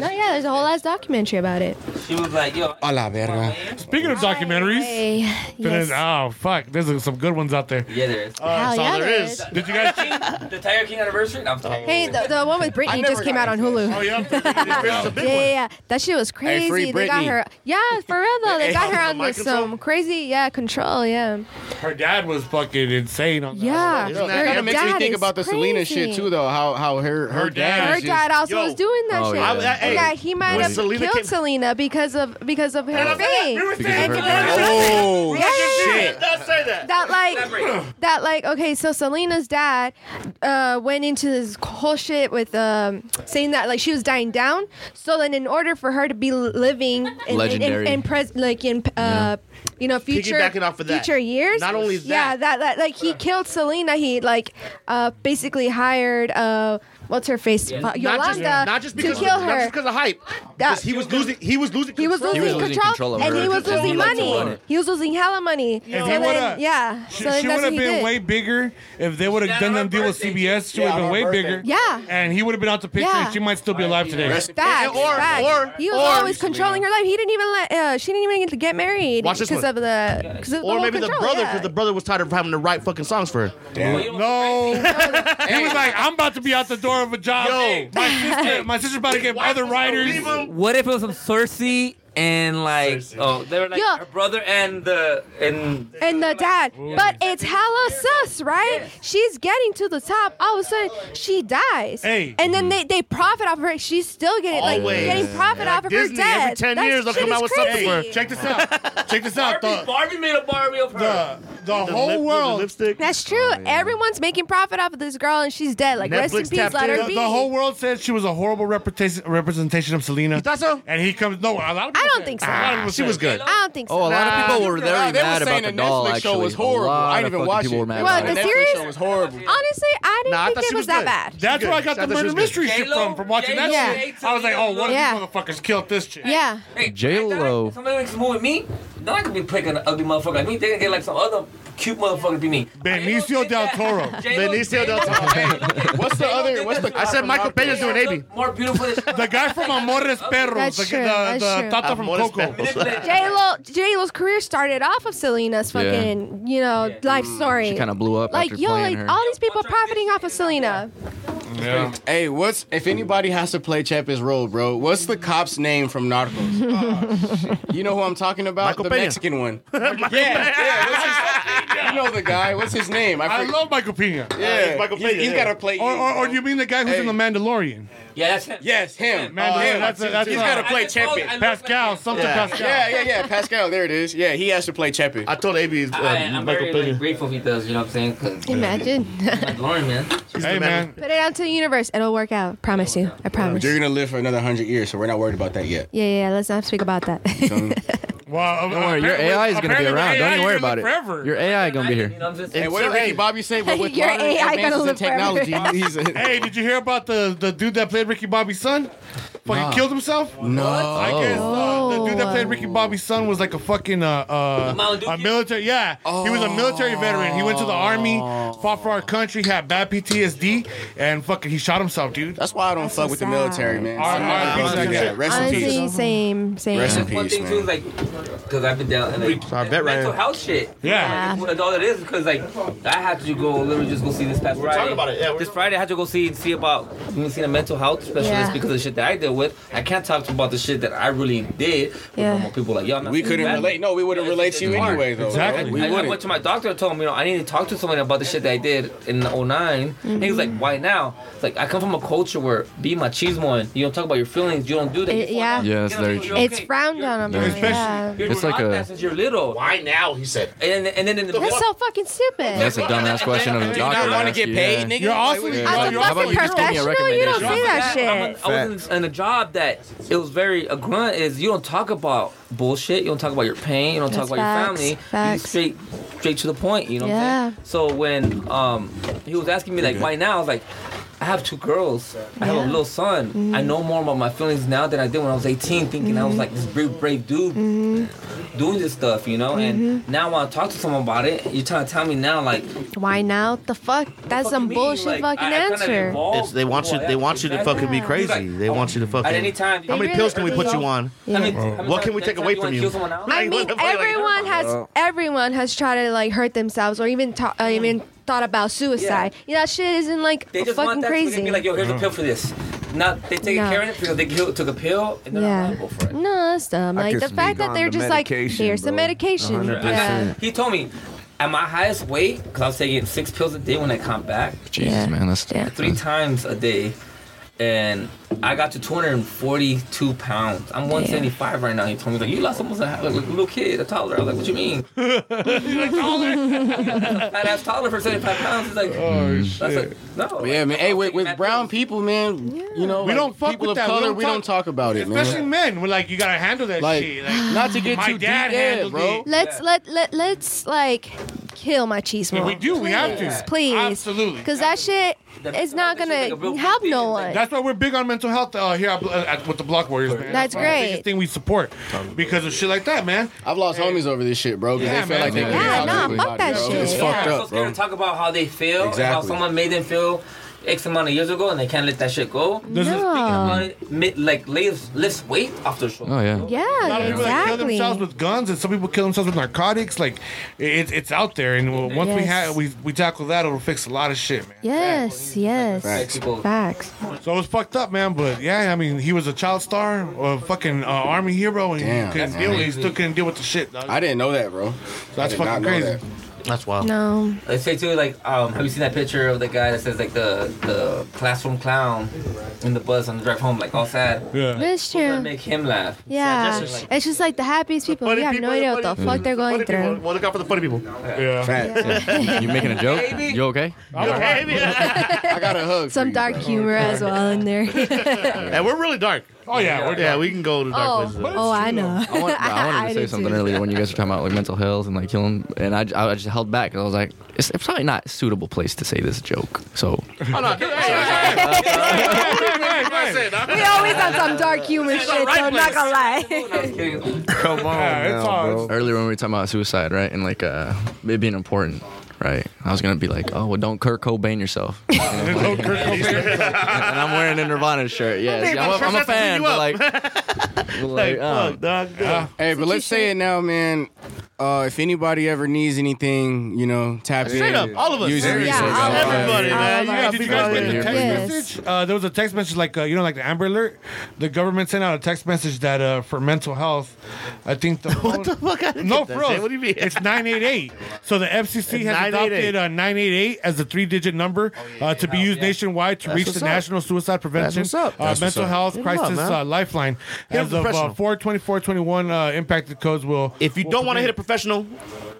No, yeah, there's a whole ass documentary about it. She was like, yo, A la verga. Speaking of documentaries, Hey, there's- yes. oh fuck, there's some good ones out there. yeah, there is. Hell Uh, that's all yeah, there there is. is. Did you guys? the Tiger King anniversary? No, I'm sorry. Hey, the, the one with Britney just came out on Hulu. Oh yeah, yeah, yeah, yeah. That shit was crazy. free they got Britney. her. Yeah, for real though. They got her on mind this some crazy, yeah, control, yeah, her dad was fucking insane on that. yeah. Isn't Her that- That kind of makes me dad think is about the Selena crazy. shit too, though. How how her her, Her dad, dad. is Her just- dad also Yo. was doing that Oh, shit. yeah. I- I- hey, yeah, he might when have Selena killed came- Selena because of because of her that's- fame. we were saying And that. then- Oh Yeah. shit! Don't say that. that like that like okay so selena's dad uh went into this whole shit with um saying that like she was dying down so then in order for her to be living in, Legendary. in, in, pres like in uh you know future Piggybacking off of that. future years Not only yeah that- that, that like he killed selena he like uh basically hired uh what's her face Fu- Not yolanda just, not just because to kill of, her not just because of hype. Because he was losing. He was losing. he was control. losing, losing control, control of and her he was because he losing liked to money. run it. He was losing hella money. he So then- would've- yeah, She, so then she that's would what have he been did. way bigger if they would have Yeah, done on them her deal with birthday. CBS. She Yeah, would have on been her way birthday. bigger. Yeah. and he would have been out the picture. Yeah. and She might still be alive today. Rest in Facts, Or- facts. or- he was or- always controlling her life. He didn't even let. Uh, she didn't even get to get married Watch this because one. of the because of the Or whole maybe the control, brother, yeah. because the brother was tired of having to write fucking songs for her. No. he was like, I'm about to be out the door of a job. Yo. My sister, my sister's about to get other writers. What if it was from Cersei and like oh they were like Yeah. her brother and the and and the dad, but it's hella sus, right? She's getting to the top. All of a sudden, she dies, Hey. and then they, they profit off of her. She's still getting Mm-hmm. Always. like getting profit off of Disney, her death. every 10 That years they'll shit come is out with something crazy. for her. Check this out. Check this out. Barbie, The, Barbie made a Barbie of her. the, the whole lip- world. the lipstick. That's true. Everyone's making profit off of this girl, and she's dead. Like rest in Netflix peace. tapped Let in. her the, be. the whole world said she was a horrible representation representation of Selena. thought so? And he comes. No, a lot of people. I I don't think so. Ah, she was good. I don't think so. Oh, a lot of people were very They were mad saying about the the doll. Netflix actually, show was A horrible. lot I of didn't even fucking watch people it. Were mad Well, about the The it. Netflix series- show was horrible. Honestly, I didn't Nah, I think thought it she was was that good. bad. That's where I got the I thought she murder was good. mystery shit J-Lo? from from watching that J-Lo. shit. I was like, oh, one Yeah. of these motherfuckers killed this chick. Yeah. Hey, J-Lo. if Somebody makes a movie with me. Then I could be picking an ugly motherfucker like me. They can get like some other cute motherfucker to be me. Benicio del Toro. Benicio del Toro. What's the other? What's the? I said Michael Pena's doing AB. More beautiful than The guy from Amores Perros, That's the, true, the, that's the true. Tata from Amores Coco. Perros. J Lo J Lo's career started off of Selena's Yeah. fucking you know life story. She kind of blew up like after yo, playing like her. all these people profiting off of Selena. Yeah. Hey, what's if anybody has to play Chapa's role, bro? What's the cop's name from Narcos? you know who I'm talking about? Michael the Peña. Mexican one. yeah, yeah. What's his, you know the guy. What's his name? I forg- love Michael Pena. Yeah, it's Michael He's- Peña, he's yeah. got to play. Or, or, or do you mean the guy who's Hey. in The Mandalorian? Yeah, that's him. yes, him. Man, Oh, him. that's- that's- he's got to play Chepe. Pascal, something Yeah. Pascal. Yeah, yeah, yeah. Pascal, there it is. Yeah, he has to play Chepe. I told AB it's, uh, I, am Michael very like, Peña. grateful if he does. You know what I'm saying? 'Cause Imagine. like Lauren, man. Hey, the man. Put it out to the universe. It'll work out. Promise you. I promise. You're Yeah, gonna live for another hundred years, so we're not worried about that yet. yeah. yeah. Let's not speak about that. Well, Don't worry, your AI is gonna be around. Don't you worry about it. Forever. Your AI gonna be You here. know what I'm just And saying? what did Ricky Bobby say? But with Your modern AI gonna advances in live forever. technology, he's a, Hey, did you hear about the, the dude that played Ricky Bobby's son? Fucking killed himself? no. I guess uh, the dude that played Ricky Bobby's son was like a fucking uh, uh Mountain Dew a kid? military. Yeah, he was a military veteran. He went to the army, fought for our country, had bad PTSD, and fucking he shot himself, dude. That's why I don't That's fuck so with the sad. military, man. R- Some R- of the R- brothers do R- that. Rest in peace. Honestly, same, same. Rest in That's one peace, thing too, man. is like, because I've been down and like I mental bet right now. health shit. Yeah. Well, that's all it is because like I had to go literally just go see this past Friday. talking about it, yeah, we're- this Friday I had to go see see about you know, seeing a mental health specialist Yeah. because of the shit that I deal with. I can't talk about the shit that I really did. with Yeah. normal people like y'all. not We saying couldn't that. relate. No, we wouldn't It's- relate it's to you hard. anyway, though. Exactly. bro. I, We I went wouldn't. to my doctor and told him, you know, I need to talk to someone about the shit that I did in 9 And he was Mm-hmm. like, why now? It's like, I come from a culture where be machismo and you don't talk about your feelings. You don't do that. You It- fuck yeah. up. Yeah, it's You know, very so true. you're It's okay. frowned You're- on. I'm Especially- yeah. You're It's like not a- that since you're little. Why now? He said. And, and then in the That's so fucking stupid. That's a dumbass question of the Do you doctor. not to want to ask get you, paid, yeah. nigga? You're Like, also- what- you're How As a about fucking you just give me a professional, you don't recommendation? say that I'm- shit. I was in, in a job that it was very a grunt. Is you don't talk about bullshit. You don't talk about your pain. You don't talk That's about facts, your family. facts. You just straight, straight to the point. You know. What I'm saying? So when um he was asking me like why now, I was like. I have two girls. I have a Yeah. Mm-hmm. little son. I know more about my feelings now than I did when I was 18, thinking I was like this brave, brave dude Mm-hmm. doing this stuff, you know? And now I want to talk to someone about it. You're trying to tell me now, like, Why now? The fuck? That's fuck some you mean? bullshit Like, I- fucking I kinda answer. evolved. It's, they want you. Well, They yeah, want you to exactly. fucking be crazy. They want you to fucking. At any time. How many They pills can we really- put you on? I Yeah. mean, how many What can times the we take next away time from wanna you? kill someone else? I mean, what the fuck, like- everyone has everyone has tried to like hurt themselves or even ta- uh, even thought about suicide. Yeah, that shit isn't like They just fucking want that to crazy. be like, yo, Uh-huh. here's a pill for this. Not they take No. care of it because they killed, took a pill and they're yeah, Mm-hmm. not liable for it. no, that's dumb. I Like could the fact speak that on they're the just like, medication, here's the bro. medication. 100%. Yeah. He told me, at my highest weight, because I was taking six pills a day when I come back, Jesus, Yeah. man, that's Yeah. Uh-huh. three times a day, and I got to 242 pounds. I'm 175 right now. He told me like, you lost almost a half, like, a little kid, a toddler. I was like, what you mean? Fat ass toddler for 75 pounds. He's like, oh that's shit. no. Yeah, man. Hey, I'm with, taking with that brown pill. people, man, you know, We like, don't fuck people with that. We of color. don't we talk- don't talk about it, Especially man. men. We're like, you gotta handle that Like, shit. Like, not to get My too deep, dad yeah, handled bro. it. Let's let let let's like kill machismo. we do. We have to. Please, Absolutely. because that shit is not That shit's like a real gonna help big thing. no Like, one. That's why we're big on mental health uh, here at, at, with the Block Warriors, man. That's why the great. biggest thing we support because of shit like that, man. I've lost homies over this shit, bro, because Yeah, they feel man. like they Yeah, can't nah, talk to fuck anybody, that bro. shit. It's Yeah. fucked They're so up, scared bro. to talk about how they feel and how Exactly. someone made them feel X amount of years ago and they can't let that shit go. This is- no. Like, like lifts, lifts weight off their shoulders. Oh A yeah. lot of Yeah, people that kill exactly. themselves with guns, and some people kill themselves with narcotics. Like, it, it's out there, and w- once we Yes. have we we tackle that, it'll fix a lot of shit, man. Yes, yes. People- Facts. So it was fucked up, man. But yeah, I mean, he was a child star, a fucking uh, army hero, and Damn, he couldn't that's deal. He still couldn't deal with the shit. Dog. I didn't know that, bro. That's I did not fucking know crazy. that. That's wild. No. They say too, like, um, have you seen that picture of the guy that says like the the classroom clown in the bus on the drive home, like all sad? Yeah. That's Try to true. Make him laugh. Yeah. Just- It's just like the happiest people. funny You have people, no the idea what the funny- fuck they're going Funny people. through. Well, look out for the funny people. Yeah. Facts. You making a joke? You okay? I'm alright. Hey, man. I got a hug. Some dark humor as well in there. And we're really Oh, dark. Oh yeah, we're Yeah, we can go to dark oh, places. oh, I know. I, want, I wanted to I say did something too. earlier when you guys were talking about like mental health and like killing, and I, I just held back 'cause I was like, it's, it's probably not a suitable place to say this joke. So Oh, no, dude, hey, hey, hey, hey, hey, We always on some dark humor shit, so I'm not gonna lie. Come on, Yeah, it's Uh, now, all- bro. earlier when we were talking about suicide, right, and like uh, it being important, right, I was gonna be like, oh, well, don't Kurt Cobain yourself, and Oh, Kurt Cobain. I'm wearing a Nirvana shirt. Yeah, see, I'm, a- I'm a fan, but like, but, like, um, Fuck, dog. Hey, but let's say it now, man. Uh, if anybody ever needs anything, you know, tap Straight in. up, all of us. Use your Yeah, all resources. of us. Everybody, All man. You of Yeah, us. did you guys get the Yes. text message? Uh, there was a text message like uh, you know, like the Amber Alert. The government sent out a text message that uh, for mental health, I think the what the fuck? I didn't No, get that for real, shit. What do you mean? It's nine eight eight. So the FCC has 988. adopted uh, nine eight eight as the three digit number Oh, uh, to be used nationwide to reach what's the up. National Suicide Prevention what's up. uh, That's Mental Health Hit 'em up, Crisis man. uh, Lifeline. Hit 'em As of uh, professional. four twenty four twenty one uh, impacted codes will. If you don't want to hit a professional,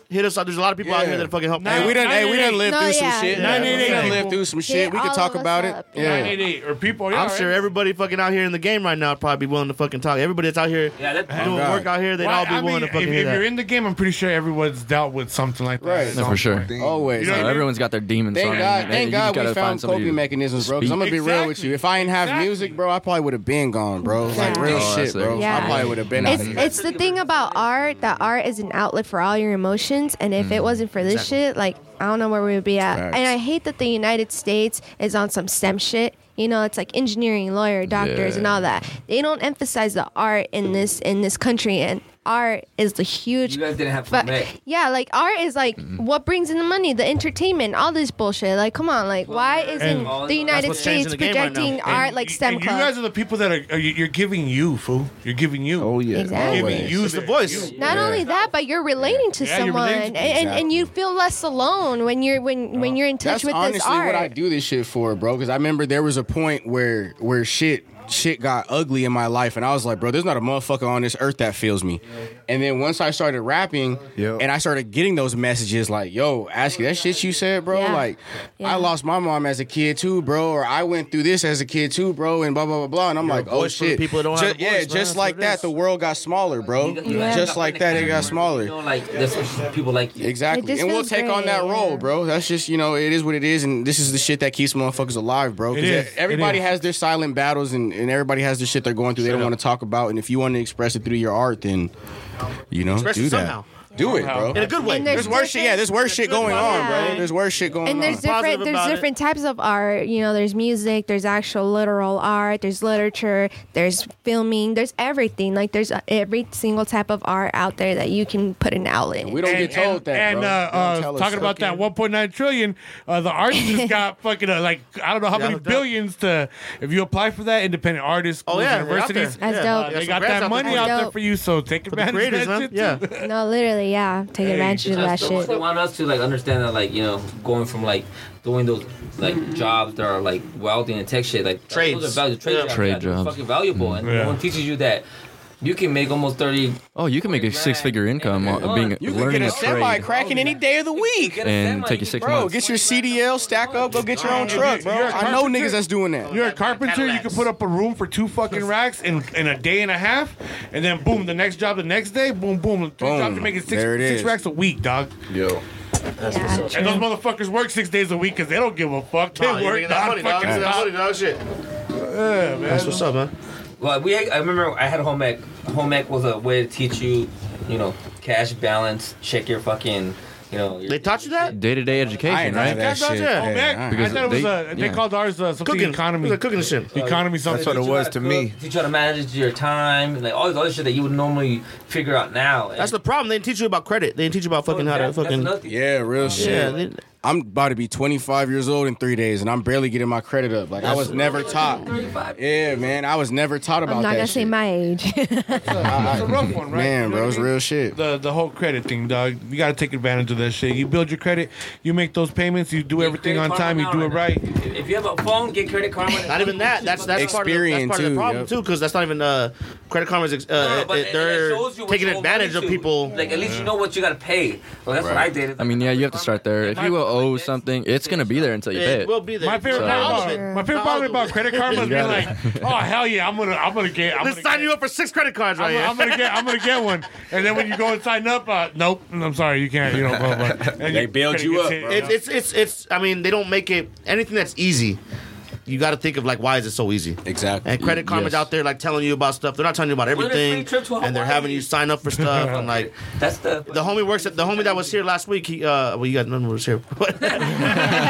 hit us up. There's a lot of people out here Yeah. that fucking help. Hey, we done, hey, we done lived No, through yeah. some shit. Nine eight We eight. done lived through some shit. We all can talk of us about up, it. yeah. Yeah. nine eight eight or people. Yeah, I'm right? sure everybody fucking out here in the game right now probably be willing to fucking talk. Everybody that's out here doing God. work out here, they'd Well, all be I willing mean, to fucking if, hear if that. you're in the game, I'm pretty sure everyone's dealt with something like that. Right. at No, some for sure. point. Always. You know what I So mean? everyone's got their demons. Thank on God, it. thank You just God gotta we find found somebody coping to mechanisms, bro. Because I'm speak. gonna be real with Exactly. you. If I didn't have Exactly. music, bro, I probably would have been gone, bro. Like Yeah. real Oh, shit, that's bro. like- I Yeah. probably would have been out It's of here. it's the thing about art that art is an outlet for all your emotions, and if it wasn't for this shit, like I don't know where we would be at. Facts. And I hate that the United States is on some STEM shit. You know, it's like engineering, lawyer, doctors, and all that. They don't emphasize the art in this in this country, and art is the huge. You guys didn't have But Mac. yeah, like art is like what brings in the money, the entertainment, all this bullshit. Like, come on, like why isn't And- the United what's changing States the game right now. projecting And art like And- STEM and club? You guys are the people that are, are you- you're giving you fool. You're giving you. Oh yeah, Exactly. You're giving always. you It's the the- voice. Not only that, but you're relating to Yeah, you're someone, relating to- and, and you feel less alone when you're when when you're in touch That's with honestly this art. what I do this shit for, bro. Because I remember there was a point where where shit shit got ugly in my life, and I was like, bro, there's not a motherfucker on this earth that feels me. And then once I started rapping, Yep. and I started getting those messages like, yo, Ashley, that shit you said, bro. Yeah. Like, Yeah. I lost my mom as a kid too, bro, or I went through this as a kid too, bro, and blah blah blah blah. And I'm like, oh voice for the shit, people that don't have Ju- a voice, yeah, man. That's just what like it is. that, the world got smaller, bro. Yeah. Just like that, it got smaller. You know, like there's people like you. Exactly. just And we'll feels take on great, that role, yeah. bro. That's just, you know, it is what it is. And this is the shit that keeps motherfuckers alive, bro. 'Cause It is. e- Everybody It is. has their silent battles and, and everybody has the shit they're going through they don't want to talk about. And if you want to express it through your art, then, you know, Express it do that. somehow. Do it, bro. In a good way. And there's There's worse shit. Yeah, there's worse shit going on, Yeah. bro. There's worse shit going and on. there's Positive different there's about it. different types of art. You know, there's music, there's actual literal art, there's literature, there's filming, there's everything. Like there's uh, every single type of art out there that you can put an outlet. in. we don't get told and, that, And bro. uh, They don't uh, tell us talking about that 1.9 trillion, uh, the arts just got fucking uh, like I don't know how Yeah, many looked up. billions to. If you apply for that, independent artists, Oh schools, yeah, they're out there. universities, That's Yeah. dope. Uh, they some got grants that out money there. out That's there dope. for you. So take For the advantage creators, of that man. shit. Yeah. no, literally, yeah, take advantage of that That's the- shit. They want us to like understand that like you know going from like doing those like jobs that are like welding and tech shit like Trades. Those are valuable trade Yeah. Mm-hmm. jobs. Trade yeah, they're jobs. Fucking valuable, and Yeah. no one teaches you that you can make almost thirty. Oh, you can make a Right. six-figure income uh, being You can learning get a a semi trade. cracking any day of the week. And take you six Bro, months. get your CDL, stack up, go get your own truck, bro. You're a I know carpenter. niggas that's doing that. You're a carpenter. You can put up a room for two fucking racks in, in a day and a half, and then boom, the next job, the next day, boom, boom, three Boom. jobs to make it six, There it six is. racks a week, dog. yo. Yeah, And those true. motherfuckers work six days a week because they don't give a fuck. They Nah, you work making that money, dog. non-fucking Give me that stop. money, dog. Shit. That's what's up, man. Well, we I remember I had home ec. Home ec was a way to teach you, you know, cash balance, check your fucking, you know. Your, They taught you that? Day-to-day education, have right? that Yeah, shit. yeah. Oh, man. Because I thought it was they- a, they yeah. called ours uh, something Cooking. economy. It was a cooking shit. Economy something. That's what it Teach you was how to me. cook, Teach you how to manage your time, like all this other shit that you would normally figure out now. And That's the problem. They didn't teach you about credit. They didn't teach you about fucking how to That's- that's fucking. another thing. Yeah, real shit. Yeah. they- I'm about to be 25 years old in three days, and I'm barely getting my credit up. Like I was never taught. Yeah, man, I was never taught about I'm not that. gonna say shit. my age. It's a rough one, right? You Man, know bro, what it's I mean? real shit. The, the whole credit thing, dog. You got to take advantage of that shit. You build your credit, you make those payments, you do everything Credit on Karma time, you now, do it right. If you have a phone, get credit karma. Not even that. That's that's part of, the- that's Experience part of the too, problem yep. too, because that's not even uh, Credit Karma is ex- uh, No, but uh, it- it they're shows you what taking you owe money advantage of to. people. Like at least you know what you gotta pay. Well, that's what I did. I mean, yeah, you have to start there. If you owe something, it's gonna be there until you pay It it. will be there. My favorite So- part All about of it. my favorite part about credit karma is being got like, oh hell yeah, I'm gonna I'm gonna get I'm Let's gonna sign get, you up for six credit cards right I'm, here. I'm gonna get I'm gonna get one, and then when you go and sign up, uh, nope, I'm sorry, you can't, you know, blah, blah. blah. And They your bailed credit you gets up, hit, bro. you know? It's, it's it's it's. I mean, they don't make it anything that's easy. You got to think of like why is it so easy? Exactly. And credit karma's Yes. out there like telling you about stuff. They're not telling you about a free everything, trip to and they're Hawaii. having you sign up for stuff. and like That's the the homie works at the homie that was here last week. He uh, well, you guys remember was here, but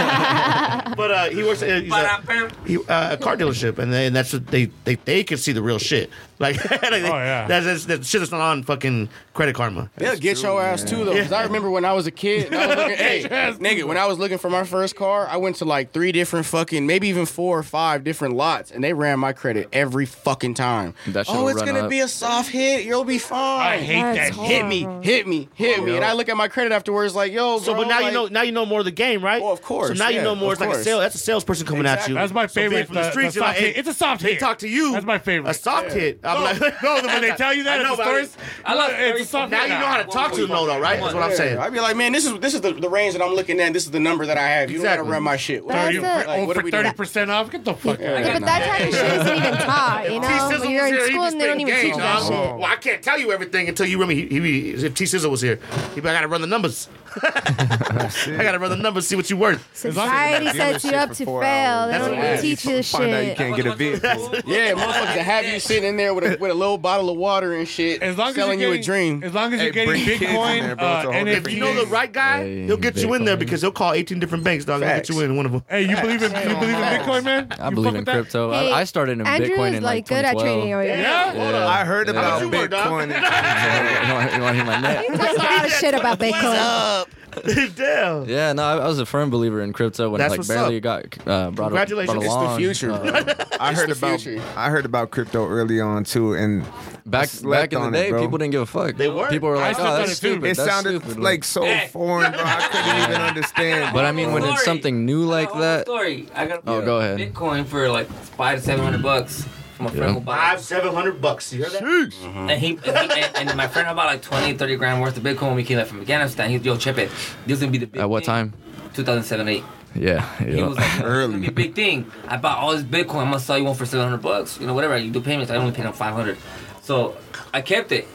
uh, he works at he's um, a, he, uh, a car dealership, and, they, and that's what they, they they can see the real shit. Like, like oh, yeah. that's, that's that shit that's not on fucking credit karma. They'll get your ass too, though. Because I remember when I was a kid, and I was looking, hey, nigga, when I was looking for my first car, I went to like three different fucking, maybe even four or five different lots, and they ran my credit every fucking time. That shit'll oh, it's run gonna up. be a soft hit. You'll be I fine. hate Oh, that. That's shit. hit me, hit me, hit me. And I look at my credit afterwards, like, yo, bro, So, but now you like- know, now you know more of the game, right? Oh, of course, So now you yeah, know more. It's of like a course. sale. That's a salesperson coming at you. That's my So being favorite. from the the- streets. the you're like, soft hit. hey, it's a soft They hit. talk to you. That's my favorite. A soft hit. I'm no, like, no, when they tell you that I know, at the but I stores, I love it's a soft now hit. you know how to talk to them, though, though, right? That's what I'm saying. Yeah, I'd be like, man, this is this is the, the range that I'm looking at. This is the number that I have. You don't Exactly. gotta run my shit. What Are are That's you you- it. like, oh, what are for we doing? thirty percent off? Get the fuck out. Yeah, but that type of shit isn't even taught, you know? T-Sizzle When you're was in here, he'd school be and they don't spitting even game, teach that dog. shit. Well, I can't tell you everything until you remember. He, he, if T Sizzle was here, he'd be, I gotta run the numbers. I gotta run the numbers, see what you worth. Society sets you up to fail. They That's don't what even it teach you the Find out you shit. can't get a vehicle. Yeah, motherfuckers that have you sitting in there with a, with a little bottle of water and shit, As long as selling you're you a getting- dream. As long as you're Hey, getting bring kids in Bitcoin, there, bro. It's a uh, whole NFTs. different If you know the right guy, Hey, he'll get you in there Bitcoin. because he'll call 18 different banks, dog. He'll get Facts. you in one of them. Hey, you believe in you believe in Bitcoin, man? I You believe fuck in with that? crypto. Hey, I, I started in Andrew Bitcoin is in like like good at 2012. trading over here. Yeah. Yeah. I heard about you were, dog? Bitcoin. you want you want to hear my neck? He talks a lot of shit about Bitcoin. Damn. Yeah, no, I, I was a firm believer in crypto when That's it what's like barely got uh, brought, up, brought Congratulations. It's the along. It's the future. Uh, bro. I It's heard the about future. I heard about crypto early on too, and back slept back in the on day, it, bro. people didn't give a fuck. They weren't. People were I like, slept "Oh, on that's it, too. stupid." it that's sounded stupid. like so foreign, bro. I couldn't even understand. But I mean, when it's Story. something new like that, Story. I got Oh, go ahead. Bitcoin for like five to seven hundred bucks. from a Yeah. friend who bought Five, it. seven hundred bucks. You hear that? and he, and, he and, and my friend bought like 20, 30 grand worth of Bitcoin when we came back from Afghanistan. He was yo, chip it. This gonna be the big at what thing." time? 2007, 8. Yeah, He yeah. was like, early. Gonna be a big thing. I bought all this Bitcoin. I'm gonna sell you one for 700 bucks. You know, whatever. You do payments. I only paid him 500. So I kept it.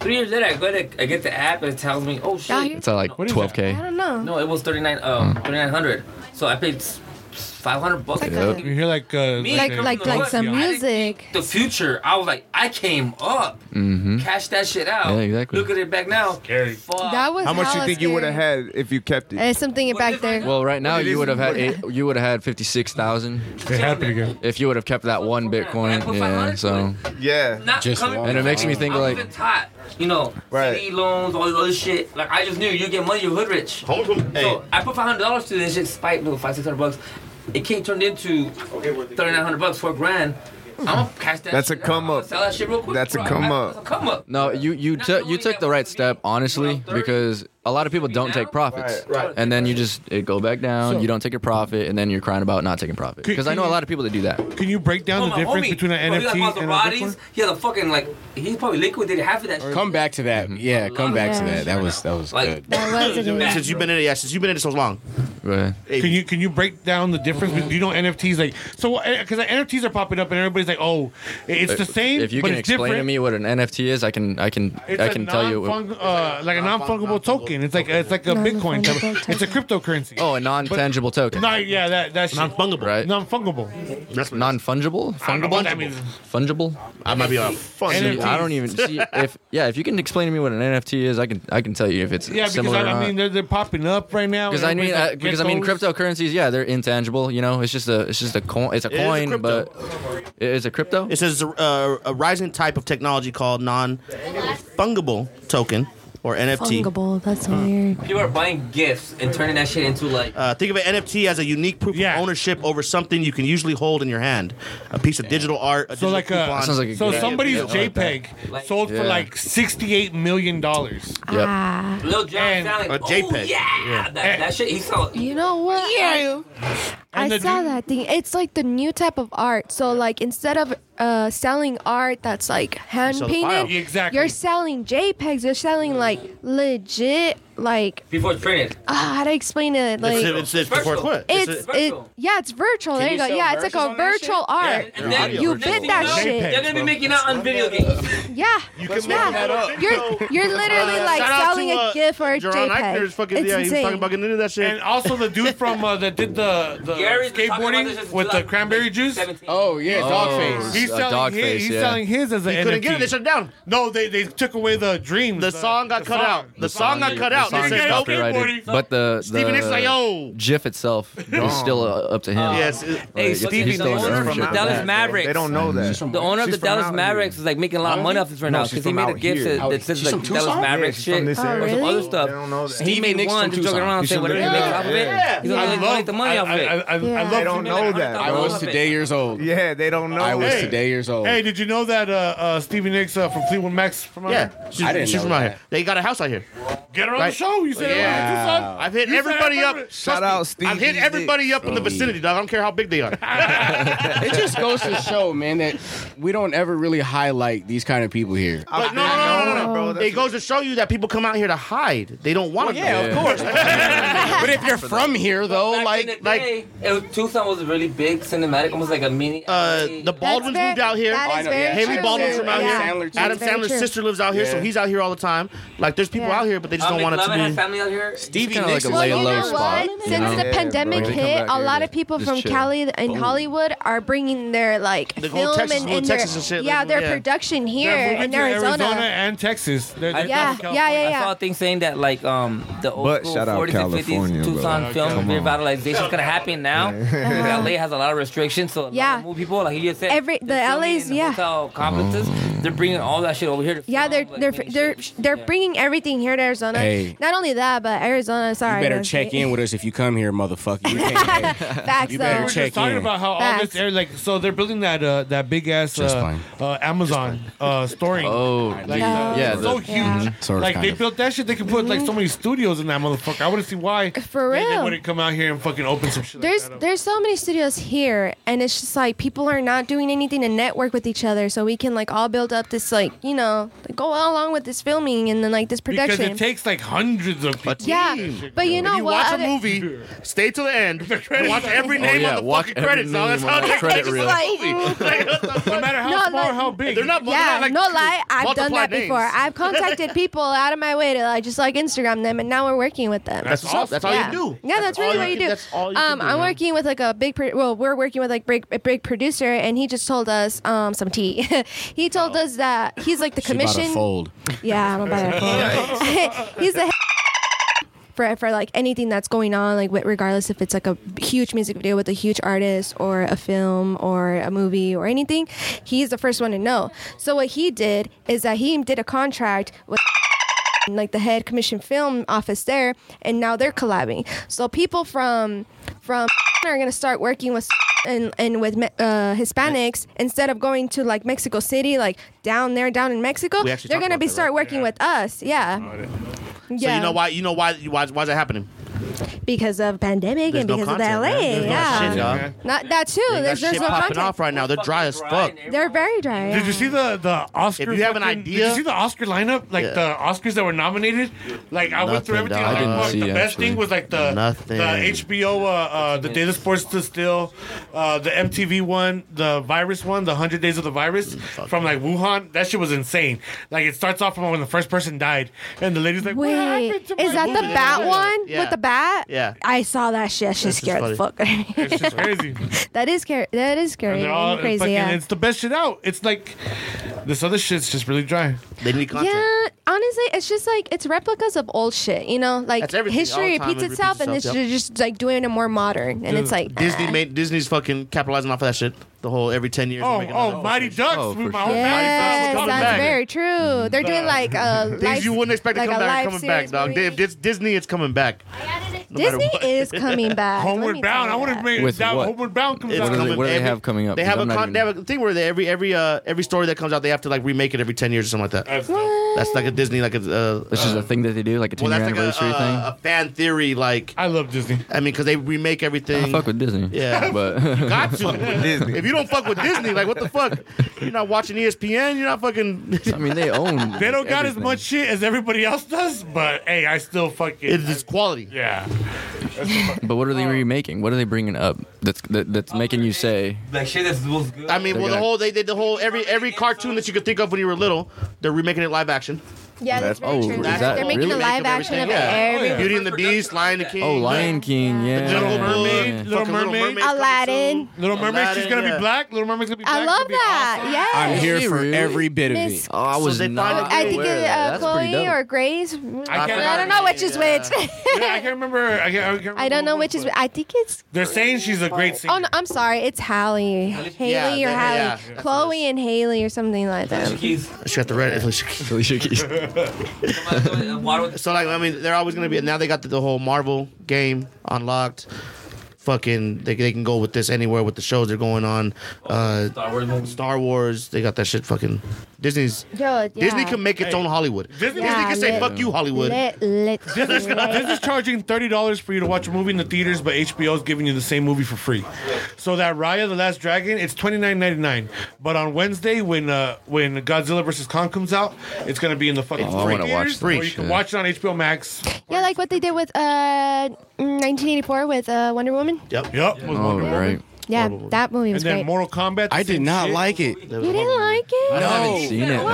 Three years later, I go to I get the app and it tells me, oh Out shit. here? it's at like What is 12k. I don't know. No, it was 39, um, Hmm. 3900. So I paid s- 500 bucks. Like Yep. a- You hear like uh, Me, Like Yeah. like like some Yeah. music. the future, I was like, I came up, cash that shit out. Mm-hmm. Yeah, exactly. Look at it back now. Scary. Fuck. That was How much you hella think you would have scary. had if you kept it? There's something What back if I there. got- Well, right now But it you would have had isn't eight, you would have had 56,000 It happened again. if you would have kept that one Bitcoin. Yeah, so Yeah. Not Just coming- one. and it makes me think I like wasn't taught, you know, Right. CD loans, all this other shit. Like I just knew you get money, you hood rich. Homie from- hey, So I put five hundred dollars to this shit, spite no five six hundred bucks. It came turned into thirty nine hundred bucks, four grand. I'm gonna cash that. That's a shit come out. I'm gonna up. Sell that shit real quick, That's a bro. come I- up. That's a come up. no, you you Not took knowing you that took the was right gonna step be when I honestly was 30, because a lot of people don't take profits. Right. And then you just it go back down, you don't take a profit and then you're crying about not taking profit. Could- Cuz I know a lot of people that do that. Can you break down Oh, the my difference homie. between an Bro, NFT He had and a Bitcoin? Maseratis. He had a fucking like. He probably liquidated half of that shit. Come back to that. Yeah, come back to that. That was that was Like good. That was a good since you've been in it, yeah, since you've been in it so long. Go ahead. Hey, Can you can you break down the difference? between- Do you know NFTs like so? Because NFTs are popping up and everybody's like, oh, it's the same. If you but can it's explain different. to me what an NFT is, I can I can It's I a can tell you what- non-fung- uh, like a non-fungible token. It's like it's like a Bitcoin. type of- It's a cryptocurrency. Oh, a non-tangible token. no, yeah, that that's Non-fungible. Right. Non-fungible. That's what Non-fungible? I don't know what that Fungible. means. Fungible? I might be on a fun. And I don't even see if yeah. If you can explain to me what an NFT is, I can I can tell you if it's Yeah, because similar. uh, I, I mean they're, they're popping up right now. because I mean Everybody's I, like, because get I mean those. cryptocurrencies. Yeah, they're intangible. You know, it's just a it's just a coin. It's a is a coin, crypto. but it is a crypto. It says uh, a rising type of technology called non-fungible token or NFT. Fungible. That's weird. people are buying gifts and turning that shit into like. Uh, think of an NFT as a unique proof Yeah. of ownership over something you can usually hold in your hand, a piece of digital art. A So digital like a, coupon. That sounds like a so good- somebody's yeah, I like that. JPEG Like- sold for Yeah. like sixty-eight million dollars. Yep. Ah. Lil Jon And sound a like, oh JPEG. yeah, That, that shit. He saw. You know what? Yeah. I And the saw dude- that thing. It's like the new type of art. So like instead of uh, selling art that's like hand sell the file. painted. Yeah, exactly. You're selling JPEGs. You're Mm. selling like legit like. Before it's printed. ah, how to explain it? Like it's, it's before it's what? it's, it, yeah, it's virtual. Can there you you go. sell Yeah, it's like verses a on that shit? virtual art. And then you bid that shit. They're gonna be making out on video games. Yeah, You can yeah. make that up. You're you're literally Uh, like shout out selling to, uh, a GIF or a Jaron Eichner JPEG. is fucking- it's yeah, he was insane. talking about getting into that shit. And uh, also the dude from uh, that did the the Gary's been talking about this skateboarding since with the July cranberry juice. Oh yeah, Dogface. He's selling his. he's selling his as an He NFT. couldn't get it. They shut it down. No, they they took away the dreams. The song got cut out. The song got cut out. The They song is said, "Oh, "Nope." copyrighted, but the Stephen Hicks like, the "Yo." GIF itself is still uh, up to him. Yes. Hey, Like, Stevie, he's the still owning owner some of the shit. Dallas Mavericks. They don't know that. The owner of She's the from Dallas out Mavericks is like making a lot of money off this right No, now she's because he from made a out gift here. that, that says She's like from Dallas Tucson? Mavericks Yeah, she's shit from this or some area. other Really? stuff. They don't know that. He Stevie made Nicks one from just joking Tucson. around and You saying should whatever he look makes it up. off of it. Yeah. He's gonna make the money off of I, I, it. I, I, Yeah. I They love don't Stevie Nicks. know that. I was Love it. today years old. Yeah, they don't know. I was that. today years old. Hey, did you know that uh, uh, Stevie Nicks uh, from Fleetwood Mac's from out here? Yeah, she's, I didn't she's know from out that. here. They got a house out here. Get her on Right. the show. You said "Oh, Yeah. yeah. Tucson. I've hit You said everybody I up. remember- Shout Trust me, out Stevie I've hit everybody up in the Stevie. vicinity, dog. I don't care how big they are. It just goes to show, man, that we don't ever really highlight these kind of people here. But no, no, no, no, no, no. It goes to show you that people come out here to hide. They don't want to. know. course. but if you're from here, though, Back like, in the like- day, it was, Tucson was really big, cinematic, almost like a mini. Uh, the That's Baldwins very- moved out here. That is know, very yeah. Haley true. Baldwin's from out Yeah. here. Sandler, too. That's Adam very Sandler's true. sister lives out here, so Yeah. he's out here all the time. Like there's people Yeah. out here, but they just um, don't want it McLovin has to be. family out here. Stevie kinda like Nicks a is Well, lay the you low know low spot. what? Since know? the Yeah, pandemic bro. They come hit, back a here, lot of just- people just from chill. Cali and Hollywood are bringing their like They go to film Texas, and, go to and Texas their, and shit. yeah, their Yeah. production here They're moving in to Arizona. Arizona. and Texas. They're, they're Yeah, down from yeah, yeah, California. I saw things saying that like um the old But school shout out 40s and 50s California, bro. Tucson Okay. film Come on. revitalization is gonna happen now. Because LA has a lot of restrictions, so a lot Yeah. of movie people like you just said, Every- they're the filming LA's in yeah. hotel complexes, they're bringing all that shit over here. To Yeah, film, they're like, they're mini they're shit. they're Yeah. bringing everything here to Arizona. Hey. Not only that, but Arizona. Sorry, You better that's check me. in with us if you come here, motherfucker. You can't Facts You though. better We We're check just talking in. about how all Facts. this air, like, so they're building that uh, that big ass Just uh, fine. uh, Amazon uh, storing. Oh, Like, Yeah. uh, Yeah, so the- Mm-hmm. huge. Mhm. Sort of, like kind they of. built that shit, they could put like so many studios in that motherfucker. I want to see why Mm-hmm. For They, real. they wouldn't come out here and fucking open some shit. There's like that up. there's so many studios here, and it's just like people are not doing anything to network with each other, so we can like all build up this like you know go along with this filming and then like this because production. it takes like hundreds of people. yeah, but you know you what? watch a Other- movie, stay till the end. watch every Oh, name yeah, on the watch fucking every credits. No, name that's on how the they credit make reel. the movie. Like, what the no fuck? matter how No, small or like- how big, They're not. they're yeah, not, like, no lie, I've done multiply that before. names. I've contacted people out of my way to like just like Instagram them, and now we're working with them. That's all. That's all yeah. you do. Yeah, that's, really all what you can- do. That's all you um, can do, I'm man. working with like a big, pro- well, we're working with like big, a big producer, and he just told us um, some tea. he told Oh. us that he's like the She about to commission. fold. Yeah, I'm about to He's the for for like anything that's going on, like wi- regardless if it's like a huge music video with a huge artist or a film or a movie or anything, he's the first one to know. So what he did is that he did a contract with like the head commission film office there, and now they're collabing. So people from from are gonna start working with and and with Me- uh, Hispanics instead of going to like Mexico City, like down there, down in Mexico. We actually They're talked gonna about be that, start right? working with us. Yeah, So yeah. you know why? You know why? Why? Why's that happening? Because of pandemic There's and no because content, of LA. man. There's no yeah. shit, dog. Not that too. They got There's shit just no popping content. off right now. They're dry as fuck. They're very dry. Did you see the the Oscar? If you have an fucking- idea- did you see the Oscar lineup? Like Yeah. the Oscars that were nominated. Like I went through Nothing, everything. dog. I I didn't didn't see, The best actually. thing was like the Nothing. the HBO, uh, uh, the Day the Sports to Still, uh, the MTV one, the Virus one, the Hundred Days of the Virus Mm, from like Wuhan. That shit was insane. Like it starts off from when the first person died, and the lady's like, "What happened Wait, to is my that the movie?" bat one Yeah. with the bat? Yeah. I saw that shit. That shit scared the is fuck out of me. It's just crazy. That is scary. That is scary. And they're all and crazy. fucking, yeah. It's the best shit out. It's like this other shit's just really dry. They need content. Yeah, honestly, it's just like it's replicas of old shit, you know. Like That's everything. All the history time repeats it repeats itself, and it's itself, ju- just like doing it more modern. And it's like Disney ah. made Disney's fucking capitalizing off of that shit. The whole every ten years. they Oh, make another oh, whole Mighty shit. Ducks. Oh, with for my sure. own Yes, family. coming that's back. very true. They're doing like uh, Things live, you wouldn't expect to like come a back, live coming back, series dog. movie. Dave, Dis- Disney, it's coming back. matter Disney what. is coming back. Let Homeward me Bound. tell I you would that. have made With that what? Homeward Bound comes It's out. What do they- coming what do they every- have coming up? They have, Because a I'm not con- even- they have a thing where they, every every uh, every story that comes out, they have to like remake it every ten years or something like that. That's dope. That's like a Disney, like a. Uh, This is a thing that they do, like a 10 well, year that's like a, anniversary uh, a fan theory. Like, I love Disney. I mean, because they remake thing. everything. I fuck with Disney. Yeah. But Got to. If you don't fuck with Disney, like what the fuck? You're not watching E ESPN. You're not fucking. I mean, they own. They don't got as everything. much shit as everybody else does, but hey, I still fucking. It's it's quality. yeah. But what are they remaking? What are they bringing up that's that, that's making you say? Like shit that's looks good. I mean, well, They're the gonna- whole they did the whole every every cartoon that you could think of when you were little, they're remaking it live action. Yeah, that's, very oh, true. is They're that making really? a live action of every Beauty and the Beast, Lion the King, Oh, Lion King, yeah. Jungle Mermaid, Little yeah. fucking Little Mermaid. Mermaid's coming Aladdin. soon. Little Mermaid, she's Aladdin, gonna yeah. be black. Little Mermaid's gonna be black. I love She'll be that. Yes. I'm here She for really- every bit of Miss- it. Oh, I was they not. finally- I aware think of it, that. uh, That's pretty Chloe dope. or Grace. I I, can't- don't know which is Yeah. which. awesome. Yeah, I can't remember. I, can't, I, can't remember I don't know who which it is. was. I think it's. They're saying she's a great singer. Oh no, I'm sorry. It's Hallie, Haley Yeah, or yeah, Hallie, yeah. That's what Chloe and Haley or something like that. Keys. She got the red. Alicia Keys. Why would- So like, I mean, they're always gonna be. Now they got the, the whole Marvel game unlocked. Fucking, they, they can go with this anywhere with the shows they're going on. Uh, Star Wars movies. Star Wars, they got that shit. Fucking Disney's. Yo, yeah. Disney can make its own Hollywood. Disney, Yeah, can say lit- "fuck you, Hollywood." Lit, lit, lit. This is charging thirty dollars for you to watch a movie in the theaters, but HBO is giving you the same movie for free. So that Raya the Last Dragon, it's twenty nine ninety nine. But on Wednesday, when uh, when Godzilla vs Kong comes out, it's gonna be in the fucking Oh, I free wanna watch theaters, that or you shit. can watch it on HBO Max. yeah, like what they did with uh, 1984 with uh, Wonder Woman. Yep. Yep. with Oh, Wonder Woman. right. Yeah, Wonder Woman. that movie And was then great. Mortal Kombat. the I did same not shit. like it. you didn't like it? I haven't seen it, man.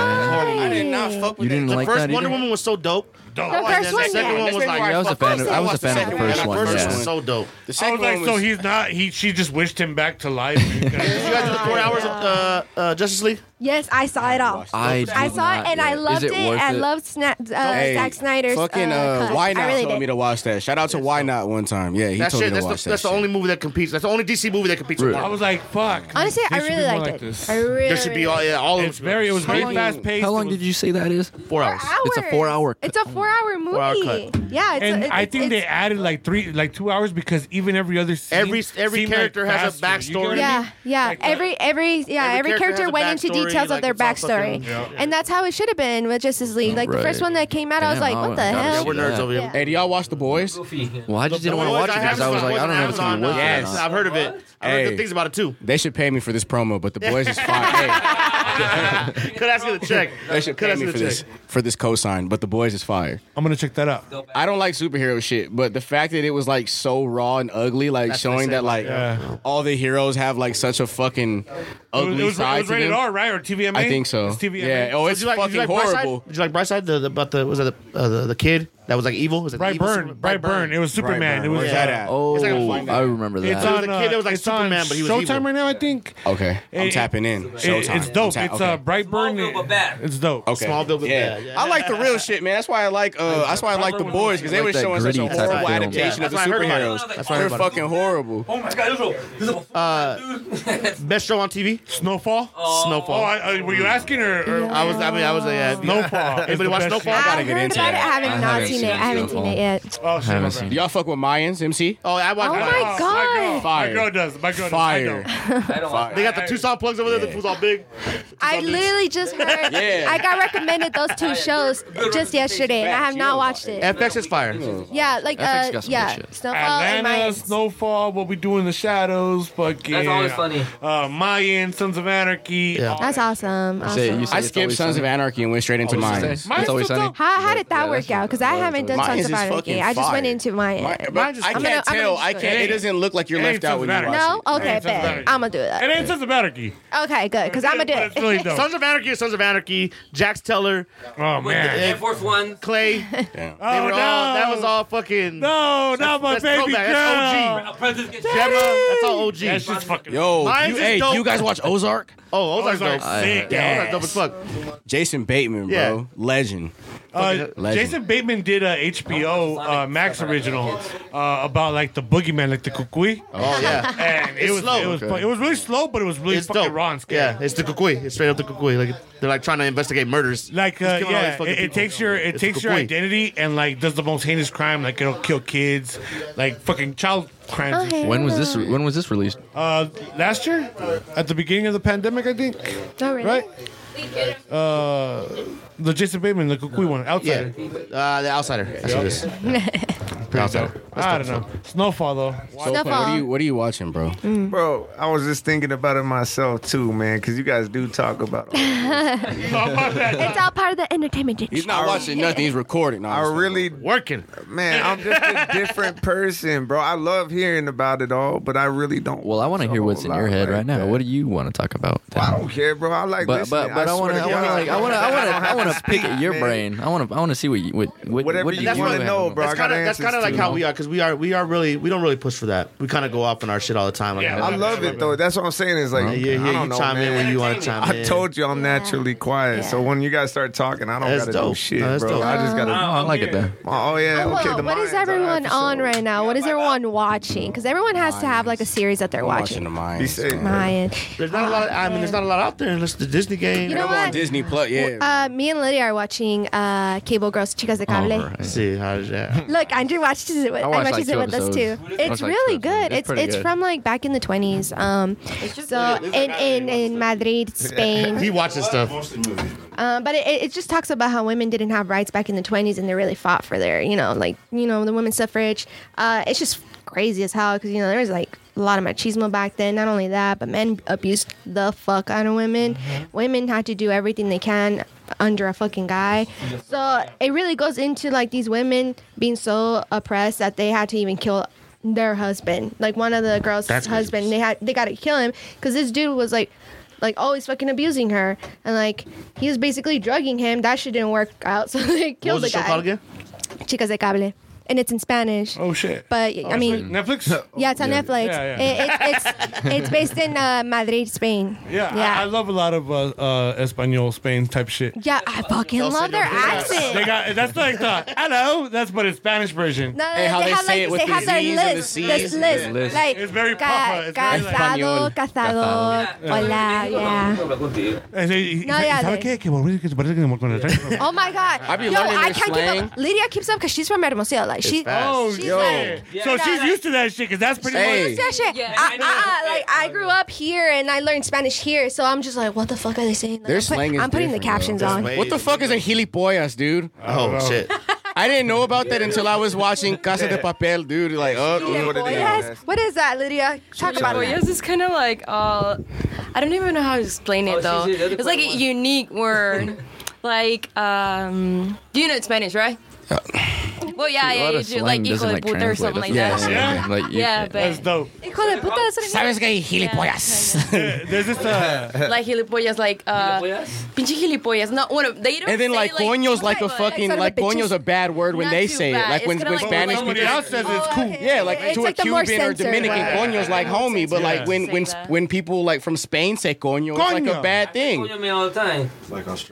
I did not Why? fuck You with didn't that. The like first that either? Wonder Woman was so dope. Dope. The And first then one, the second yeah. one was That's like, why I was a fan. Of, I was a fan of the first The one. first first yeah. was so dope. The I second was like, one so was, he's not. He she just wished him back to life. You guys did the four hours of uh, uh, Justice League. Yes, I saw it all. I, did I saw not it and yet. I Is loved it. it. worth I loved Sna- uh, Hey, Zack Snyder's. Fucking, uh, uh, cut. why not I really told me did. to watch that. Shout out to Why Not one time. Yeah, he That told shit. me to That's the, watch that. that's the shit. only movie that competes. That's the only DC movie that competes. with Right. I Marvel. was like, fuck. Honestly, They I should be really more liked like it. this. I really. There should be all, yeah, all It's of them. very. It was How very long- fast paced. How long did you say that is? Four Four hours. hours. It's a four-hour cut. It's a four-hour movie. Four-hour Yeah, it's and a, it's, I think it's, they added like three, like two hours because even every other scene Every- every seemed, character like, has a faster. You get what I backstory. mean? Yeah, yeah. Like, uh, every every yeah every, every character character, has a went into backstory, details like, of their it's all fucking- backstory, and that's how it should have been with Justice League. Like the Right. first one that came out, I was Damn, like, I what the gotta hell? Yeah, we're nerds Yeah. over here. Hey, do y'all watch The Boys? Well, I just didn't want to watch it because I was like, I don't know if it's gonna work. Yes. or Yes, not. I've heard of it. I heard Hey. good things about it too. They should pay me for this promo, but The Boys is fire. Hey, Could ask you to check. they should Could pay ask me you for to this check. for this cosign, but The Boys is fire. I'm gonna check that out. I don't like superhero shit, but the fact that it was like so raw and ugly, like That's what they showing say, that like yeah. all the heroes have like such a fucking It was, ugly it was, it side was to rated them. R, right? Or TVMA? I think so. It's TVMA. Yeah. Oh, So it's did you like- did fucking you like Brightside? horrible. Did you like Brightside? The, the about the was that the, uh, the the kid that was like evil? Was it the Bright evil Burn. super- Bright Burn. It was Superman. It was. Where's uh, that at? It's like a Oh, flying- I remember that. It's It was on. a kid that was like uh, it's on Superman, but he was Showtime evil. right now, I think. Okay, I'm It- tapping in. It, Showtime. it's dope. I'm ta- it's okay. uh, Bright Burn. Smallville, but bad. It's dope. Okay. Smallville, but yeah. bad. Yeah. I like the real shit, man. That's why I like. Uh, that's why I like the boys because they Like were that showing such a gritty type horrible film. adaptation Yeah. of the That's why I heard about it. superheroes. That's why I heard They're about it. fucking horrible. Oh my god, Israel. This is a Uh, Best show on TV. Snowfall. Oh, Snowfall. I, uh, were you asking or? or I was. I mean, I was like, yeah. Snowfall. is Anybody the watch best Snowfall? shit. gotta I get heard into about it. that. I I haven't not haven't seen seen it. I haven't it. seen it yet. Oh, shit, I my haven't bad. seen it. Do y'all fuck with Mayans, MC? Oh, I watched. Oh that. my Oh, God. My Fire. girl does. My girl does. I Fire. know. I don't want They got the Tucson plugs over there. The fool's all big. I literally just heard. Yeah. I got recommended those two shows just yesterday, and I have not watched it. FX is fire. Yeah, like FX uh, got some good yeah, shit. Snowfall and Atlanta, Mayans. Snowfall, What We Do in the Shadows, fucking. That's always funny. Uh, Mayan, Sons of Anarchy. Yeah. all That's that. awesome. Say- you awesome. say I it's skipped always Sons of sunny. Anarchy and went straight into Always Mines. sunny. Mine's It's always still sunny. dope. How, how did that Yeah, work that's- out? Because I haven't done Mine Sons is of just Anarchy. fucking I just went fire. into my. My- but Mine just- I I'm can't gonna- I'm tell. gonna I do can't. it. It doesn't look like you're It left ain't out when you Sons of watch No? it. Okay, Sons of bet. Anarchy. I'm going to do It that. ain't Sons of Anarchy. Okay, good. Because I'm going to But do it's it. really dope. Sons of Anarchy is Sons of Anarchy. Jax Teller, Oh, Air man. Force One. Clay. Yeah. They Oh, were no. all, that was all fucking. No, not my that's baby girl. throwback. That's OG. A president gets Gemma. That's all OG. That's just fucking. Yo, Mines you, is hey, dope. you guys watch Ozark? oh, those Ozark's are dope. sick. Yeah, Ozark's ass. dope as fuck. Jason Bateman, Yeah. bro, legend. Uh, Legend. Jason Bateman did a HBO uh, Max original uh, about like the boogeyman, like the kukui. Oh, yeah. and it It's was slow. it was Okay. fu- it was really slow, but it was really It's fucking dope. raw and scary. Yeah, it's the kukui. It's straight up the kukui. Like they're like trying to investigate murders. Like Just uh, killing all these yeah, fucking it, it people. takes your it It's takes your kukui. identity and like does the most heinous crime, like it'll kill kids, like fucking child crimes. and shit. When was this? Re- when was this released? Uh, last year, at the beginning of the pandemic, I think. Oh, really? Right? Uh, the Jason Bateman, the Kukui one, Outsider. Yeah, uh, the outsider. That's what it is. Outsider. I don't know. Snowfall though. So, Snowfall. what are you what are you watching, bro? Bro, I was just thinking about it myself too, man, because you guys do talk about. It's all part of the entertainment. He's not watching nothing. He's recording. I really Working. Man, I'm just a different person, bro. I love hearing about it all, but I really don't. Well, I want to watch a hear what's whole in your lot head like right now. that. What do you want to talk about? I don't care, bro. I like But listening. but but I want to swear I to want God, to like I want to I want to don't have I want to to pick speak, at your man. brain. I want to I want to see what you what what Whatever what you do you That's wanna have what- know, in bro. I That's got kind of that's answers kind of like to. how we are because we are we are really we don't really push for that. We kind of go off on our shit all the time. Like, Yeah. I love it though. That's what I'm saying. Is like Yeah, yeah, I yeah, don't you know, chime in man. when you want to chime in. I told you I'm naturally quiet, so when you guys start talking, I don't That's gotta do dope. shit, No, that's bro. dope. I just gotta. I like it though. Oh yeah, Oh, okay. well, the what mind's is all right everyone for on sure. right now? What is everyone watching? Because everyone has to have like a series that they're I'm watching the watching. mind. He said- Mayan. There's not a lot. Of, I mean, there's not a lot out there unless the Disney game. You know what? Disney Plus. Yeah. Uh, me and Lydia are watching uh, Cable Girls Chicas de Cable. Let's see how's that? Look, Andrew watches it with, I watched, watches like, it two with us too. episodes. It's Watched, like, really two good. episodes. It's it's, It's pretty good. from like back in the twenties. Um, so in, in in Madrid, Spain. He watches stuff. um, but it, it just talks about how women didn't have rights back in the twenties, and they really fought for their you know like you know the women's suffrage. Uh, it's just crazy as hell because you know there was like a lot of machismo back then. Not only that, but men abused the fuck out of women. Women had to do everything they can under a fucking guy. So it really goes into like these women being so oppressed that they had to even kill their husband. Like one of the girls' husband, they had they got to kill him because this dude was like, like always fucking abusing her, and like he was basically drugging him. That shit didn't work out, so they What killed was the the guy. show called again? Chicas de cable, and it's in Spanish. Oh shit. But I mean, Netflix. yeah, it's on Netflix. Yeah, It, it's, it's it's based in uh, Madrid, Spain. Yeah, yeah, I, I love a lot of uh, uh, Espanol, Spain type shit. yeah. I fucking Don't say love their no to that. accent. They got that's like the hello. That's but it's Spanish version. No, And how they have say like it with they the have their Zs and the list, Cs. this list, List. like It's very proper. ca- It's very, like- casado, Español. casado, hola, yeah. And they- he- No, he- yeah, ¿sabe they- qué? Que volver- que parece que me con el tren. Oh my god, I be learning their can't slang. keep up. Lydia keeps up because she's from Hermosillo, like she. Oh, she's yo. like- so Yeah. she's used to that shit because that's pretty Hey. much. What's that shit? Yeah, I, I know. I- I- Ah, like I grew up here and I learned Spanish here, so I'm just like, what the fuck are they saying? Like, Their I'm, put- slang is I'm putting the different, captions though. on. That's way- What the fuck is a gilipollas, dude? Oh shit! I didn't know about that until I was watching Casa de Papel, dude. Like, Yeah, uh, what it is. Oh, yes. What is that, Lydia? Talk about Well, it. yes, it's kind of like uh, I don't even know how to explain Oh, it though. she's the other It's like a one. unique word. like, um, do you know Spanish, right? well, yeah, A yeah, lot you of do. Like slang equal doesn't like like puta or translate. something like That's that. what Yeah. I'm saying. Like, you- Yeah, That's but dope. Hijo de puta, that's what it ¿sabes qué? Gilipollas. Gilipollas. There's this uh, like gilipollas, like uh, pinche gilipollas. Not one of they don't. And then, say, like, like coño's like a like, fucking, son of a like, bitches. coño's a bad word when Not they too say it. bad. Like, when, It's when kinda like- Spanish somebody people. else says Oh, it's cool. Yeah, like It's to like a the more Cuban or censored Dominican, word. coño's like homie, but like when Say when that. when people like from Spain say coño, it's like a Coño. bad thing, all the time.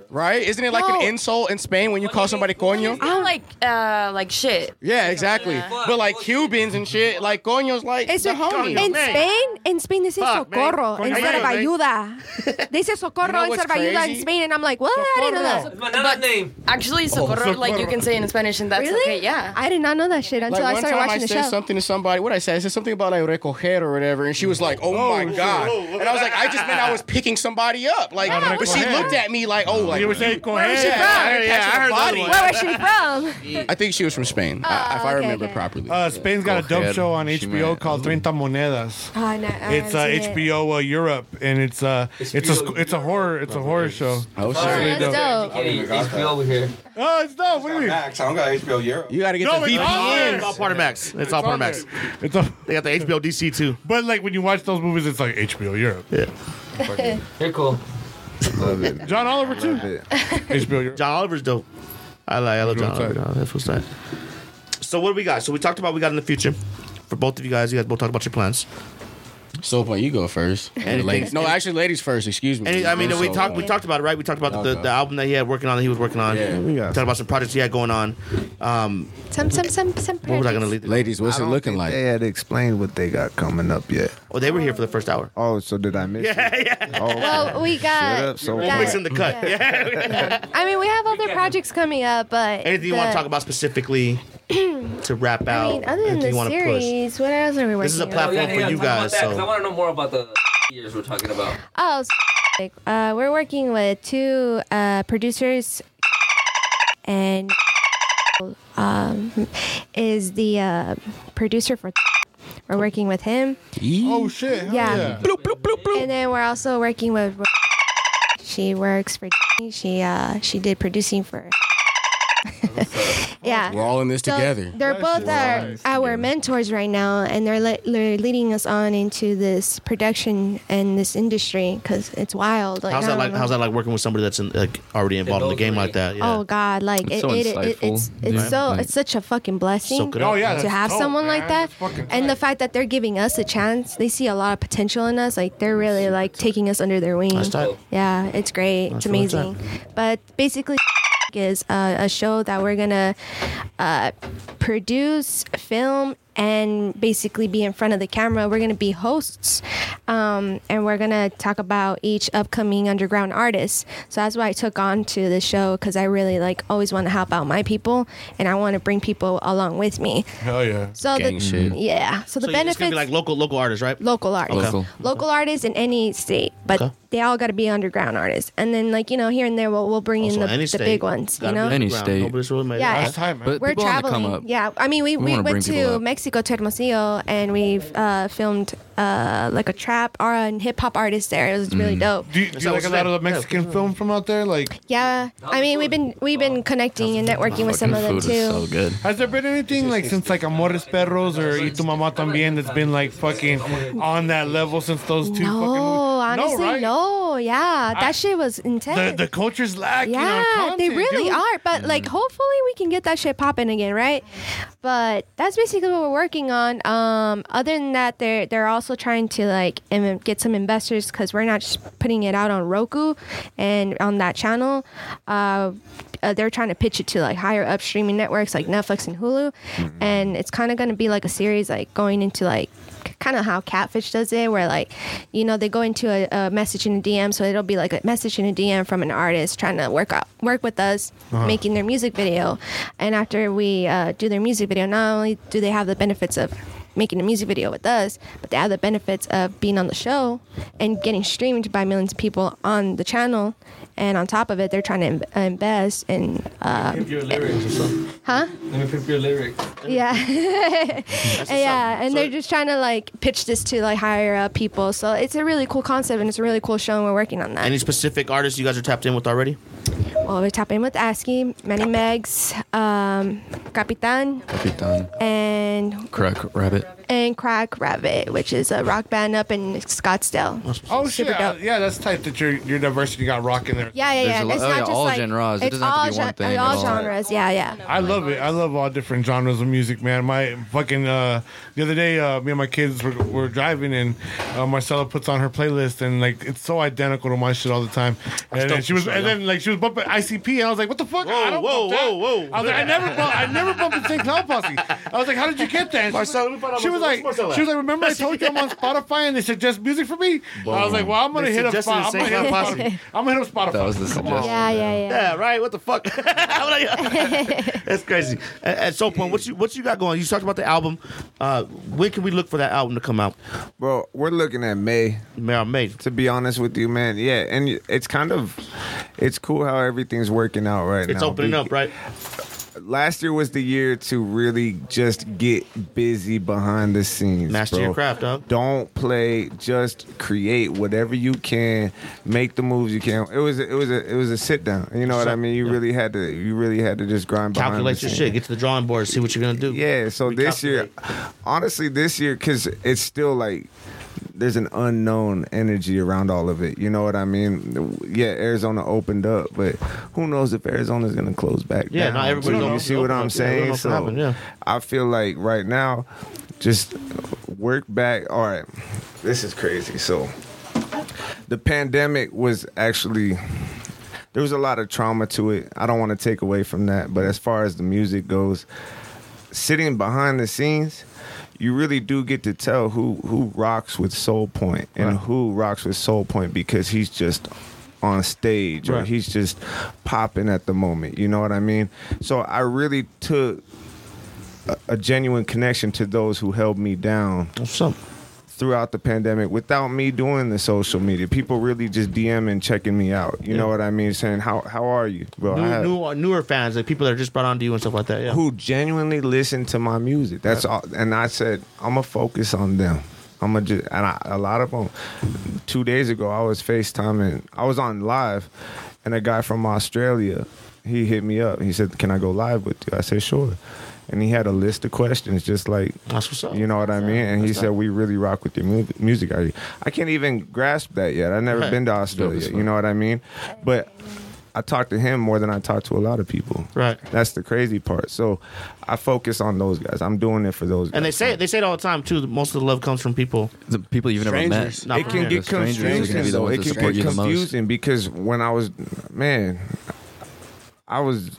right? Isn't it like No. Um, an insult in Spain when you call somebody coño? I'm like uh, like shit. Yeah, exactly. Yeah. But like Cubans and shit, like coño's like It's the like- homie. in man. Spain, in Spain they say Fuck, man. socorro Coño, instead of man. ayuda. they say socorro You know what's instead of ayuda in crazy? Spain, and I'm like, what? I didn't know that. It's my nana's name. Actually, socorro, like you can say in Spanish, and that's Really? okay. Yeah. I did not know that shit until Like I one started time I watching the said show. something to somebody. What I said, I said something about like recoger or whatever, and she was like, "Oh, my god!" And I was like, "I just meant I was picking somebody up." Like, Yeah, but she oh. recoger. looked at me like, "Oh, like." you were saying go ahead. she Yeah, from? yeah, I heard that one. Where was she from? I think she was from Spain, I- if I Oh, okay, remember okay. properly. Uh, Spain's got a dope Coger. show on She HBO might- called Treinta Monedas. Oh, no, I It's uh, haven't seen it. HBO uh, Europe, and it's uh, it's a sc- it's a horror it's a horror show. oh shit! That's Oh, dope. HBO over here. Oh, it's dope. What do you mean? Max, I don't got HBO Europe. You gotta get No, the it's all VPN. It's all part of Max. It's all part of Max. It's a, They got the HBO DC too. but like when you watch those movies, it's like HBO Europe. You're cool. Love it. John Oliver too. Love it. HBO Europe. John Oliver's dope. I like. I love John Oliver. dog. That's what's that. So what do we got? So we talked about what we got in the future for both of you guys. You guys both talked about your plans. So, but you go first. Anything- Ladies. No, actually, ladies first. Excuse me. And he- I mean, we So- talked we talked about it, right? We talked about the, Okay. the album that he had working on, that he was working on. Yeah. We talked about some projects he had going on. Um, Some, some, some, some. what was I going to lead? Ladies, what's I it don't looking think like? They had explained what they got coming up yet. Oh, they were here for the first hour. Oh, so did I miss? Yeah, it? yeah. Oh, okay. Well, we got. Shut up, so that- Always in the cut. Yeah. yeah. I mean, we have other projects coming up, but Anything you want the- to talk about specifically to wrap I out? mean, other than anything the you want to push? series, what else are we working? This is a on? platform for Oh, you guys, I so want to know more about the years we're talking about. Oh, s- uh, we're working with two uh, producers, and um, is the uh, producer for. We're working with him, Oh shit! hell Yeah. yeah. and then we're also working with. She works for. She uh she did producing for. uh, yeah. We're all in this So together. They're both our, our mentors right now, and they're, le- they're leading us on into this production and this industry because it's wild. Like, How's I that don't like? know. How's that like working with somebody that's in, like already involved in the game like that? Yeah. um, Oh God! Like It's it, so it, it, insightful, it's it's dude. so Like- it's such a fucking blessing. Soak it up. Oh yeah. to that's have dope, someone like man. that, That's fucking and the tight. fact that they're giving us a chance, they see a lot of potential in us. Like they're really like taking us under their wing. That's tight. Yeah, it's great. it's really amazing. But basically, is uh, a show that we're gonna uh, produce, film, and basically be in front of the camera. We're gonna be hosts, um, and we're gonna talk about each upcoming underground artist. So that's why I took on to the show because I really like always want to help out my people, and I want to bring people along with me. Hell yeah. So Gang the shit. yeah, so the so it's benefits gonna be like local local artists, right? local artists. Local. Local. artists in any state, but Okay. they all got to be underground artists. And then like you know here and there we'll, we'll bring Also, in the, Oh, any the state, big ones. You gotta be know. Any underground. state. Nobody's really made it. Yeah. That's time, man. But We're people on the traveling. come up. Yeah, I mean, we, We we, wanna bring went people to up. Mexico to Hermosillo and we've uh, filmed uh, like a trap or a hip hop artist there. It was Mm. really dope. Do you, do you like a lot of the Mexican film from out there? Like, Yeah, I mean, we've been we've been connecting and networking with some of them food is so too. good. has there been anything like since like Amores Perros or Y Tu Mamá También that's been like fucking on that level since those two? fucking movies? No, honestly, no, right? yeah, that shit was The, intense. the culture's lacking. on yeah, they content, really dude. are. But like, hopefully, we can get that shit popping again, right? But that's basically what we're working on. Um, other than that, they're they're also trying to like im- get some investors because we're not just putting it out on Roku and on that channel. Uh, uh, they're trying to pitch it to like higher up streaming networks like Netflix and Hulu, and it's kind of going to be like a series like going into like kind of how Catfish does it, where like, you know, they go into a, a message in a DM, so it'll be like a message in a DM from an artist trying to work out, work with us, making their music video, and after we uh, do their music video, not only do they have the benefits of making a music video with us, but they have the benefits of being on the show and getting streamed by millions of people on the channel. And on top of it, they're trying to im- invest in, uh, Pimp your lyrics or something. huh? Let me pimp your lyrics. Yeah. yeah, and So- they're just trying to like pitch this to like higher up people. So it's a really cool concept and it's a really cool show and we're working on that. Any specific artists you guys are tapped in with already? well, we're tapping with ASCII, Manny Megs, um, Capitan, Capitan. and Crack rabbit. and Crack Rabbit, which is a rock band up in Scottsdale. Oh Super shit! dope. Yeah, that's tight that your your diversity got rock in there. Yeah, yeah, yeah. There's it's a lo- oh, not yeah, just all like genres. It it's doesn't have to all be one thing All at all. genres. Yeah, yeah. I love it. I love all different genres of music, man. My fucking uh, the other day, uh, me and my kids were, were driving, and uh, Marcella puts on her playlist, and like it's so identical to my shit all the time. And, then dope. she was, and then like she was bumping ICP, and I was like, "What the fuck? I Whoa, don't whoa, bump that." whoa, whoa. I was like, "I never, bump, I never bumped the St. Cloud Posse." I was like, "How did you get that?" And she was- Marcella, we put on she was Marcella. like, Where's Marcella "She was like, remember I told you I'm on Spotify and they suggest music for me?" I was like, "Well, I'm gonna They hit up, suggested Spot- I'm the gonna St. hit up Cloud Spotify. I'm gonna hit up Spotify." That was the suggestion. Yeah, yeah, yeah. Yeah, right. What the fuck? How would I- That's crazy. At, at Soul Point, what you what you got going? You talked about the album. Uh, when can we look for that album to come out? Bro, we're looking at May. May or May? To be honest with you, man, yeah, and it's kind of, it's cool how everything's working out right now. It's opening Be- up, right? Last year was the year to really just get busy behind the scenes. Master bro. your craft, huh? Don't play. Just create whatever you can. Make the moves you can. It was it was a it was a sit down. You know what I mean? You really had to you really had to just grind. behind Calculate the your scenes. shit. Get to the drawing board. See what you're gonna do. Yeah, so this year, honestly, this year, because it's still like there's an unknown energy around all of it. You know what I mean? Yeah, Arizona opened up, but who knows if Arizona's going to close back Yeah, down. not everybody's You gonna see what open up. I'm Yeah, we don't know saying? what's gonna So happen, yeah. I feel like right now, just work back. All right, this is crazy. So the pandemic was actually there was a lot of trauma to it. I don't want to take away from that, but as far as the music goes, sitting behind the scenes, you really do get to tell who who rocks with Soul Point and who rocks with Soul Point because he's just on stage or Right. he's just popping at the moment. You know what I mean? So I really took a, a genuine connection to those who held me down What's up? throughout the pandemic without me doing the social media. People really just DM and checking me out. You know what I mean? Saying how how are you, bro? I New, have- new, newer fans, like people that are just brought on to you and stuff like that. Yeah. who genuinely listen to my music. That's all. And I said I'm gonna focus on them. I'm gonna just and I, a lot of them. Two days ago, I was FaceTiming. I was on live, and a guy from Australia, he hit me up. He said, "Can I go live with you?" I said, "Sure." And he had a list of questions, just like That's what's up. you know what I mean? And he said, "We really rock with your mu- music." Are you? I can't even grasp that yet. I've never Right. been to Australia. You know what I mean? But I talk to him more than I talk to a lot of people. Right. That's the crazy part. So I focus on those guys. I'm doing it for those guys. And they say it, they say it all the time too. that Most of the love comes from people. The people you've never Strangers. met. Not it from can you. get The strangers are gonna be confusing the though. ones It that can support get you the most. confusing because when I was man, I was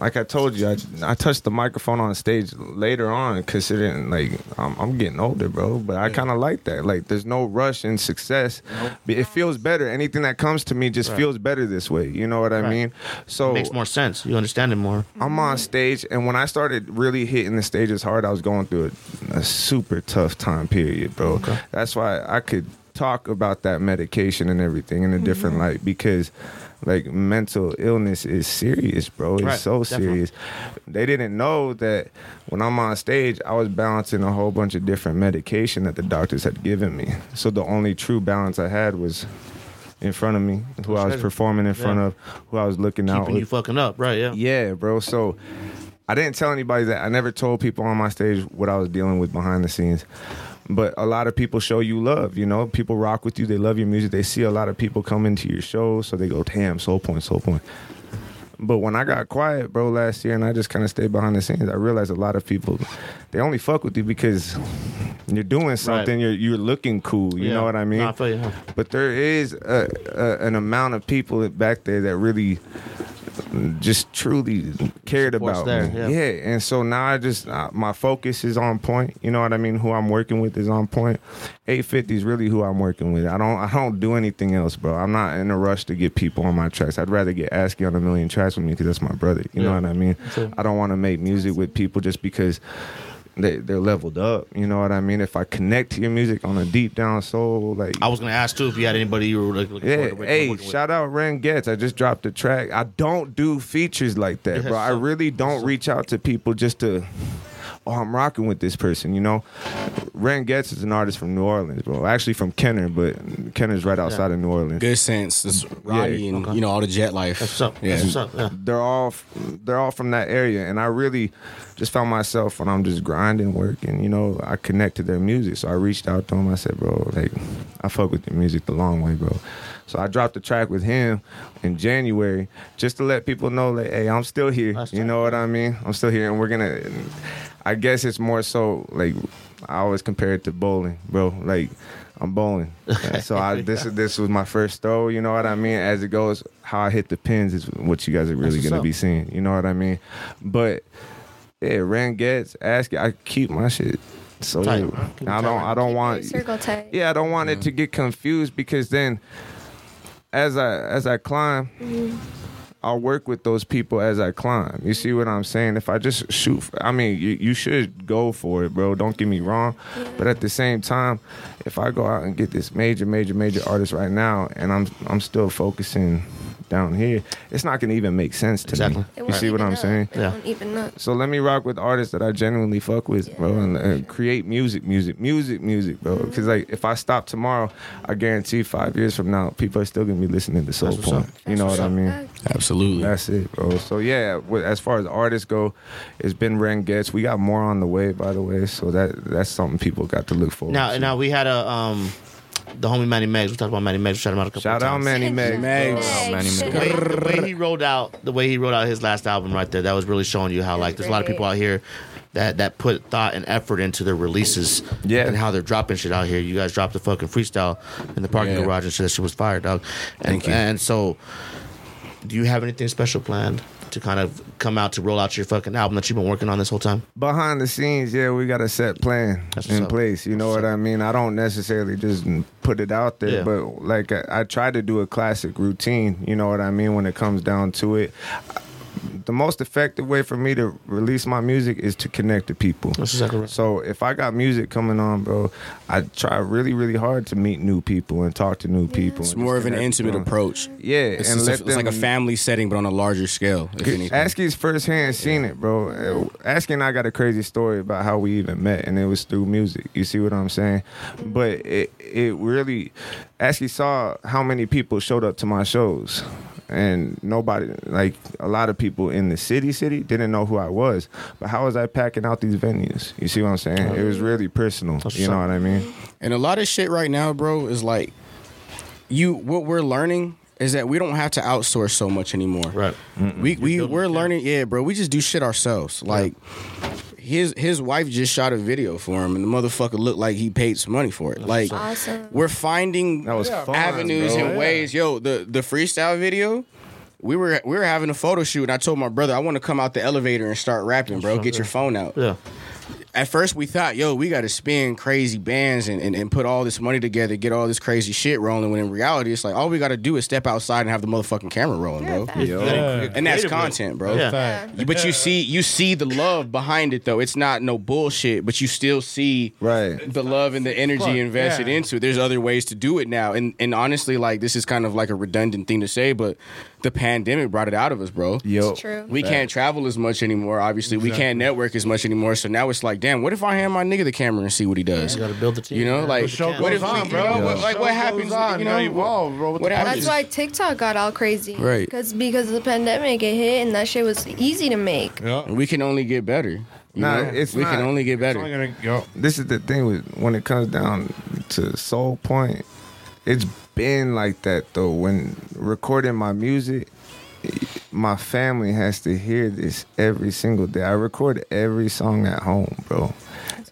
like I told you, I, I touched the microphone on stage later on, considering like I'm, I'm getting older, bro. But I kind of like that. Like there's no rush in success. But It feels better. Anything that comes to me just feels better this way. You know what I Right. mean? So makes more sense. You understand it more. I'm on stage, and when I started really hitting the stages hard, I was going through a, a super tough time period, bro. That's why I could talk about that medication and everything in a different Mm-hmm. light because, like, mental illness is serious, bro. It's Right, so definitely. serious. They didn't know that when I'm on stage, I was balancing a whole bunch of different medication that the doctors had given me. So the only true balance I had was. In front of me, who I was performing in front Yeah. of, who I was looking out Keeping with. you fucking up, right? Yeah. Yeah, bro. So I didn't tell anybody that. I never told people on my stage what I was dealing with behind the scenes. But a lot of people show you love, you know. People rock with you. They love your music. They see a lot of people come into your show, so they go, "Damn, soul point, soul point." But when I got quiet, bro, last year, and I just kind of stayed behind the scenes, I realized a lot of people they only fuck with you because you're doing something. You're you're looking cool. You Yeah. know what I mean? No, I feel you. huh? But there is a, a, an amount of people back there that really just truly cared Support's about there, me. yeah. and so now I just uh, my focus is on point. You know what I mean? Who I'm working with is on point. 850 is really who I'm working with. I don't I don't do anything else, bro. I'm not in a rush to get people on my tracks. I'd rather get Asky on a million tracks with me because that's my brother. You know Yeah. what I mean? Sure. I don't want to make music with people just because they, they're leveled up. You know what I mean? If I connect to your music on a deep down soul, like I was gonna ask too if you had anybody you were like, looking yeah, forward to working- hey, working with. shout out Ren Getz. I just dropped a track. I don't do features like that, Yeah, bro. I so- really don't reach out to people just to, oh, I'm rocking with this person, you know? Ren Getz is an artist from New Orleans, bro. Actually from Kenner, but Kenner's right outside of New Orleans. Good sense. This Roddy Yeah, and you know all the jet life. That's what's up. Yeah. That's what's up. Yeah. they're all f- they're all from that area and i really just found myself when i'm just grinding working you know i connect to their music so i reached out to him i said bro like i fuck with your music the long way bro so i dropped a track with him in january just to let people know like hey i'm still here That's you tight. know what i mean i'm still here and we're gonna i guess it's more so like i always compare it to bowling bro like I'm bowling, so I, this is this was my first throw. You know what I mean. As it goes, how I hit the pins is what you guys are really what's gonna up. be seeing. You know what I mean? But yeah, Ren gets ask. I keep my shit. So Tight. Keep it I don't. I don't want. Circle tight. Yeah, I don't want it to get confused because then, as I as I climb, Mm-hmm. I'll work with those people as I climb. You see what I'm saying? If I just shoot, f- I mean, you, you should go for it, bro. Don't get me wrong, but at the same time, if I go out and get this major, major, major artist right now, and I'm I'm still focusing down here, it's not gonna even make sense to Exactly. me. They You won't see what even I'm know. saying? They Yeah. won't even know. So let me rock with artists that I genuinely fuck with, bro, and uh, create music, music, music, music, bro. Mm-hmm. Because like, if I stop tomorrow, I guarantee five years from now, people are still gonna be listening to Soul That's what's Point. up. You know what I mean? Facts. Absolutely. That's it, bro. So yeah, wi- as far as artists go, it's been Ren Gets. We got more on the way, by the way. So that that's something people got to look forward Now, to. now we had a um, the homie Manny Megs. We talked about Manny Megs. Shout him out a couple Shout out times. Manny Meg. Megs. Manny The way, the way he rolled out, the way he rolled out his last album right there, that was really showing you how like there's a lot of people out here that that put thought and effort into their releases. Yeah. and how they're dropping shit out here. You guys dropped the fucking freestyle in the parking Yeah. garage and shit. That shit was fire, dog. And, Thank you. And so, do you have anything special planned to kind of come out to roll out your fucking album that you've been working on this whole time? behind the scenes, yeah, we got a set plan That's what's in up. place. You know what I mean? I don't necessarily just put it out there, Yeah. but like I, I try to do a classic routine. You know what I mean? When it comes down to it, the most effective way for me to release my music is to connect to people. That's exactly right. So if I got music coming on, bro, I try really, really hard to meet new people and talk to new people. It's more of an intimate approach. Yeah, It's, and just a- let it's like a them- family setting, but on a larger scale. If anything. Asky's firsthand seen it, bro. Asky and I got a crazy story about how we even met, and it was through music. You see what I'm saying? But it it really, Asky saw how many people showed up to my shows, and nobody like a lot of people in the city city didn't know who I was. But how was I packing out these venues? You see what I'm saying? It was really personal. You know what I mean? And a lot of shit right now, bro, is like you what we're learning is that we don't have to outsource so much anymore. Right. Mm. We we we're learning, yeah, bro. We just do shit ourselves. Like his his wife just shot a video for him and the motherfucker looked like he paid some money for it. Like Awesome. we're finding That was fun, avenues bro. and ways. Yo, the the freestyle video we were we were having a photo shoot, and I told my brother I want to come out the elevator and start rapping, bro. Get your phone out Yeah. at first we thought, yo, we gotta spin crazy bands and, and, and put all this money together, get all this crazy shit rolling. When in reality, it's like all we gotta do is step outside and have the motherfucking camera rolling, bro. And that's content, Oh, bro. Yeah. You- But you see, you see the love behind it though. It's not no bullshit, but you still see Right. the love and the energy Fuck, invested yeah. into it. There's other ways to do it now, and and honestly, like this is kind of like a redundant thing to say, but the pandemic brought it out of us, bro. Yo, It's true. We can't travel as much anymore. Obviously, we can't network as much anymore. So now it's like, damn, what if I hand my nigga the camera and see what he does? gotta build the team, You know, man. like The show what goes if we- on, you bro. know, Yeah. what- like what Show happens? goes on. You Now know, you evolve, bro. What What the fuck? happens? That's why TikTok got all crazy. Right. Cause because the pandemic it hit and that shit was easy to make. Yeah. we can only get better. You Nah, know? it's we can not. only get I'm better. gonna go. this is the thing with when it comes down to soul point it's been like that though when recording my music my family has to hear this every single day i record every song at home bro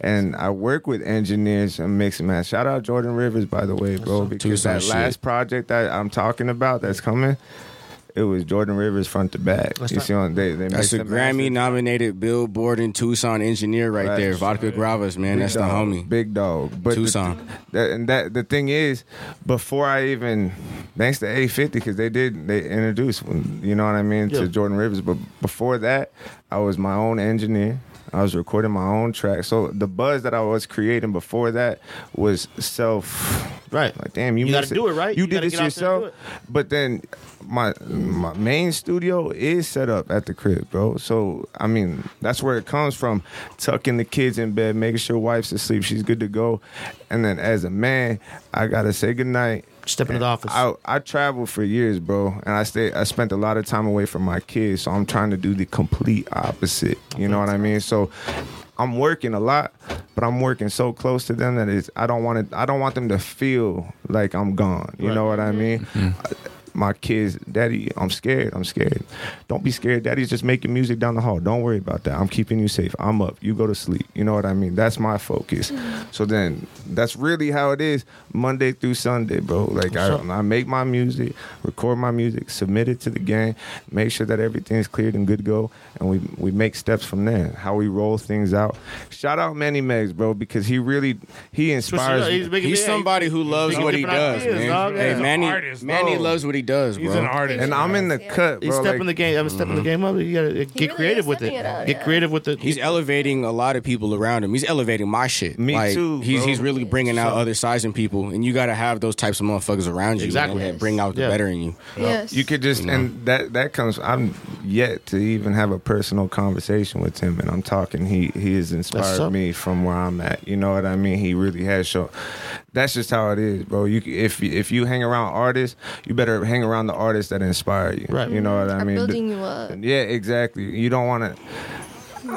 and I work with engineers and mix and match. Shout out Jordan Rivers, by the way, bro, because Tucson that shit. last project that I'm talking about that's coming, it was Jordan Rivers front to back. you see, on they they That's mixed a and mastered. Grammy nominated Billboard and Tucson engineer right Right. there. Vodka Gravas, man. Big That's the dog, homie. Big dog. But Tucson. The, that, and that the thing is, before I even thanks to A fifty because they did they introduced you know what I mean Yeah. to Jordan Rivers. But before that, I was my own engineer. I was recording my own track. So the buzz that I was creating before that was self. Right. Like damn, you, You gotta mixed do it, right? You, You did gotta this get out there and do yourself. But then my my main studio is set up at the crib, bro. So I mean, that's where it comes from. Tucking the kids in bed, making sure wife's asleep, she's good to go. And then as a man, I gotta say goodnight. Step into the office. I, I traveled for years, bro, and I stay. I spent a lot of time away from my kids, so I'm trying to do the complete opposite. You know what I mean? So I'm working a lot, but I'm working so close to them that it's, I don't want it. I don't want them to feel like I'm gone. You know what I mean? My kids, daddy, I'm scared. I'm scared. Don't be scared. Daddy's just making music down the hall. Don't worry about that. I'm keeping you safe. I'm up. You go to sleep. You know what I mean? That's my focus. So then that's really how it is Monday through Sunday, bro. Like I, I make my music, record my music, submit it to the gang, make sure that everything's cleared and good to go, and we we make steps from there. How we roll things out. Shout out Manny Megs, bro, because he really he uh, inspires me. making- He's yeah, somebody who loves making what he different does, ideas, man. dog. Hey, He's an Manny, artist, Manny bro. loves what he does, bro. He's an artist. And I'm in the cut, bro. He's stepping like- the game. I'm stepping the game up. You gotta uh, get really creative is with it. stepping it up, get yeah. creative with it. He's elevating a lot of people around him. He's elevating my shit. Me Like, too, He's bro. he's really bringing out other sides in people, and you got to have those types of motherfuckers around you. Exactly. man, that bring out the Yeah. better in you. Yes. You could just and that that comes. I'm yet to even have a personal conversation with him, and I'm talking. He he has That's inspired up. me from where I'm at. You know what I mean? He really has shown. That's just how it is, bro. You c- if you- if you hang around artists, you better hang around the artists that inspire you. Right. You know what I Are mean? building you up. Yeah, exactly. You don't want to.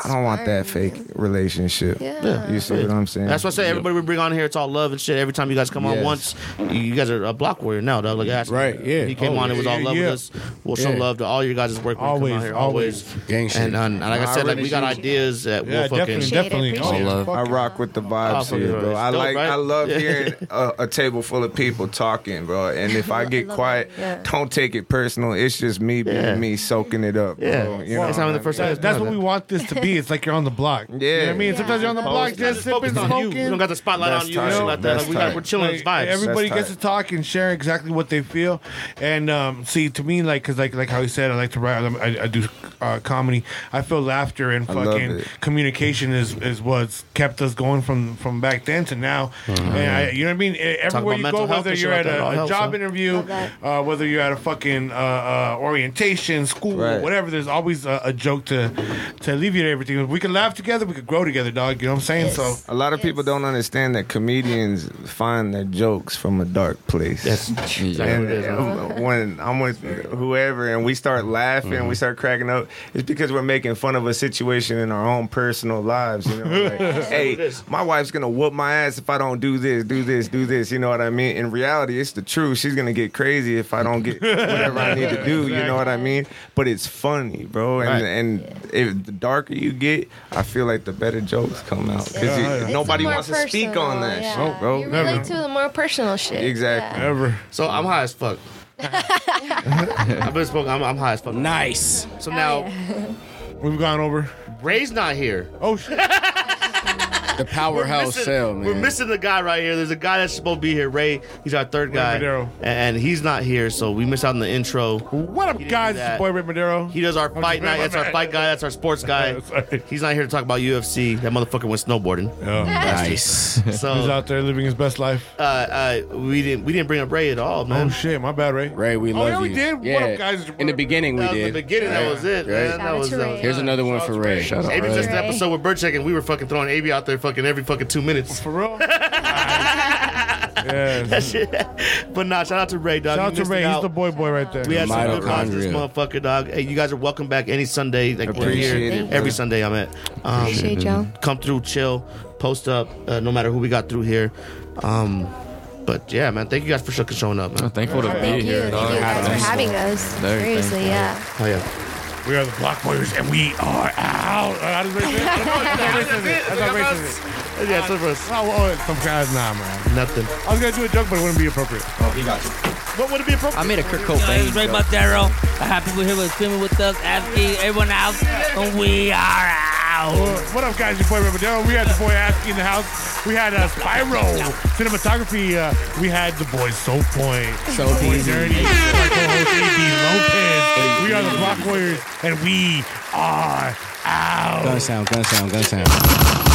I don't want that fake relationship. Yeah. You see what I'm saying? That's why I say everybody we bring on here, it's all love and shit. Every time you guys come on Yes. once, you guys are a block warrior now, dog. Like that's Right, yeah. He came on, it was all yeah, love yeah. with us. We'll show Yeah. love to all your guys' work when always, Always, come out here, always. always. Gang shit. And, uh, and like I I said, like really we got appreciate ideas that Yeah, we'll fucking definitely, definitely. All love. I rock with the vibes fuck here, it, bro. it's I dope, like right? I love Yeah. hearing a, a table full of people talking, bro. And if I get love quiet, it, yeah. don't take it personal. It's just me being Yeah. me soaking it up, Yeah, bro. You know that's not what the first I mean? time. That- it's that's done, what we though. want this to be. It's like you're on the block. You know Yeah. what I mean? Yeah. Sometimes you're on the block just sipping, Focused on you. We don't smoking. got the spotlight That's on you. and tight. shit Like that. That's Like, we got, tight. we're chilling. It's Like, vibes. Everybody That's gets to tight. talk and share exactly what they feel, and um, see to me like because like like how he said, I like to write. I, I do uh, comedy. I feel laughter and love fucking it. communication is is what's kept us going from from back then to now. Mm-hmm. And I, you know what I mean? E- Everywhere about you mental go, health whether and shit you're at like that, it all a, a helps, job huh? interview, Love that. uh, whether you're at a fucking uh, uh, orientation, school, Right. whatever. There's always a, a joke to to alleviate everything. If we could laugh together, we could grow together, dog. You know what I'm saying? Yes. So. A lot of people don't understand that comedians find their jokes from a dark place. Yeah. And uh, when I'm with whoever and we start laughing, we start cracking up, it's because we're making fun of a situation in our own personal lives. You know, like, hey, my wife's gonna whoop my ass if I don't do this, do this, do this. You know what I mean? In reality, it's the truth. She's gonna get crazy if I don't get whatever I need to do. You know what I mean? But it's funny, bro. And and if the darker you get, I feel like the better jokes come out because Yeah. nobody wants to speak on that, shit, bro. You Never. relate to the more personal shit. Exactly. Yeah. Ever. So I'm high as fuck. I've been smoking. I'm, I'm high as fuck. Nice. So now, We've gone over. Ray's not here. Oh shit. The powerhouse missing- sale, man. We're missing the guy right here. There's a guy that's supposed to be here, Ray. He's our third guy, Madero. and he's not here, so we miss out on the intro. What up, didn't do guys? It's your that. boy Ray Madero. He does our fight Oh, my night. That's our bad. fight guy. That's our sports guy. Sorry. He's not here to talk about UFC. That motherfucker went snowboarding. Nice. He's So out there living his best life. Oh. uh, uh, we didn't we didn't bring up Ray at all, Oh man. shit, my bad, Ray. Ray, we Oh, love yeah, we you. did. What up, guys? It's your boy In the Ray. beginning, we that was did. the beginning. That was it, man. Right. That was, that was Here's another one for Ray. Shout Maybe just an episode with Bird Check, and we were fucking throwing AB out there fucking every fucking two minutes. For real? yeah. That shit. but nah, shout out to Ray, dog. Shout You out to missed it Ray. He's out. the boy boy right there. We had some good vibes Mitochondria. this motherfucker, dog. Hey, you guys are welcome back any Sunday. Like we're Appreciate here it, every bro. Sunday I'm at. Um, Appreciate y'all. come through, chill, post up, uh, no matter who we got through here. Um, but yeah, man, thank you guys for fucking showing up, I'm man. thankful to be Thank you. here, Thank dog. you guys for having us. Very Seriously, thankful. yeah. Oh yeah, We are the Block Warriors, and we are out. Uh, How does Ray say it? That's not Ray says it. That's not Ray says it. yeah, so for us, Oh, well, oh, some guys, nah, man. nothing. I was gonna do a joke, but it wouldn't be appropriate. Oh, What would it be appropriate? I made a Kurt Hey, Cobain. Ray Montero. I have people here with swimming with us, Asking everyone else, and we are out. What up, guys? Your boy Ray Madero. We had the boy Asky in the house. We had uh, Spyro cinematography. Uh, we had the boy Soul Point. So Boy easy. Dirty. My co-host AB Lopez. We are the Block Warriors, and we are out. Gun sound, gun sound, gun sound.